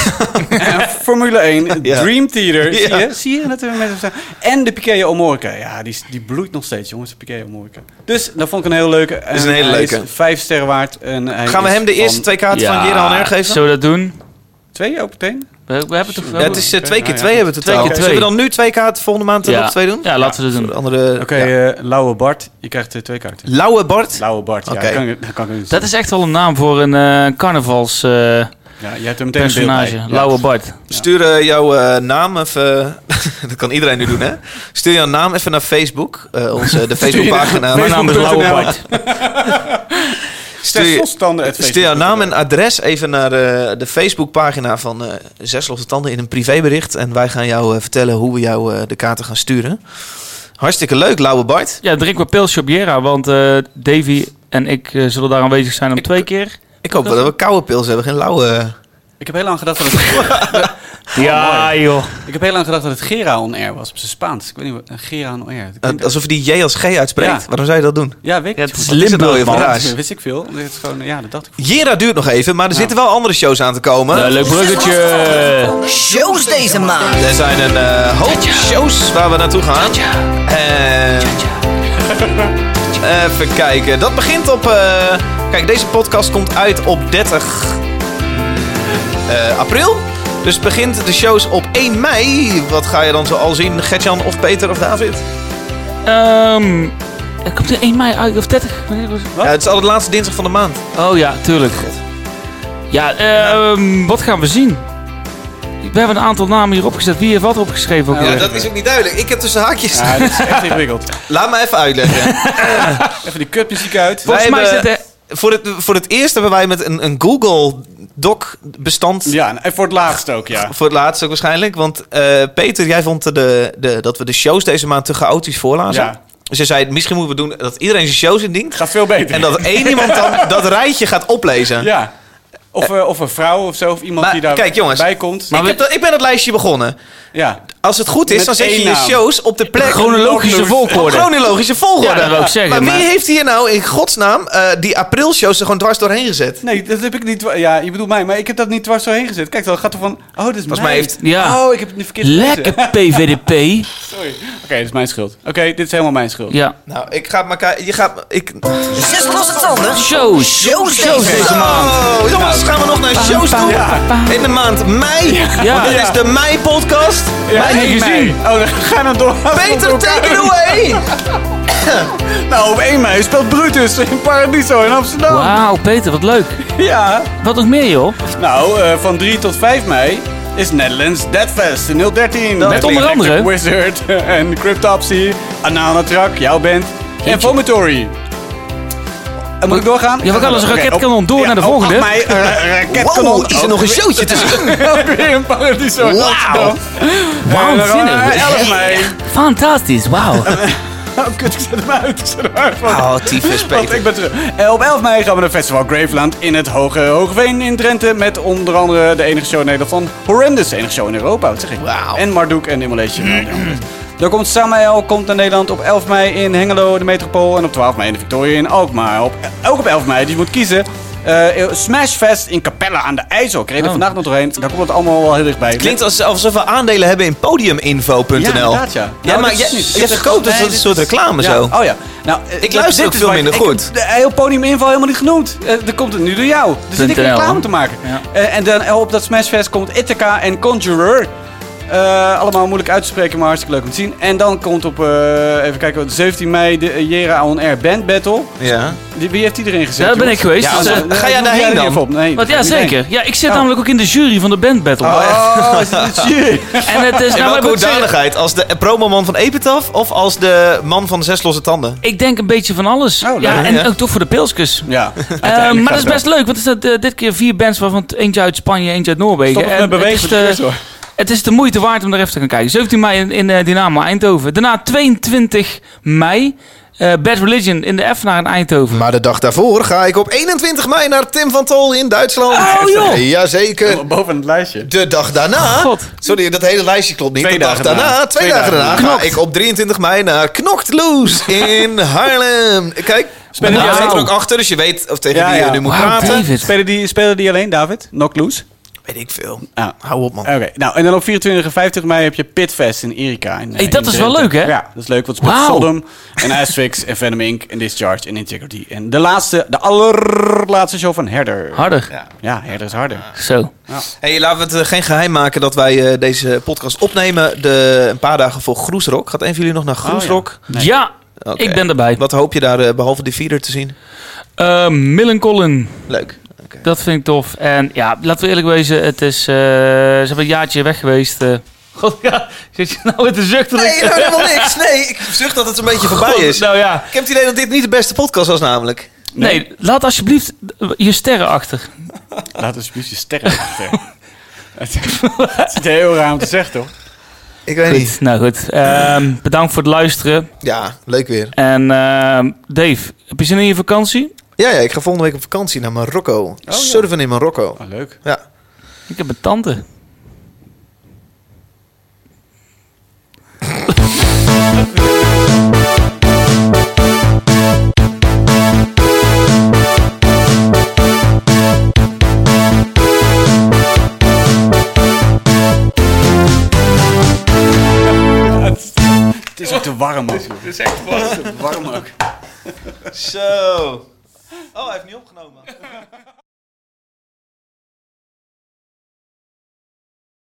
[SPEAKER 2] eh, Formule 1,
[SPEAKER 1] Ja.
[SPEAKER 2] Dream Theater. Zie
[SPEAKER 1] Ja.
[SPEAKER 2] je? Zie je dat er mensen staan? En de Piquet Omorca. Ja, die, die bloeit nog steeds, jongens. De Piquet Omorca. Dus dat vond ik een heel leuke. Dat
[SPEAKER 1] is een hele leuke.
[SPEAKER 2] vijf sterren waard. En hij
[SPEAKER 1] gaan we
[SPEAKER 2] is
[SPEAKER 1] hem de
[SPEAKER 2] van-
[SPEAKER 1] eerste twee kaarten van Jeroen R geven?
[SPEAKER 3] Zullen we dat doen?
[SPEAKER 2] Twee ook meteen?
[SPEAKER 3] We, we hebben toch
[SPEAKER 1] Ja, het is eh, twee keer
[SPEAKER 2] nou ja,
[SPEAKER 1] twee hebben we totaal.
[SPEAKER 3] keer twee.
[SPEAKER 1] Zullen we dan nu twee kaarten volgende maand en nog twee doen?
[SPEAKER 3] Ja, laten we dat
[SPEAKER 1] Voor de
[SPEAKER 3] doen.
[SPEAKER 1] andere...
[SPEAKER 2] Oké,
[SPEAKER 1] ja.
[SPEAKER 2] eh, Lauwe Bart. Je krijgt eh, twee kaarten.
[SPEAKER 1] Lauwe Bart.
[SPEAKER 2] Lauwe Bart,
[SPEAKER 1] Oké.
[SPEAKER 2] ja. Kan, ik- dat kan ik niet
[SPEAKER 3] Dat is echt wel een naam voor een eh carnavals eh,
[SPEAKER 2] Ja, je hebt er meteen een beeld bij.
[SPEAKER 3] personage. Lauwe Bart.
[SPEAKER 1] Stuur eh, jouw eh, naam even... *laughs* dat kan iedereen nu doen, hè? Stuur jouw naam even naar Facebook. eh,
[SPEAKER 2] *laughs*
[SPEAKER 1] onze, de Facebookpagina.
[SPEAKER 3] Mijn naam is Lauwe
[SPEAKER 2] Facebook.nl.
[SPEAKER 3] Bart.
[SPEAKER 1] Stuur je-
[SPEAKER 2] Zesselstanden uit
[SPEAKER 1] Stuur jouw
[SPEAKER 2] Facebook.
[SPEAKER 1] naam en adres even naar eh, de Facebookpagina van eh Zes Losse Tanden in een privébericht. En wij gaan jou eh, vertellen hoe we jou eh, de kaarten gaan sturen. Hartstikke leuk, Lauwe Bart.
[SPEAKER 3] Ja, drink maar pilsje op Jera, want eh, Davy en ik eh, zullen daar aanwezig zijn om twee keer.
[SPEAKER 1] Ik hoop wel dat we koude pils hebben, geen lauwe...
[SPEAKER 2] Ik heb heel lang gedacht dat het,
[SPEAKER 1] Oh,
[SPEAKER 3] ja, joh.
[SPEAKER 2] ik heb heel lang gedacht dat het Gera on air was op zijn Spaans. Ik weet niet wat een Gera on air. Ik
[SPEAKER 1] Eh,
[SPEAKER 2] denk dat-
[SPEAKER 1] alsof je die J als G uitspreekt.
[SPEAKER 2] Ja.
[SPEAKER 1] Waarom zou je dat doen?
[SPEAKER 2] ja, weet ik
[SPEAKER 3] Ja,
[SPEAKER 2] niet
[SPEAKER 3] het is
[SPEAKER 2] goed. Wat
[SPEAKER 1] Limburg,
[SPEAKER 2] dat nou,
[SPEAKER 1] man.
[SPEAKER 2] man?
[SPEAKER 1] Raars.
[SPEAKER 2] Dat wist ik veel. Het is gewoon, ja, dat dacht ik.
[SPEAKER 1] Jera duurt nog even, maar er zitten wel andere shows aan te komen.
[SPEAKER 3] Eh, leuk bruggetje.
[SPEAKER 8] Shows deze maand.
[SPEAKER 1] Er zijn een eh, hoop shows waar we naartoe gaan. En- *laughs* even kijken. Dat begint op... eh, Kijk, deze podcast komt uit op 30 eh, april. Dus begint de shows op 1 mei. Wat ga je dan zo al zien? Gertjan of Peter of David?
[SPEAKER 3] Ehm, er komt er 1 mei uit, of 30? Wanneer was het?
[SPEAKER 1] Ja, het is altijd laatste dinsdag van de maand.
[SPEAKER 3] Oh ja, tuurlijk. Ja, ehm, wat gaan we zien? We hebben een aantal namen hier opgezet. Wie heeft wat opgeschreven? Ook
[SPEAKER 1] Ja,
[SPEAKER 3] weer?
[SPEAKER 1] dat is ook niet duidelijk. Ik heb tussen haakjes.
[SPEAKER 2] Ja, dat is echt ingewikkeld.
[SPEAKER 1] Laat me even uitleggen.
[SPEAKER 2] Even die kutmuziek uit.
[SPEAKER 1] Wat?
[SPEAKER 3] Volgens
[SPEAKER 1] wij
[SPEAKER 3] mij
[SPEAKER 1] hebben-
[SPEAKER 3] zit er...
[SPEAKER 1] voor, het, voor het eerst hebben wij met een, een Google Doc bestand
[SPEAKER 2] Ja, en voor het laatst ook, ja.
[SPEAKER 1] Voor het laatst ook waarschijnlijk. Want eh, Peter, jij vond de, de, dat we de shows deze maand te chaotisch voorlazen.
[SPEAKER 2] Ja.
[SPEAKER 1] Dus jij zei, misschien moeten we doen dat iedereen zijn shows indient.
[SPEAKER 2] Gaat veel beter.
[SPEAKER 1] En dat
[SPEAKER 2] *laughs*
[SPEAKER 1] één iemand dan dat rijtje gaat oplezen.
[SPEAKER 2] Ja. Of, eh, of een vrouw of zo, of iemand
[SPEAKER 1] Maar
[SPEAKER 2] die daar
[SPEAKER 1] kijk, jongens.
[SPEAKER 2] bij komt.
[SPEAKER 1] ik, heb dat- ik ben het lijstje begonnen.
[SPEAKER 2] Ja.
[SPEAKER 1] Als het goed is,
[SPEAKER 2] Met
[SPEAKER 1] dan zet je
[SPEAKER 2] één
[SPEAKER 1] je
[SPEAKER 2] naam.
[SPEAKER 1] shows op de plek...
[SPEAKER 3] Chronologische volgorde.
[SPEAKER 1] Chronologische volgorde.
[SPEAKER 3] Ja, dat wou ik zeggen,
[SPEAKER 1] maar wie
[SPEAKER 3] maar-
[SPEAKER 1] heeft hier nou in godsnaam eh, die aprilshows er gewoon dwars doorheen gezet?
[SPEAKER 2] Nee, dat heb ik niet... dwa- Ja, je bedoelt mij, maar ik heb dat niet dwars doorheen gezet. Kijk, dan gaat er van... Oh, dit is
[SPEAKER 1] Volgens
[SPEAKER 2] mij.
[SPEAKER 1] mij heeft-
[SPEAKER 3] Ja.
[SPEAKER 2] Oh, ik heb het nu verkeerd
[SPEAKER 3] Lekker
[SPEAKER 2] gelezen.
[SPEAKER 3] PVDP.
[SPEAKER 2] Sorry. Oké, dit is mijn schuld. Oké, dit is helemaal mijn schuld.
[SPEAKER 3] Ja.
[SPEAKER 1] Nou, ik ga maar kijken. Je gaat. Ik...
[SPEAKER 8] Zes losse tanden.
[SPEAKER 3] Shows.
[SPEAKER 8] Shows
[SPEAKER 3] deze maand.
[SPEAKER 1] Oh, jongens, gaan we nog naar shows toe? In de maand mei.
[SPEAKER 3] Ja.
[SPEAKER 1] Want dit is de mei-podcast.
[SPEAKER 2] Ja,
[SPEAKER 3] Mij niet
[SPEAKER 2] één mei.
[SPEAKER 3] gezien.
[SPEAKER 2] Oh, dan ga dan door.
[SPEAKER 1] Peter, take it
[SPEAKER 2] *laughs*
[SPEAKER 1] away.
[SPEAKER 2] Nou, op 1 mei speelt Brutus in Paradiso in Amsterdam.
[SPEAKER 3] Wauw, Peter, wat leuk.
[SPEAKER 2] Ja.
[SPEAKER 3] Wat nog meer, joh?
[SPEAKER 2] Nou, eh, van 3 tot 5 mei is Netherlands Deadfest in 013.
[SPEAKER 3] Met onder
[SPEAKER 2] Electric
[SPEAKER 3] andere-
[SPEAKER 2] Wizard *laughs* en Cryptopsy, Ananatrak, jouw band en Vomitory. En moet ik doorgaan?
[SPEAKER 3] Ja, we gaan als een raketkanon door naar de volgende.
[SPEAKER 2] Op mei, eh, raketkanon.
[SPEAKER 1] Wow, is er
[SPEAKER 2] ook
[SPEAKER 1] nog een
[SPEAKER 2] weer- *laughs*
[SPEAKER 1] showtje tussen?
[SPEAKER 2] ook weer in Paradiso in
[SPEAKER 1] Wauw.
[SPEAKER 2] Amsterdam. En dan gaan we naar
[SPEAKER 3] Waanzinnig.
[SPEAKER 2] 11 mei.
[SPEAKER 3] Fantastisch, wauw.
[SPEAKER 2] *laughs* Oh, kut, ik zet hem uit. Ik zet hem uit.
[SPEAKER 1] Oh, tyfus,
[SPEAKER 2] Want
[SPEAKER 1] Peter.
[SPEAKER 2] ik ben terug. En op 11 mei gaan we naar Festival Graveland in het Hoge Hoogveen in Drenthe. Met onder andere de enige show in Nederland van Horrendous. De enige show in Europa, wat zeg ik.
[SPEAKER 1] Wauw.
[SPEAKER 2] En Marduk en Immolation. Dan komt Samael komt naar Nederland op 11 mei in Hengelo, de metropool. En op 12 mei in de Victoria in Alkmaar. Op, ook op 11 mei, dus je moet kiezen. Eh Smashfest in Capelle aan de IJssel. Ik reed er
[SPEAKER 3] Oh.
[SPEAKER 2] vandaag nog doorheen. Daar komt het allemaal wel heel dichtbij.
[SPEAKER 1] Klinkt als- alsof we aandelen hebben in podiuminfo.nl.
[SPEAKER 2] Ja, inderdaad, ja. Nou,
[SPEAKER 1] maar
[SPEAKER 2] dat
[SPEAKER 1] jij,
[SPEAKER 2] is niet.
[SPEAKER 1] jij
[SPEAKER 2] Ik zeg
[SPEAKER 1] verkoopt
[SPEAKER 2] gewoon,
[SPEAKER 1] dus
[SPEAKER 2] nee,
[SPEAKER 1] een
[SPEAKER 2] dit
[SPEAKER 1] soort
[SPEAKER 2] is-
[SPEAKER 1] reclame
[SPEAKER 2] Ja,
[SPEAKER 1] zo.
[SPEAKER 2] Oh ja. Nou, eh,
[SPEAKER 1] Ik
[SPEAKER 2] dat-
[SPEAKER 1] luister
[SPEAKER 2] dit
[SPEAKER 1] ook
[SPEAKER 2] is
[SPEAKER 1] veel
[SPEAKER 2] waar
[SPEAKER 1] minder
[SPEAKER 2] ik-
[SPEAKER 1] goed.
[SPEAKER 2] Ik, de eh, heel podium info helemaal niet genoemd. Eh, dat komt het nu door jou. Dus zit ik
[SPEAKER 3] .nl,
[SPEAKER 2] reclame
[SPEAKER 3] hè?
[SPEAKER 2] te maken. Eh, en dan op dat Smashfest komt Ithaca en Conjurer. Eh, allemaal moeilijk uit te spreken, maar hartstikke leuk om te zien. En dan komt op, eh, even kijken, 17 mei de eh, Jera On Air Band Battle.
[SPEAKER 1] Ja.
[SPEAKER 2] Die, wie heeft iedereen gezet?
[SPEAKER 3] Ja, daar ben ik geweest.
[SPEAKER 1] Ja,
[SPEAKER 3] Dus, eh,
[SPEAKER 1] ga jij daarheen
[SPEAKER 2] daar
[SPEAKER 1] dan?
[SPEAKER 2] even op? Nee,
[SPEAKER 3] Want
[SPEAKER 2] daar
[SPEAKER 3] ja,
[SPEAKER 2] ga ik niet
[SPEAKER 3] zeker. Ja, ik zit
[SPEAKER 2] Oh.
[SPEAKER 3] namelijk ook in de jury van de Band Battle.
[SPEAKER 2] heen. Oh, is
[SPEAKER 3] *laughs*
[SPEAKER 2] dit een jury?
[SPEAKER 3] En het
[SPEAKER 1] *laughs*
[SPEAKER 3] is
[SPEAKER 1] In
[SPEAKER 3] nou,
[SPEAKER 1] welke
[SPEAKER 3] ik moet zeggen,
[SPEAKER 1] hoedanigheid? Als de promoman van Epitaph of als de man van Zes Losse Tanden?
[SPEAKER 3] ik denk een beetje van alles.
[SPEAKER 2] Oh, leuk.
[SPEAKER 3] ja, en
[SPEAKER 1] Ja.
[SPEAKER 3] ook toch voor de pilskus.
[SPEAKER 2] Ja.
[SPEAKER 3] Eh, maar dat is best leuk, want het is dat, eh, dit keer vier bands waarvan t- eentje uit Spanje, eentje uit Noorwegen.
[SPEAKER 2] Stop even
[SPEAKER 3] En
[SPEAKER 2] met
[SPEAKER 3] het,
[SPEAKER 2] bewegen
[SPEAKER 3] is
[SPEAKER 2] voor het eerst,
[SPEAKER 3] de,
[SPEAKER 2] hoor.
[SPEAKER 3] het is de moeite waard om er even te gaan kijken. 17 mei in, in eh, Dynamo Eindhoven. Daarna 22 mei eh, Bad Religion in de Effenaar in Eindhoven.
[SPEAKER 9] Maar de dag daarvoor ga ik op 21 mei naar Tim van Tol in Duitsland.
[SPEAKER 3] Oh, joh.
[SPEAKER 9] Jazeker.
[SPEAKER 2] Boven het lijstje.
[SPEAKER 9] De dag daarna.
[SPEAKER 3] God.
[SPEAKER 9] Sorry, dat hele lijstje klopt niet.
[SPEAKER 2] Twee
[SPEAKER 9] de dag
[SPEAKER 2] dagen
[SPEAKER 9] daarna,
[SPEAKER 2] daarna.
[SPEAKER 9] twee,
[SPEAKER 2] Twee
[SPEAKER 9] dagen,
[SPEAKER 2] dagen
[SPEAKER 9] daarna, ga ik op 23 mei naar Knokt Loose *laughs* in Haarlem. Kijk,
[SPEAKER 1] Maar
[SPEAKER 3] Wauw.
[SPEAKER 1] daar zit er ook achter, dus je weet of tegen
[SPEAKER 2] Ja,
[SPEAKER 1] wie je
[SPEAKER 2] ja.
[SPEAKER 1] nu moet
[SPEAKER 3] Wauw,
[SPEAKER 1] praten.
[SPEAKER 3] David.
[SPEAKER 2] Spelen die, spelen die alleen, David? Knock loose?
[SPEAKER 1] Weet ik veel.
[SPEAKER 2] Ah.
[SPEAKER 1] Hou op, man.
[SPEAKER 2] Oké, nou en dan op 24 en 50 mei heb je Pitfest in Erika. In, eh,
[SPEAKER 3] Hey, dat
[SPEAKER 2] in
[SPEAKER 3] is wel
[SPEAKER 2] Drenthe.
[SPEAKER 3] leuk, hè?
[SPEAKER 2] Ja, dat is leuk, want het is met
[SPEAKER 3] Wauw.
[SPEAKER 2] Sodom en Asphyx en Venom Inc. en Discharge en Integrity. En de laatste, de allerlaatste show van Herder.
[SPEAKER 3] Harder.
[SPEAKER 2] Ja, Ah. Herder is harder.
[SPEAKER 3] Zo.
[SPEAKER 1] Hey, laten we het eh, geen geheim maken dat wij eh, deze podcast opnemen de, een paar dagen voor Groesrock. Gaat een van jullie nog naar
[SPEAKER 2] Oh,
[SPEAKER 1] Groesrock?
[SPEAKER 2] Nee.
[SPEAKER 3] Ja,
[SPEAKER 1] Oké.
[SPEAKER 3] ik ben erbij.
[SPEAKER 1] Wat hoop je daar eh, behalve de vierder te zien?
[SPEAKER 3] Eh Millencolin,
[SPEAKER 1] Leuk.
[SPEAKER 3] dat vind ik tof. En ja, laten we eerlijk wezen, het is, eh, ze hebben een jaartje weg geweest. eh. God, ja, zit je nou met de zucht? dat ik-
[SPEAKER 2] *laughs*
[SPEAKER 1] Nee, nou helemaal niks. Nee, ik zucht dat het een beetje voorbij
[SPEAKER 3] God,
[SPEAKER 1] is.
[SPEAKER 3] Nou ja.
[SPEAKER 1] Ik heb het idee dat dit niet de beste podcast was namelijk.
[SPEAKER 3] Nee, laat alsjeblieft je sterren achter.
[SPEAKER 2] Laat alsjeblieft je
[SPEAKER 3] *laughs*
[SPEAKER 2] sterren achter. Het het is heel raar om te zeggen, toch?
[SPEAKER 9] Ik weet niet.
[SPEAKER 3] Goed, nou goed. Ehm, bedankt voor het luisteren.
[SPEAKER 9] Ja, leuk weer.
[SPEAKER 3] En ehm, Dave, heb je zin in je vakantie?
[SPEAKER 9] Ja, ja, ik ga volgende week op vakantie naar Marokko. Surfen in Marokko.
[SPEAKER 2] Oh, leuk.
[SPEAKER 9] Ja.
[SPEAKER 3] Ik heb een tante.
[SPEAKER 2] Het is ook te warm ook. Het is echt warm. warm ook.
[SPEAKER 1] Zo. Oh, hij heeft niet opgenomen.